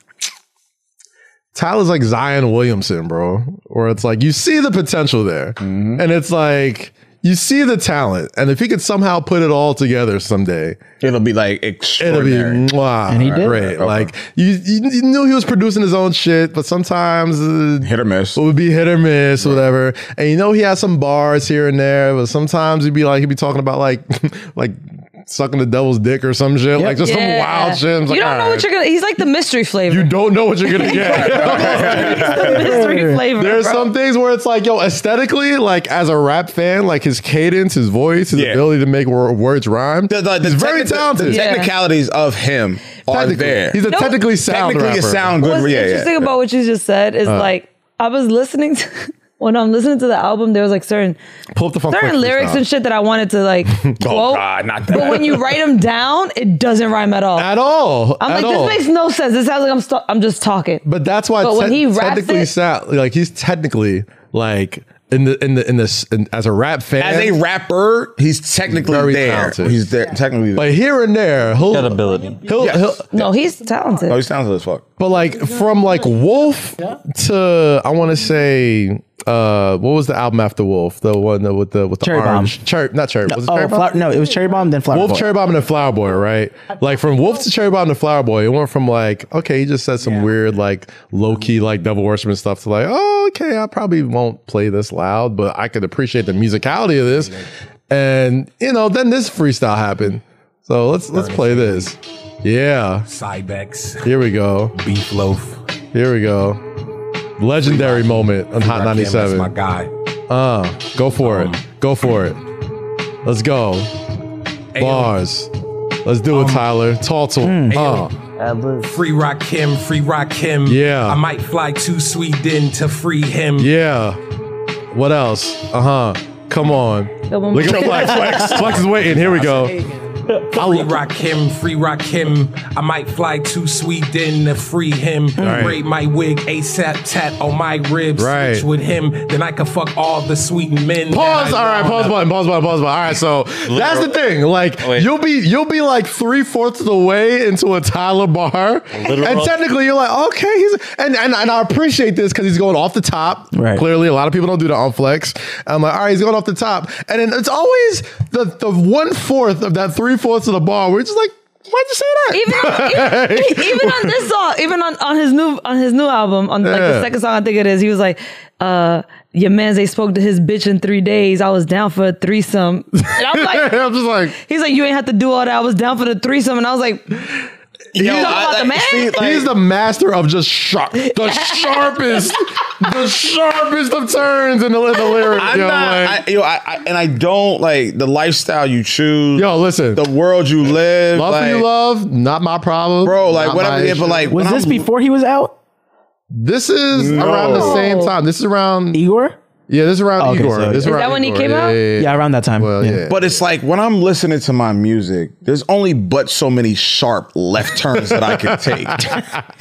[SPEAKER 1] Tyler's like Zion Williamson, bro. Where it's like you see the potential there,
[SPEAKER 3] Mm-hmm.
[SPEAKER 1] and it's like you see the talent, and if he could somehow put it all together someday,
[SPEAKER 3] it'll be like
[SPEAKER 1] it'll be
[SPEAKER 3] extraordinary.
[SPEAKER 1] mwah,
[SPEAKER 6] And he did.
[SPEAKER 1] great.
[SPEAKER 3] Okay.
[SPEAKER 1] Like you, you, you knew he was producing his own shit, but sometimes uh,
[SPEAKER 3] hit or miss.
[SPEAKER 1] it would be hit or miss, whatever. And you know he has some bars here and there, but sometimes he'd be like he'd be talking about like like sucking the devil's dick or some shit, like just some wild shit.
[SPEAKER 2] You don't know what you're gonna. He's like the mystery flavor.
[SPEAKER 1] you don't know what you're gonna get.
[SPEAKER 2] the mystery flavor.
[SPEAKER 1] There's
[SPEAKER 2] bro.
[SPEAKER 1] some things where it's like, yo, aesthetically, like as a rap fan, like his cadence, his voice, his
[SPEAKER 3] Yeah.
[SPEAKER 1] ability to make wor- words rhyme.
[SPEAKER 3] The, the, the
[SPEAKER 1] he's very
[SPEAKER 3] techni- the-
[SPEAKER 1] talented.
[SPEAKER 3] The
[SPEAKER 2] Yeah.
[SPEAKER 3] technicalities of him are
[SPEAKER 1] Technically.
[SPEAKER 3] there.
[SPEAKER 1] He's a
[SPEAKER 2] No,
[SPEAKER 1] technically sound.
[SPEAKER 3] technically a
[SPEAKER 1] rapper.
[SPEAKER 3] sound good.
[SPEAKER 2] What's
[SPEAKER 3] yeah, yeah,
[SPEAKER 2] interesting
[SPEAKER 3] yeah.
[SPEAKER 2] about what you just said
[SPEAKER 1] Uh.
[SPEAKER 2] is like I was listening to when I'm listening to the album. There was like certain
[SPEAKER 1] Pull up the funk
[SPEAKER 2] certain
[SPEAKER 1] Flex
[SPEAKER 2] lyrics
[SPEAKER 1] freestyle.
[SPEAKER 2] and shit that I wanted to like
[SPEAKER 1] Oh,
[SPEAKER 2] quote.
[SPEAKER 3] God, not
[SPEAKER 2] But
[SPEAKER 3] that.
[SPEAKER 2] when you write them down, it doesn't rhyme at all.
[SPEAKER 1] at all.
[SPEAKER 2] I'm
[SPEAKER 1] at
[SPEAKER 2] like,
[SPEAKER 1] all.
[SPEAKER 2] this makes no sense. This sounds like I'm stu- I'm just talking.
[SPEAKER 1] But that's why
[SPEAKER 2] But when
[SPEAKER 1] te-
[SPEAKER 2] he raps
[SPEAKER 1] technically
[SPEAKER 2] it-
[SPEAKER 1] sound like he's technically like in the in the in this in, as a rap fan.
[SPEAKER 3] as a rapper, he's technically
[SPEAKER 1] Very
[SPEAKER 3] there.
[SPEAKER 1] talented.
[SPEAKER 3] He's there technically. There.
[SPEAKER 1] but here and there, he'll
[SPEAKER 4] That ability.
[SPEAKER 1] he'll,
[SPEAKER 3] Yes.
[SPEAKER 1] he'll
[SPEAKER 2] no, he's talented.
[SPEAKER 3] oh, he sounds as fuck.
[SPEAKER 1] but like from like Wolf to I want to say uh what was the album after Wolf? The one that with the with the
[SPEAKER 6] Cherry Bomb.
[SPEAKER 1] orange cherry not cherry was it cherry
[SPEAKER 6] Oh,
[SPEAKER 1] bomb?
[SPEAKER 6] flower, no, it was cherry bomb then flower.
[SPEAKER 1] Wolf,
[SPEAKER 6] Boy.
[SPEAKER 1] Cherry Bomb, and then Flower Boy, right? Like from Wolf to Cherry Bomb to Flower Boy, it went from like, okay, he just said some weird, like low key, like devil worshiping stuff to like, oh, okay, I probably won't play this loud, but I could appreciate the musicality of this. And, you know, then this freestyle happened. So let's let's play this. Yeah.
[SPEAKER 8] Cybex,
[SPEAKER 1] Here we go.
[SPEAKER 8] Beef Loaf.
[SPEAKER 1] Here we go. Legendary moment on Hot
[SPEAKER 8] Rakim, that's My
[SPEAKER 1] 97.
[SPEAKER 8] Um, guy.
[SPEAKER 1] Uh, go for it. Go for it. Let's go. Bars. Let's do it, Tyler. Taltle. Uh.
[SPEAKER 8] Free Rock Kim, Free Rock Kim.
[SPEAKER 1] Yeah.
[SPEAKER 8] I might fly to Sweden to free him.
[SPEAKER 1] Yeah. What else? Uh huh. Come on.
[SPEAKER 2] Double
[SPEAKER 1] Look at Flex. Flex. Flex is waiting. Here we go.
[SPEAKER 8] Free Rock Kim, Free Rock Kim. I might fly to Sweden to free him.
[SPEAKER 1] right.
[SPEAKER 8] Braid my wig ASAP, tat on my ribs.
[SPEAKER 1] Right.
[SPEAKER 8] Switch with him, then I can fuck all the Sweden men. that
[SPEAKER 1] Pause.
[SPEAKER 8] I
[SPEAKER 1] All right.
[SPEAKER 8] wanna.
[SPEAKER 1] Pause button. Pause button. Pause button. All right. So that's the thing. Like
[SPEAKER 4] Wait.
[SPEAKER 1] you'll be you'll be like three fourths of the way into a Tyler bar,
[SPEAKER 4] Literal-
[SPEAKER 1] and technically you're like, okay, he's and and, and I appreciate this because he's going off the top.
[SPEAKER 6] Right.
[SPEAKER 1] Clearly, a lot of people don't do the on flex. I'm like, all right, he's going off the top, and then it's always the the one fourth of that three fourths of the bar. We're just like, why'd you say that?
[SPEAKER 2] even on, even, even on this song, even on, on his new on his new album, on like
[SPEAKER 1] Yeah.
[SPEAKER 2] the second song I think it is, he was like, uh, your man's they spoke to his bitch in three days. I was down for a threesome. And I was like,
[SPEAKER 1] I'm just like.
[SPEAKER 2] he's like, you ain't have to do all that. I was down for the threesome. And I was like,
[SPEAKER 3] Yo,
[SPEAKER 2] talking
[SPEAKER 3] I-
[SPEAKER 2] about the
[SPEAKER 3] I-
[SPEAKER 2] man?
[SPEAKER 3] see, like-
[SPEAKER 1] He's the master of just sharp, the sharpest, the sharpest of turns in the, in the lyric.
[SPEAKER 3] I'm
[SPEAKER 1] yo,
[SPEAKER 3] not.
[SPEAKER 1] like-
[SPEAKER 3] I, yo, I, I, and I don't like the lifestyle you choose.
[SPEAKER 1] yo, listen,
[SPEAKER 3] the world you live.
[SPEAKER 1] love
[SPEAKER 3] like,
[SPEAKER 1] for you, love, not my problem,
[SPEAKER 3] bro. Like
[SPEAKER 1] not
[SPEAKER 3] whatever.
[SPEAKER 1] my
[SPEAKER 3] Yeah,
[SPEAKER 1] issue.
[SPEAKER 3] but like,
[SPEAKER 6] Was
[SPEAKER 3] when
[SPEAKER 6] this
[SPEAKER 3] I'm-
[SPEAKER 6] before he was out?
[SPEAKER 1] this is
[SPEAKER 3] No.
[SPEAKER 1] around the same time. This is around,
[SPEAKER 2] E-
[SPEAKER 6] Igor?
[SPEAKER 1] yeah, this is around
[SPEAKER 6] Okay,
[SPEAKER 1] Igor.
[SPEAKER 6] so-
[SPEAKER 1] this
[SPEAKER 6] Is
[SPEAKER 1] around
[SPEAKER 2] that when he
[SPEAKER 1] Igor.
[SPEAKER 2] came out?
[SPEAKER 1] Yeah,
[SPEAKER 6] Yeah, around that time.
[SPEAKER 1] Well, yeah.
[SPEAKER 3] But it's like when I'm listening to my music, there's only but so many sharp left turns that I can take,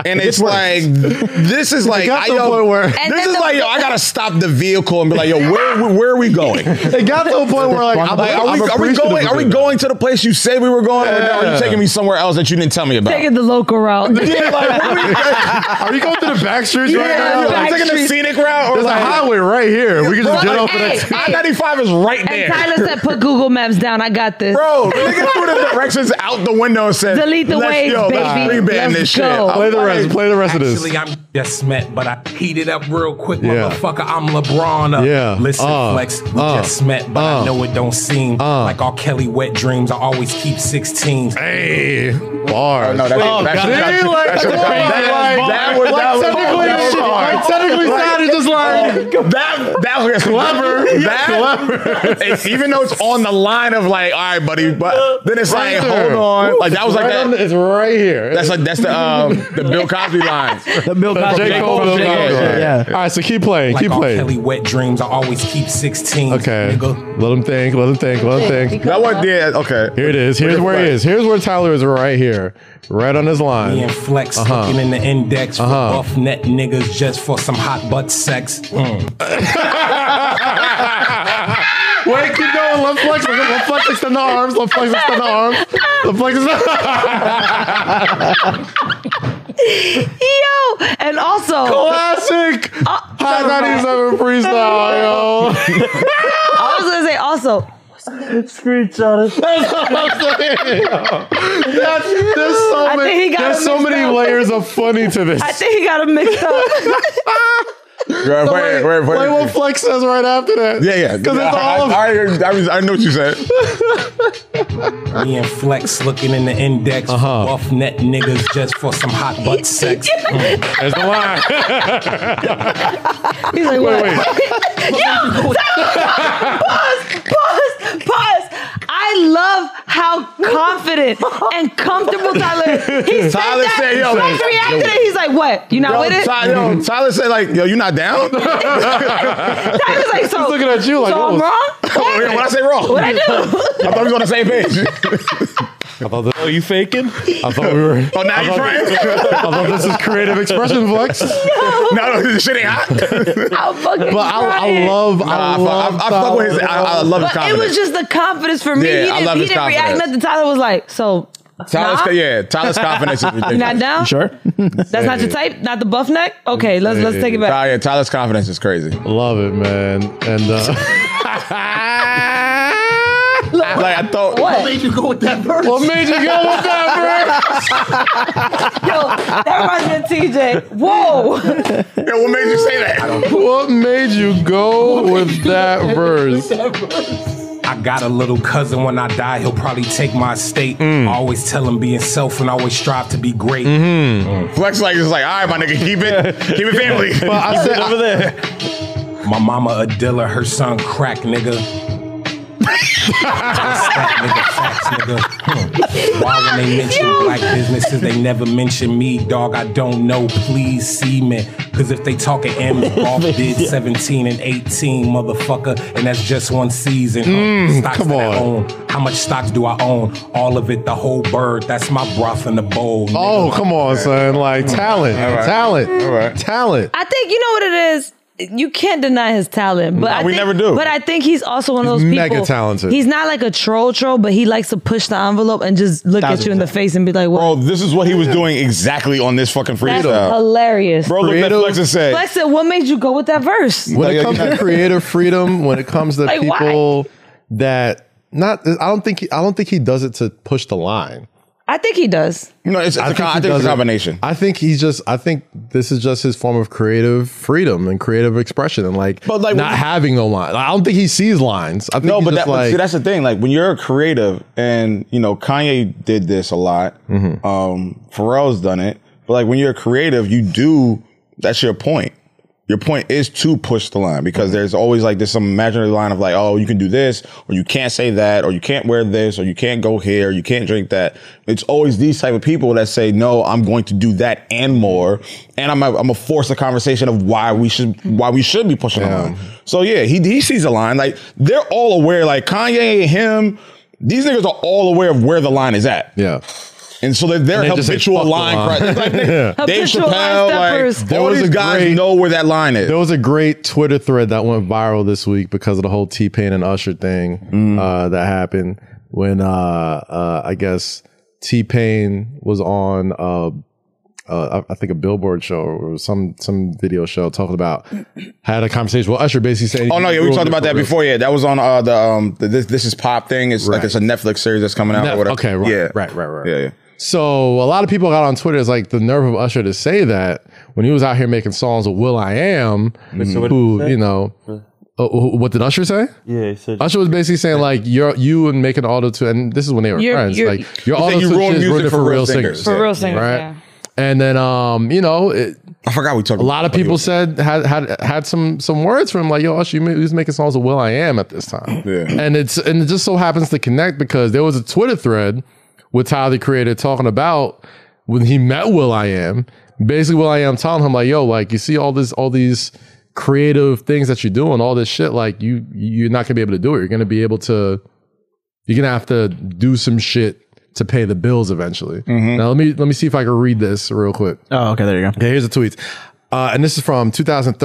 [SPEAKER 3] and it's like this is like
[SPEAKER 1] got
[SPEAKER 3] I,
[SPEAKER 1] to the point where- And
[SPEAKER 3] this
[SPEAKER 2] then
[SPEAKER 3] is
[SPEAKER 2] the-
[SPEAKER 3] like yo, I gotta stop the vehicle and be like yo, where where are we going?
[SPEAKER 1] It got to a point where like, I'm,
[SPEAKER 3] Like, are
[SPEAKER 1] I'm
[SPEAKER 3] we, are we
[SPEAKER 1] appreciative
[SPEAKER 3] going?
[SPEAKER 1] of
[SPEAKER 3] Are we
[SPEAKER 1] it.
[SPEAKER 3] going to the place you said we were going? Or no, are you taking me somewhere else that you didn't tell me about?
[SPEAKER 2] taking the local route.
[SPEAKER 1] Yeah, like, what are, we, are you going through the back streets right
[SPEAKER 2] Yeah,
[SPEAKER 1] now?
[SPEAKER 2] the
[SPEAKER 1] Like,
[SPEAKER 2] back-
[SPEAKER 3] taking the
[SPEAKER 2] Backstreet.
[SPEAKER 3] scenic route, or
[SPEAKER 1] there's a
[SPEAKER 3] like,
[SPEAKER 1] highway right here. We can just get
[SPEAKER 2] Like,
[SPEAKER 1] off of
[SPEAKER 2] hey,
[SPEAKER 1] that.
[SPEAKER 2] hey.
[SPEAKER 3] I ninety five is right
[SPEAKER 2] And
[SPEAKER 3] there,
[SPEAKER 2] Tyler said, put Google Maps down. I got this.
[SPEAKER 3] bro. The nigga threw the directions out the window and said,
[SPEAKER 2] Delete the
[SPEAKER 3] "Let's-
[SPEAKER 2] waves,
[SPEAKER 3] yo,
[SPEAKER 2] baby.
[SPEAKER 3] Let's pre-ban
[SPEAKER 2] Let's
[SPEAKER 3] this
[SPEAKER 2] go.
[SPEAKER 3] shit.
[SPEAKER 1] Play the rest. Play the rest of this.
[SPEAKER 8] Actually, I'm just met, but I heated up real quick,
[SPEAKER 1] Yeah.
[SPEAKER 8] motherfucker. I'm LeBron. Up.
[SPEAKER 1] Yeah.
[SPEAKER 8] Listen,
[SPEAKER 1] Uh,
[SPEAKER 8] Flex, we
[SPEAKER 1] uh,
[SPEAKER 8] just met, but
[SPEAKER 1] uh,
[SPEAKER 8] I know it don't seem
[SPEAKER 1] uh.
[SPEAKER 8] like all Kelly wet dreams. I always keep 16s.
[SPEAKER 1] Hey, bars.
[SPEAKER 3] no, that's- Oh, that's- God. that's-
[SPEAKER 1] See, like,
[SPEAKER 3] that's-
[SPEAKER 1] come on,
[SPEAKER 3] that was-
[SPEAKER 1] like,
[SPEAKER 3] that was-
[SPEAKER 1] like,
[SPEAKER 3] that was-
[SPEAKER 1] technically,
[SPEAKER 3] that was
[SPEAKER 1] shit,
[SPEAKER 3] hard.
[SPEAKER 1] Oh, like, technically, sound is just like,
[SPEAKER 3] That That was clever. That, it's- even though it's on the line of like, all right, buddy, but then it's like,
[SPEAKER 1] there.
[SPEAKER 3] hold on, like that was like
[SPEAKER 1] Right on
[SPEAKER 3] that.
[SPEAKER 1] the- it's right here.
[SPEAKER 3] that's like that's the um, the Bill Cosby line.
[SPEAKER 6] The Bill Cosby.
[SPEAKER 1] J. Cole,
[SPEAKER 3] Cole,
[SPEAKER 1] Bill
[SPEAKER 3] yeah,
[SPEAKER 1] Cosby.
[SPEAKER 6] yeah.
[SPEAKER 1] All right, so keep playing.
[SPEAKER 8] Like
[SPEAKER 1] keep
[SPEAKER 8] R.
[SPEAKER 1] playing.
[SPEAKER 8] Kelly wet dreams, I always keep 16.
[SPEAKER 1] Okay.
[SPEAKER 8] Nigga.
[SPEAKER 1] Let him think. Let him think. Let him think.
[SPEAKER 3] That one, yeah, okay.
[SPEAKER 1] Here it is. Here's where he is. Here's where Tyler is right here. Right on his line.
[SPEAKER 8] Being flex,
[SPEAKER 1] Uh-huh.
[SPEAKER 8] looking in the index for buff net niggas just for some hot butt sex. Mm.
[SPEAKER 1] Wait, keep going. Left flex. Left flex extend the arms. Left flex extend the arms. Left flex extend the
[SPEAKER 2] Yo, and also,
[SPEAKER 1] Classic. High 97 freestyle, yo.
[SPEAKER 2] I was gonna say also,
[SPEAKER 1] That's what I'm saying. yo. That's, there's so
[SPEAKER 2] I think
[SPEAKER 1] many,
[SPEAKER 2] he got
[SPEAKER 1] there's
[SPEAKER 2] it
[SPEAKER 1] so
[SPEAKER 2] mixed
[SPEAKER 1] many
[SPEAKER 2] up.
[SPEAKER 1] layers of funny to this.
[SPEAKER 2] I think he got a mix up.
[SPEAKER 3] Wait, wait, wait,
[SPEAKER 1] Play what
[SPEAKER 3] wait.
[SPEAKER 1] Flex says right after that.
[SPEAKER 3] Yeah, yeah.
[SPEAKER 1] Because it's
[SPEAKER 3] I,
[SPEAKER 1] all of
[SPEAKER 3] I, I, I, was- I know what you said.
[SPEAKER 8] Being flex, looking in the index
[SPEAKER 1] Uh-huh.
[SPEAKER 8] for buff net niggas just for some hot butt sex.
[SPEAKER 1] There's the line.
[SPEAKER 2] He's
[SPEAKER 1] Wait,
[SPEAKER 2] like, what?
[SPEAKER 1] wait.
[SPEAKER 2] Pause, pause. I love how confident and comfortable Tyler is. He said
[SPEAKER 3] Tyler
[SPEAKER 2] that.
[SPEAKER 3] said, yo,
[SPEAKER 2] Flex
[SPEAKER 3] yo.
[SPEAKER 2] reacted and he's like, what? You not
[SPEAKER 3] Yo,
[SPEAKER 2] with it?
[SPEAKER 3] Ty- yo, Tyler said like, yo, you not down?
[SPEAKER 2] Tyler's like, so,
[SPEAKER 1] looking at you like,
[SPEAKER 2] so I'm
[SPEAKER 1] what was-
[SPEAKER 2] wrong?
[SPEAKER 3] Wait,
[SPEAKER 2] What?
[SPEAKER 3] What'd I say wrong?
[SPEAKER 2] What'd I do?
[SPEAKER 3] I thought we was on the same page.
[SPEAKER 4] Oh, you faking?
[SPEAKER 1] I thought we were.
[SPEAKER 3] Oh, now you friends?
[SPEAKER 1] Although this is creative expression flex, but
[SPEAKER 3] No, no, this shit ain't hot.
[SPEAKER 2] I'm
[SPEAKER 1] I,
[SPEAKER 2] fucking
[SPEAKER 1] I
[SPEAKER 2] crying.
[SPEAKER 1] love,
[SPEAKER 3] Nah,
[SPEAKER 1] I
[SPEAKER 3] I fuck-
[SPEAKER 1] love,
[SPEAKER 3] I, I fuck with his. I, I love his
[SPEAKER 2] But it
[SPEAKER 3] confidence.
[SPEAKER 2] was just the confidence for me.
[SPEAKER 3] Yeah,
[SPEAKER 2] he
[SPEAKER 3] I
[SPEAKER 2] didn't,
[SPEAKER 3] love
[SPEAKER 2] he
[SPEAKER 3] his
[SPEAKER 2] didn't react
[SPEAKER 3] confidence.
[SPEAKER 2] nothing. Tyler was like, so,
[SPEAKER 3] Tyler's,
[SPEAKER 2] nah?
[SPEAKER 3] yeah, Tyler's confidence is ridiculous.
[SPEAKER 2] not down?
[SPEAKER 6] Sure.
[SPEAKER 2] That's not your type? Not the buff neck? Okay, let's let's take it back.
[SPEAKER 3] Ty- yeah, Tyler's confidence is crazy.
[SPEAKER 1] love it, man. And uh,
[SPEAKER 3] Like I thought.
[SPEAKER 2] What? Yo,
[SPEAKER 8] you go with that verse?
[SPEAKER 1] what made you go with that,
[SPEAKER 2] that reminds me of TJ. Whoa.
[SPEAKER 3] Yo, what made you say that?
[SPEAKER 1] bro? What made you go with that verse?
[SPEAKER 8] I got a little cousin. When I die, he'll probably take my estate. I always tell him being self and always strive to be great.
[SPEAKER 3] Flex like is like, all right, my nigga, keep it, keep it family.
[SPEAKER 1] I said, over there.
[SPEAKER 8] My mama a dealer, her son crack nigga. Stack nigga, facts, nigga. Hmm. Why when they mention black businesses, they never mention me, dog. I don't know. Please see me. Cause if they talking M's, Golf did 17 and 18, motherfucker. And that's just one season. Mm, stocks
[SPEAKER 1] come
[SPEAKER 8] that I
[SPEAKER 1] on.
[SPEAKER 8] own. How much stocks do I own? All of it, the whole bird. That's my broth in the bowl. nigga.
[SPEAKER 1] Oh, come on, son! Like talent, talent,
[SPEAKER 3] right.
[SPEAKER 1] talent.
[SPEAKER 2] I think you know what it is. You can't deny his talent, but I
[SPEAKER 3] we
[SPEAKER 2] think-
[SPEAKER 3] never do.
[SPEAKER 2] But I think he's also one of those
[SPEAKER 1] He's
[SPEAKER 2] people.
[SPEAKER 1] mega talented.
[SPEAKER 2] He's not like a troll troll, but he likes to push the envelope and just look at you in the face and be like, "Well,
[SPEAKER 3] Bro, this is what he was doing exactly on this fucking
[SPEAKER 2] that's
[SPEAKER 3] freestyle.
[SPEAKER 2] hilarious."
[SPEAKER 3] Bro, look at
[SPEAKER 1] Creative.
[SPEAKER 3] Flex and say,
[SPEAKER 2] Flex said, "What made you go with that verse?"
[SPEAKER 1] When
[SPEAKER 3] Yeah,
[SPEAKER 1] it comes
[SPEAKER 3] yeah.
[SPEAKER 1] to creative freedom, when it comes to
[SPEAKER 2] Like, why?
[SPEAKER 1] people that not, I don't think he, I don't think he does it to push the line.
[SPEAKER 2] I think he does.
[SPEAKER 3] you know, it's, it's, a
[SPEAKER 1] I
[SPEAKER 3] co- I
[SPEAKER 1] he
[SPEAKER 3] think it's
[SPEAKER 1] does
[SPEAKER 3] a
[SPEAKER 1] it-
[SPEAKER 3] combination.
[SPEAKER 1] I think he's just. I think this is just his form of creative freedom and creative expression, and like,
[SPEAKER 3] But, like,
[SPEAKER 1] not
[SPEAKER 3] when-
[SPEAKER 1] having no line. I don't think he sees lines. I think
[SPEAKER 3] No,
[SPEAKER 1] he's
[SPEAKER 3] but
[SPEAKER 1] just
[SPEAKER 3] that, but
[SPEAKER 1] like,
[SPEAKER 3] see, that's the thing. Like when you're creative, and you know Kanye did this a lot.
[SPEAKER 1] Mm-hmm.
[SPEAKER 3] Um, Pharrell's done it, but like when you're creative, you do. That's your point. Your point is to push the line because
[SPEAKER 1] Mm-hmm.
[SPEAKER 3] there's always like there's some imaginary line of like, oh, you can do this, or you can't say that, or you can't wear this, or you can't go here, you can't drink that. It's always these type of people that say, no, I'm going to do that and more, and I'm I'm gonna force a conversation of why we should why we should be pushing the line. So yeah, he he sees a line. Like they're all aware. Like Kanye, him, these niggas are all aware of where the line is at.
[SPEAKER 1] yeah.
[SPEAKER 3] And so they're, they're
[SPEAKER 1] And they just say,
[SPEAKER 3] habitual
[SPEAKER 1] "Fuck the
[SPEAKER 3] line.
[SPEAKER 1] line."
[SPEAKER 3] cri- like they, Dave
[SPEAKER 2] Habitual line
[SPEAKER 3] Chappelle, like
[SPEAKER 2] steppers.
[SPEAKER 1] There
[SPEAKER 3] all
[SPEAKER 1] was
[SPEAKER 3] these
[SPEAKER 1] a
[SPEAKER 3] guys
[SPEAKER 1] great-
[SPEAKER 3] know where that line is.
[SPEAKER 1] There was a great Twitter thread that went viral this week because of the whole T Pain and Usher thing
[SPEAKER 3] Mm.
[SPEAKER 1] uh, that happened when uh, uh, I guess T Pain was on uh, uh, I I think a Billboard show or some some video show talking about had a conversation with Usher basically saying
[SPEAKER 3] Oh no, yeah, we
[SPEAKER 1] ruined
[SPEAKER 3] talked
[SPEAKER 1] it
[SPEAKER 3] about
[SPEAKER 1] for
[SPEAKER 3] that
[SPEAKER 1] real.
[SPEAKER 3] before. Yeah, that was on uh, the um the, this this is pop thing. It's like
[SPEAKER 1] Right.
[SPEAKER 3] it's a Netflix series that's coming out.
[SPEAKER 1] Nef-
[SPEAKER 3] or whatever.
[SPEAKER 1] okay, right,
[SPEAKER 3] yeah,
[SPEAKER 1] right, right, right.
[SPEAKER 3] yeah, yeah.
[SPEAKER 1] So a lot of people got on Twitter. It's like the nerve of Usher to say that when he was out here making songs with Will I Am, who you know, uh, wh- what did Usher say?
[SPEAKER 4] Yeah, he said.
[SPEAKER 1] Usher was basically saying like you're you and making auto tune, and this is when they were
[SPEAKER 2] You're-
[SPEAKER 1] friends.
[SPEAKER 2] you're-
[SPEAKER 1] like your
[SPEAKER 3] He said
[SPEAKER 1] auto
[SPEAKER 3] you
[SPEAKER 1] tune
[SPEAKER 3] ruined
[SPEAKER 1] is
[SPEAKER 3] music
[SPEAKER 1] ruined it for real singers,
[SPEAKER 2] For
[SPEAKER 3] Yeah.
[SPEAKER 2] real singers,
[SPEAKER 1] right?
[SPEAKER 2] yeah.
[SPEAKER 1] And then um, you know, it,
[SPEAKER 3] I forgot we talked.
[SPEAKER 1] A lot of people said had had had some some words for him like yo Usher you ma- he was making songs with Will I Am at this time
[SPEAKER 3] Yeah.
[SPEAKER 1] and it's and it just so happens to connect because there was a Twitter thread with Tyler the Creator talking about when he met Will I Am basically Will I Am telling him like yo like you see all this all these creative things that you're doing all this shit like you you're not gonna be able to do it you're gonna be able to you're gonna have to do some shit to pay the bills eventually now let me let me see if I can read this real quick.
[SPEAKER 6] Oh, okay, there you go.
[SPEAKER 1] Yeah, here's the tweets. Uh, and this is from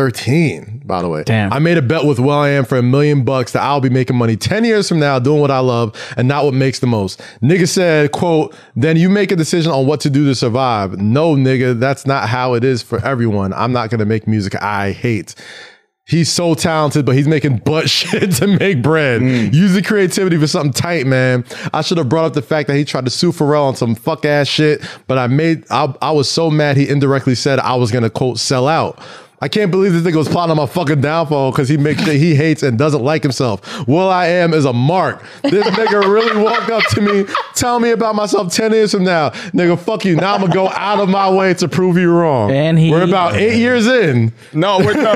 [SPEAKER 1] 2013, by the way.
[SPEAKER 6] Damn.
[SPEAKER 1] I made a bet with Will I Am for a million bucks that I'll be making money 10 years from now doing what I love and not what makes the most. Nigga said, quote, then you make a decision on what to do to survive. No, nigga, that's not how it is for everyone. I'm not going to make music I hate. He's so talented, but he's making butt shit to make bread. Use the creativity for something tight, man. I should have brought up the fact that he tried to sue Pharrell on some fuck ass shit, but I made I, I was so mad he indirectly said I was gonna quote sell out. I can't believe this nigga was plotting on my fucking downfall because he makes shit he hates and doesn't like himself. Will I am is a mark. This nigga really walked up to me, tell me about myself 10 years from now. Nigga, fuck you. Now I'm gonna go out of my way to prove you wrong.
[SPEAKER 6] And he-
[SPEAKER 1] We're about eight years in.
[SPEAKER 3] No, we're no,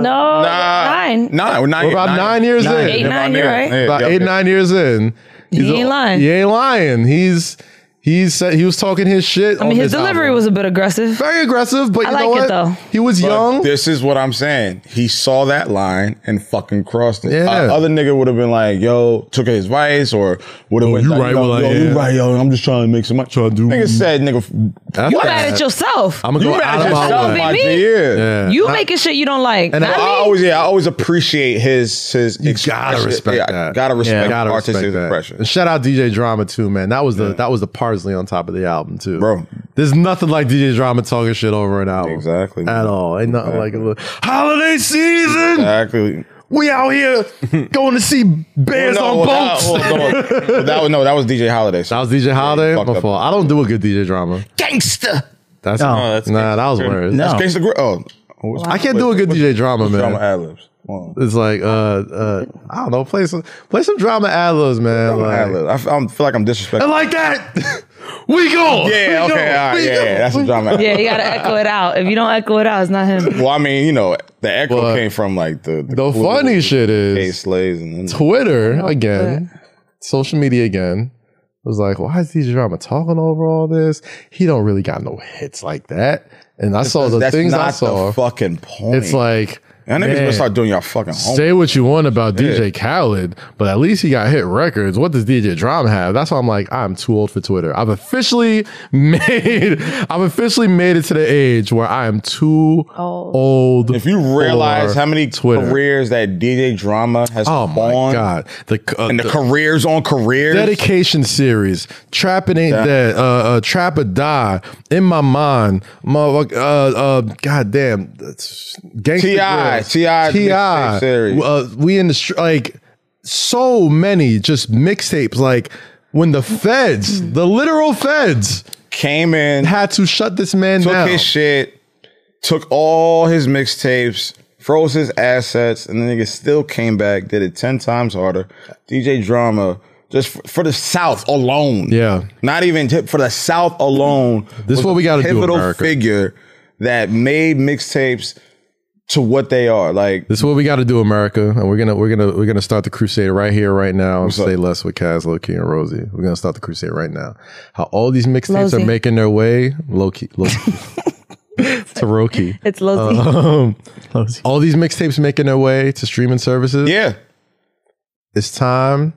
[SPEAKER 2] No, Oh, nine.
[SPEAKER 3] Nine. We're nine.
[SPEAKER 1] We're about nine years in.
[SPEAKER 2] Eight,
[SPEAKER 3] We're
[SPEAKER 2] nine,
[SPEAKER 3] about
[SPEAKER 2] you're right.
[SPEAKER 3] Yeah,
[SPEAKER 1] about
[SPEAKER 3] yeah,
[SPEAKER 1] eight
[SPEAKER 3] yeah.
[SPEAKER 1] nine years in. He's
[SPEAKER 2] ain't
[SPEAKER 1] a-
[SPEAKER 2] lying.
[SPEAKER 1] He ain't lying. He's he said he was talking his shit.
[SPEAKER 2] I mean, his delivery was a bit aggressive.
[SPEAKER 1] very aggressive, but
[SPEAKER 2] I
[SPEAKER 1] you know
[SPEAKER 2] like it,
[SPEAKER 1] what?
[SPEAKER 2] though.
[SPEAKER 1] He was
[SPEAKER 3] But
[SPEAKER 1] young.
[SPEAKER 3] This is what I'm saying. He saw that line and fucking crossed it.
[SPEAKER 1] Yeah.
[SPEAKER 3] Uh, other nigga would have been like, "Yo, took his advice," or would have
[SPEAKER 1] Oh,
[SPEAKER 3] went,
[SPEAKER 1] you
[SPEAKER 3] like,
[SPEAKER 1] right,
[SPEAKER 3] yo,
[SPEAKER 1] Will I
[SPEAKER 3] yo,
[SPEAKER 1] Am.
[SPEAKER 3] you right, yo. I'm just trying to make some money.
[SPEAKER 1] Trying to do-
[SPEAKER 3] nigga said, "Nigga,
[SPEAKER 1] That's
[SPEAKER 2] You
[SPEAKER 1] bad.
[SPEAKER 2] mad at yourself.
[SPEAKER 1] I'm gonna
[SPEAKER 3] you
[SPEAKER 1] go out
[SPEAKER 3] mad
[SPEAKER 1] of
[SPEAKER 3] at
[SPEAKER 1] my
[SPEAKER 3] yourself,
[SPEAKER 1] way.
[SPEAKER 2] Be
[SPEAKER 3] my
[SPEAKER 2] me?
[SPEAKER 3] G. Yeah.
[SPEAKER 1] Yeah.
[SPEAKER 2] you making shit you don't like.
[SPEAKER 1] And
[SPEAKER 2] not
[SPEAKER 1] I-
[SPEAKER 3] I
[SPEAKER 2] me.
[SPEAKER 3] always, yeah, I always appreciate his his.
[SPEAKER 1] You gotta respect
[SPEAKER 3] yeah, I
[SPEAKER 1] that.
[SPEAKER 3] Gotta respect
[SPEAKER 1] gotta
[SPEAKER 3] artistic
[SPEAKER 1] respect that.
[SPEAKER 3] expression.
[SPEAKER 1] And shout out DJ Drama too, man. That was the that was the parsley on top of the album too,
[SPEAKER 3] Bro.
[SPEAKER 1] There's nothing like DJ Drama talking shit over an album,
[SPEAKER 3] Exactly.
[SPEAKER 1] At all, ain't nothing
[SPEAKER 3] Exactly.
[SPEAKER 1] like a little holiday season.
[SPEAKER 3] Exactly.
[SPEAKER 1] We out here going to see bears on boats.
[SPEAKER 3] That, well, no, well, that was no, that was DJ Holiday.
[SPEAKER 1] That was DJ Holiday.
[SPEAKER 3] fucked
[SPEAKER 1] My
[SPEAKER 3] up.
[SPEAKER 1] fault. I don't do a good DJ drama.
[SPEAKER 3] gangster.
[SPEAKER 1] That's,
[SPEAKER 6] No.
[SPEAKER 4] Oh, that's
[SPEAKER 1] nah.
[SPEAKER 4] good.
[SPEAKER 1] That was worse.
[SPEAKER 6] No.
[SPEAKER 3] That's gangster. Gr- oh,
[SPEAKER 1] I can't do a good DJ drama, man.
[SPEAKER 3] drama ad libs.
[SPEAKER 1] It's like uh, uh, I don't know. Play some play some drama ad libs, man. like,
[SPEAKER 3] I f- I feel like I'm disrespecting.
[SPEAKER 1] And like that, we go.
[SPEAKER 3] Yeah,
[SPEAKER 1] We
[SPEAKER 3] okay,
[SPEAKER 1] go.
[SPEAKER 3] all right,
[SPEAKER 1] We
[SPEAKER 3] yeah,
[SPEAKER 1] go.
[SPEAKER 3] yeah, that's a drama.
[SPEAKER 2] Yeah, you gotta echo it out. If you don't echo it out, it's not him.
[SPEAKER 3] Well, I mean, you know, the echo
[SPEAKER 1] But
[SPEAKER 3] came from like the the,
[SPEAKER 1] The funny shit
[SPEAKER 3] K
[SPEAKER 1] is
[SPEAKER 3] slays and then,
[SPEAKER 1] Twitter again, social media again. Was like, why is DJ drama talking over all this? He don't really got no hits like that. And I saw the
[SPEAKER 3] that's
[SPEAKER 1] things
[SPEAKER 3] not
[SPEAKER 1] I saw.
[SPEAKER 3] the fucking point.
[SPEAKER 1] It's like.
[SPEAKER 3] y'all niggas
[SPEAKER 1] man.
[SPEAKER 3] gonna start doing your fucking homework.
[SPEAKER 1] Say what you want about DJ Khaled, but at least he got hit records. What does DJ Drama have? That's why I'm like, I'm too old for Twitter. I've officially made, I've officially made it to the age where I am too
[SPEAKER 2] Old.
[SPEAKER 1] old.
[SPEAKER 3] If you realize
[SPEAKER 1] for
[SPEAKER 3] how many
[SPEAKER 1] Twitter,
[SPEAKER 3] careers that DJ Drama has
[SPEAKER 1] oh my
[SPEAKER 3] spawned,
[SPEAKER 1] god, the, uh,
[SPEAKER 3] and the,
[SPEAKER 1] the
[SPEAKER 3] careers on careers,
[SPEAKER 1] dedication series, Trappin' Ain't
[SPEAKER 3] Yeah.
[SPEAKER 1] Dead, uh, uh, Trap or Die, In My Mind, motherfuck- uh, uh, goddamn, Gangsta
[SPEAKER 3] T.I., T.I.
[SPEAKER 1] T.I.,
[SPEAKER 3] mixtape series.
[SPEAKER 1] uh, we in the str- like so many just mixtapes like. When the feds, the literal feds,
[SPEAKER 3] came in,
[SPEAKER 1] had to shut this man
[SPEAKER 3] took
[SPEAKER 1] down.
[SPEAKER 3] his shit, took all his mixtapes, froze his assets, and the nigga still came back, did it 10 times harder. DJ Drama, just for, for the South alone.
[SPEAKER 1] Yeah.
[SPEAKER 3] Not even t- for the South alone.
[SPEAKER 1] This is
[SPEAKER 3] was
[SPEAKER 1] what we
[SPEAKER 3] a
[SPEAKER 1] gotta do,
[SPEAKER 3] Pivotal
[SPEAKER 1] America.
[SPEAKER 3] figure that made mixtapes to what they are. Like,
[SPEAKER 1] This is what we got to do, America, and we're gonna we're gonna we're gonna start the crusade right here, right now. And say less with Kaz, Low Key, and Rosie. We're gonna start the crusade right now. How all these mixtapes are
[SPEAKER 2] Losey.
[SPEAKER 1] making their way, low key, low key. to Roki.
[SPEAKER 2] It's low
[SPEAKER 1] Uh-huh. All these mixtapes making their way to streaming services.
[SPEAKER 3] yeah.
[SPEAKER 1] It's time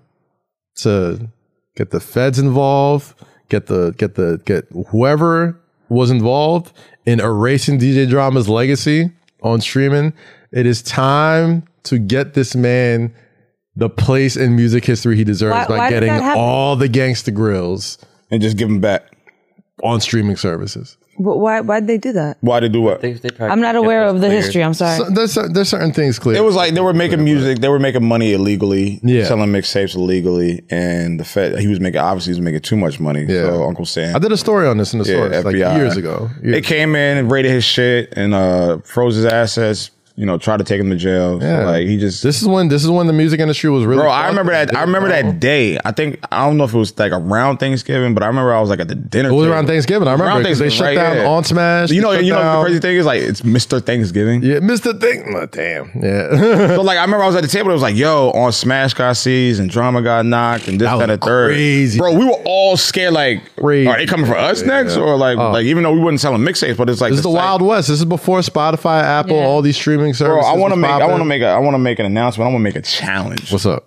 [SPEAKER 1] to get the feds involved. Get the get the get whoever was involved in erasing DJ Drama's legacy on streaming. It is time to get this man the place in music history he deserves
[SPEAKER 2] Why-
[SPEAKER 1] by
[SPEAKER 2] why did
[SPEAKER 1] getting
[SPEAKER 2] that happen?
[SPEAKER 1] all the gangsta grills
[SPEAKER 3] And just give them back.
[SPEAKER 1] on streaming services.
[SPEAKER 2] but why why'd they do that?
[SPEAKER 3] Why they do what?
[SPEAKER 4] They- they probably
[SPEAKER 2] I'm not
[SPEAKER 4] kept
[SPEAKER 2] aware
[SPEAKER 4] us
[SPEAKER 2] of the
[SPEAKER 4] clear.
[SPEAKER 2] history, I'm sorry.
[SPEAKER 1] So there's cer- there's certain things clear.
[SPEAKER 3] It was like they were making music, they were making money illegally,
[SPEAKER 1] Yeah.
[SPEAKER 3] selling mixtapes illegally, and the Fed he was making obviously he was making too much money.
[SPEAKER 1] Yeah.
[SPEAKER 3] So Uncle Sam
[SPEAKER 1] I did a story on this in the
[SPEAKER 3] Yeah,
[SPEAKER 1] source like
[SPEAKER 3] FBI.
[SPEAKER 1] years ago. Years
[SPEAKER 3] They came in and raided his shit and uh, froze his assets, you know, try to take him to jail. So,
[SPEAKER 1] Yeah.
[SPEAKER 3] Like he just
[SPEAKER 1] This is when this is when the music industry was really.
[SPEAKER 3] Bro, I
[SPEAKER 1] fucked
[SPEAKER 3] remember
[SPEAKER 1] up,
[SPEAKER 3] that. I
[SPEAKER 1] dude,
[SPEAKER 3] remember
[SPEAKER 1] bro.
[SPEAKER 3] that day. I think I don't know if it was like around Thanksgiving, but I remember I was like at the dinner.
[SPEAKER 1] It was
[SPEAKER 3] table.
[SPEAKER 1] around Thanksgiving. I remember
[SPEAKER 3] Around
[SPEAKER 1] 'cause they shut
[SPEAKER 3] Thanksgiving, right,
[SPEAKER 1] down
[SPEAKER 3] yeah.
[SPEAKER 1] on Smash.
[SPEAKER 3] You know,
[SPEAKER 1] they shut
[SPEAKER 3] you know what the
[SPEAKER 1] down-
[SPEAKER 3] crazy thing is like it's Mr. Thanksgiving.
[SPEAKER 1] Yeah, Mr. Thing. Oh, damn. Yeah.
[SPEAKER 3] So like I remember I was at the table. It was like, yo, on Smash got seized and Drama got knocked and this
[SPEAKER 1] That
[SPEAKER 3] that,
[SPEAKER 1] was
[SPEAKER 3] and the third.
[SPEAKER 1] crazy.
[SPEAKER 3] Bro, we were all scared. Like,
[SPEAKER 1] Crazy.
[SPEAKER 3] are they coming for us
[SPEAKER 1] Yeah.
[SPEAKER 3] next or like
[SPEAKER 1] Oh.
[SPEAKER 3] like even though we wouldn't sell them mixtapes, but it's like
[SPEAKER 1] this is the
[SPEAKER 3] it's like-
[SPEAKER 1] Wild West. This is before Spotify, Apple,
[SPEAKER 2] Yeah.
[SPEAKER 1] all these streaming
[SPEAKER 3] Bro,
[SPEAKER 1] services.
[SPEAKER 3] I want to
[SPEAKER 1] was
[SPEAKER 3] make I
[SPEAKER 1] popping.
[SPEAKER 3] want to make a I want to make an announcement. I want to make a challenge.
[SPEAKER 1] What's up?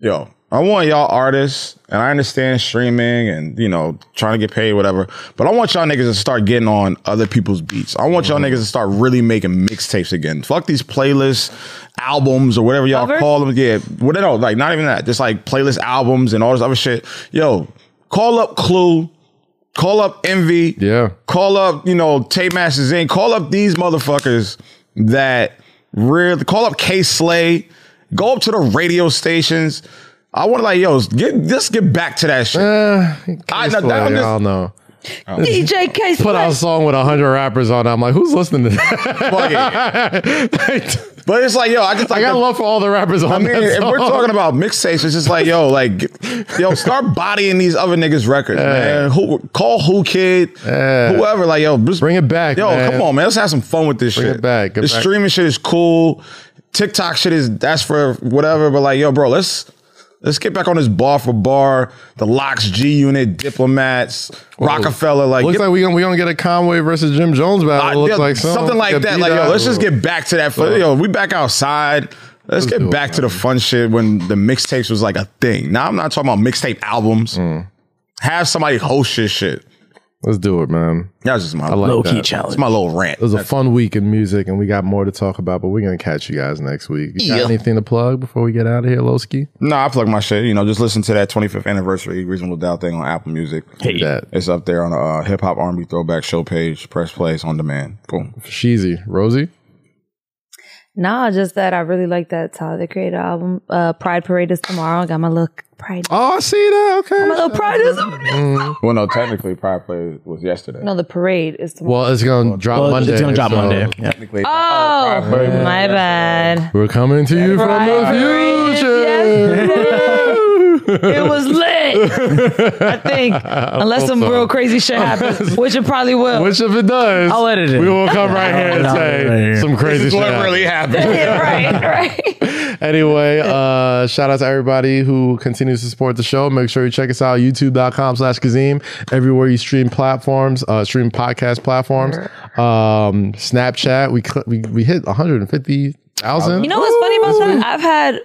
[SPEAKER 3] yo, I want y'all artists, and I understand streaming and you know trying to get paid, whatever. But I want y'all niggas to start getting on other people's beats. I want y'all niggas to start really making mixtapes again. Fuck these playlists, albums, or whatever y'all
[SPEAKER 2] Covers?
[SPEAKER 3] call them. Yeah, whatever. No, like not even that. Just like playlist albums and all this other shit. Yo, call up Clue. Call up Envy.
[SPEAKER 1] Yeah.
[SPEAKER 3] Call up, you know, Tape Masters Inc. Call up these motherfuckers that really call up K Slay. Go up to the radio stations. I want to like, yo, get just get back to that shit. I-
[SPEAKER 1] I,
[SPEAKER 3] no, that- I'm just-
[SPEAKER 1] don't know.
[SPEAKER 2] DJ E K.
[SPEAKER 1] Put out a song with hundred rappers on. it. I'm like, who's listening to
[SPEAKER 3] Fuck it.
[SPEAKER 1] that?
[SPEAKER 3] But it's like, yo, I just
[SPEAKER 1] I
[SPEAKER 3] like
[SPEAKER 1] got
[SPEAKER 3] the-
[SPEAKER 1] love for all the rappers on.
[SPEAKER 3] I mean,
[SPEAKER 1] that
[SPEAKER 3] if we're
[SPEAKER 1] song.
[SPEAKER 3] talking about mixtapes, it's just like, yo, like, yo, start bodying these other niggas' records, man. Who call who kid, whoever, like, yo, just
[SPEAKER 1] Bring it back,
[SPEAKER 3] Yo,
[SPEAKER 1] man.
[SPEAKER 3] come on, man, let's have some fun with this
[SPEAKER 1] Bring
[SPEAKER 3] shit.
[SPEAKER 1] it back, get
[SPEAKER 3] the
[SPEAKER 1] back.
[SPEAKER 3] streaming shit is cool. TikTok shit is that's for whatever, but like, yo, bro, let's let's get back on this bar for bar. The Locks, G Unit, Diplomats, Rockefeller, like,
[SPEAKER 1] looks
[SPEAKER 3] get-
[SPEAKER 1] like we gonna we gonna get a Conway versus Jim Jones battle.
[SPEAKER 3] I-
[SPEAKER 1] It looks
[SPEAKER 3] Uh, yeah,
[SPEAKER 1] like some-
[SPEAKER 3] something like
[SPEAKER 1] get
[SPEAKER 3] that.
[SPEAKER 1] beat
[SPEAKER 3] Like, yo,
[SPEAKER 1] up.
[SPEAKER 3] let's just get back to that. Fun. Yo, we back outside. Let's
[SPEAKER 1] do
[SPEAKER 3] get
[SPEAKER 1] it,
[SPEAKER 3] back to the fun shit when the mixtapes was like a thing. Now I'm not talking about mixtape albums.
[SPEAKER 1] Mm.
[SPEAKER 3] Have somebody host your shit.
[SPEAKER 1] let's do it, man.
[SPEAKER 3] That was just my
[SPEAKER 1] like
[SPEAKER 6] Low key
[SPEAKER 1] that.
[SPEAKER 6] challenge.
[SPEAKER 3] It's my little rant.
[SPEAKER 1] It was a fun week in music, and we got more to talk about. But we're gonna catch you guys next week. You got anything to plug before we get out of here, Lowski?
[SPEAKER 3] No, I plug my shit. You know, just listen to that 25th anniversary Reasonable Doubt thing on Apple Music.
[SPEAKER 1] Hey. That.
[SPEAKER 3] It's up there on the uh, hip hop R&B throwback show page. Press plays on demand. Boom.
[SPEAKER 1] Sheezy, Rosie.
[SPEAKER 2] Nah, just that I really like that Tyler the Creator album. Uh, Pride Parade is tomorrow. I got my little Pride.
[SPEAKER 1] Oh, I see that. Okay.
[SPEAKER 2] My little Pride is over
[SPEAKER 3] Well, no, technically, Pride Play was yesterday.
[SPEAKER 2] No, the parade is tomorrow.
[SPEAKER 1] Well, it's gonna drop
[SPEAKER 6] Well,
[SPEAKER 1] Monday.
[SPEAKER 6] Oh, it's gonna drop
[SPEAKER 1] so
[SPEAKER 6] Monday. Yeah.
[SPEAKER 2] Oh, my bad.
[SPEAKER 1] We're coming to you from
[SPEAKER 2] Pride Parade
[SPEAKER 1] the
[SPEAKER 2] is
[SPEAKER 1] future.
[SPEAKER 2] yesterday. It was lit. I think, unless some
[SPEAKER 1] so.
[SPEAKER 2] real crazy shit happens, which it probably will.
[SPEAKER 1] Which if it does,
[SPEAKER 6] I'll edit it.
[SPEAKER 1] We will come right here and
[SPEAKER 6] I'll edit it right
[SPEAKER 1] say
[SPEAKER 6] here.
[SPEAKER 1] some crazy shit. happened.
[SPEAKER 3] happened.
[SPEAKER 2] Yeah, right, right.
[SPEAKER 1] anyway, uh, shout out to everybody who continues to support the show. Make sure you check us out, youtube.com slash Kazim, everywhere you stream platforms, uh, stream podcast platforms. Um, Snapchat, we, cl- we, we hit 150,000.
[SPEAKER 2] You know what's funny about that? I've had,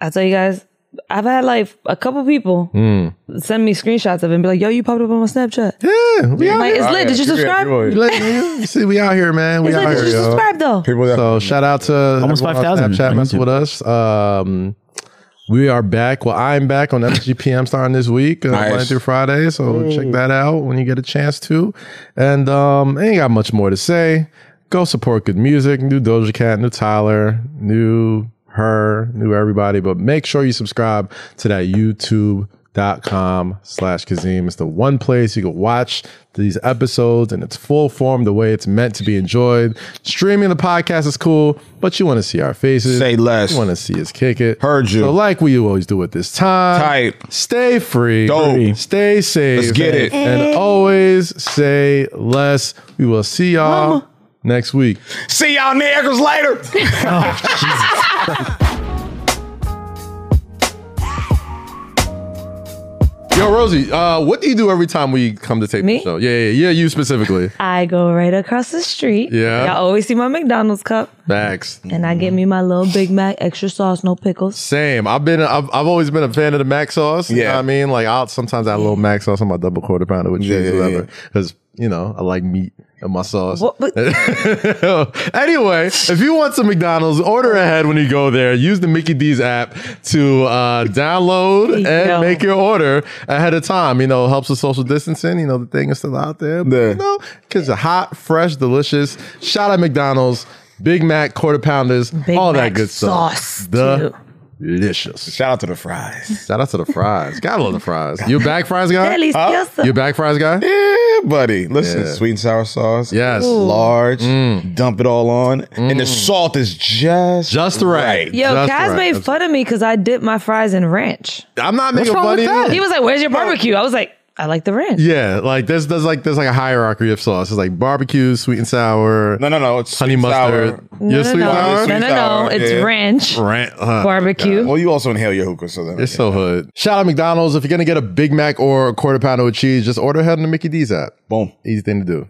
[SPEAKER 2] I tell you guys, I've had like a couple people send me screenshots of it and be like, "Yo, you popped up on my Snapchat."
[SPEAKER 1] Hmm. Yeah, we
[SPEAKER 2] I'm
[SPEAKER 1] out
[SPEAKER 2] like,
[SPEAKER 1] here.
[SPEAKER 2] it's lit. Did you subscribe?
[SPEAKER 1] We lit, man. You See, we out here, man. We
[SPEAKER 2] It's
[SPEAKER 1] out
[SPEAKER 2] lit. Did
[SPEAKER 1] here.
[SPEAKER 2] you
[SPEAKER 1] yo.
[SPEAKER 2] subscribe though?
[SPEAKER 3] People that
[SPEAKER 1] So shout out to
[SPEAKER 6] Almost
[SPEAKER 1] everyone on
[SPEAKER 6] 5,000
[SPEAKER 1] Snapchat
[SPEAKER 6] on
[SPEAKER 1] messing
[SPEAKER 6] YouTube.
[SPEAKER 1] with us. Um, we are back. Well, I'm back on MGPM starting this week, uh,
[SPEAKER 3] Nice.
[SPEAKER 1] Monday through Friday. So check that out when you get a chance to. And um, ain't got much more to say. Go support good music. New Doja Cat, new Tyler, new her, new everybody. But make sure you subscribe to that YouTube. Dot com slash Kazim. It's the one place you can watch these episodes in its full form, the way it's meant to be enjoyed. Streaming the podcast is cool, but you want to see our faces.
[SPEAKER 3] say less.
[SPEAKER 1] You want to see us kick it.
[SPEAKER 3] Heard you.
[SPEAKER 1] So like we always do at this time.
[SPEAKER 3] Tight.
[SPEAKER 1] Stay free.
[SPEAKER 3] Dope.
[SPEAKER 1] Stay safe.
[SPEAKER 3] Let's get it.
[SPEAKER 1] And always say less. We will see y'all next week.
[SPEAKER 3] See y'all niggas later.
[SPEAKER 1] Yo, Rosie, uh, what do you do every time we come to tape
[SPEAKER 2] Me?
[SPEAKER 1] the show? Yeah, yeah, yeah, you specifically.
[SPEAKER 2] I go right across the street.
[SPEAKER 1] Yeah.
[SPEAKER 2] Y'all always see my McDonald's cup.
[SPEAKER 1] Facts.
[SPEAKER 2] And I
[SPEAKER 1] Mm.
[SPEAKER 2] get me my little Big Mac, extra sauce, no pickles.
[SPEAKER 1] Same. I've been. I've, I've always been a fan of the mac sauce. You
[SPEAKER 3] Yeah.
[SPEAKER 1] know what I mean, like I'll sometimes add a little mac sauce on my double quarter pounder with cheese,
[SPEAKER 3] yeah,
[SPEAKER 1] or
[SPEAKER 3] yeah.
[SPEAKER 1] whatever, because you know I like meat in my sauce.
[SPEAKER 2] What, but
[SPEAKER 1] anyway, if you want some McDonald's, order ahead when you go there. Use the Mickey D's app to uh, download and
[SPEAKER 2] Yo.
[SPEAKER 1] make your order ahead of time. You know, it helps with social distancing. You know, the thing is still out there. But,
[SPEAKER 3] Yeah.
[SPEAKER 1] You know, kids are hot, fresh, delicious. Shout out McDonald's, Big Mac, quarter pounders,
[SPEAKER 2] Big
[SPEAKER 1] all that
[SPEAKER 2] Mac
[SPEAKER 1] good
[SPEAKER 2] sauce,
[SPEAKER 1] stuff. Delicious.
[SPEAKER 3] Shout out to the fries.
[SPEAKER 1] Shout out to the fries. Gotta love the fries. You a back fries guy?
[SPEAKER 2] Delicioso.
[SPEAKER 1] You a back fries guy?
[SPEAKER 3] Yeah, everybody. Listen, sweet and sour sauce.
[SPEAKER 1] Yes. Mm. Ooh.
[SPEAKER 3] Large. Dump it all on. And the salt is just
[SPEAKER 1] Just right.
[SPEAKER 2] Yo,
[SPEAKER 1] That's
[SPEAKER 2] Kaz
[SPEAKER 1] right.
[SPEAKER 2] made fun of me because I dipped my fries in ranch.
[SPEAKER 1] I'm not making
[SPEAKER 6] wrong
[SPEAKER 1] fun
[SPEAKER 6] with
[SPEAKER 1] of you.
[SPEAKER 6] that?
[SPEAKER 2] He was like, "Where's your barbecue?" I was like, "I like the ranch."
[SPEAKER 1] Yeah, like there's there's like there's like a hierarchy of sauce. It's like barbecue, sweet and sour,
[SPEAKER 3] No, no, no. It's
[SPEAKER 1] honey
[SPEAKER 3] sweet and sour.
[SPEAKER 1] mustard. Your
[SPEAKER 2] no,
[SPEAKER 1] sweet and
[SPEAKER 2] no,
[SPEAKER 1] sour?
[SPEAKER 2] no, no, no, no.
[SPEAKER 3] Sweet
[SPEAKER 2] It's
[SPEAKER 3] sour, yeah.
[SPEAKER 2] ranch
[SPEAKER 1] Rant, huh.
[SPEAKER 2] barbecue.
[SPEAKER 3] Well, you also inhale your hookah, so then
[SPEAKER 1] It's so hood. Shout out McDonald's. If you're gonna get a Big Mac or a quarter pounder with cheese, just order ahead on the Mickey D's app.
[SPEAKER 3] boom.
[SPEAKER 1] Easy thing to do.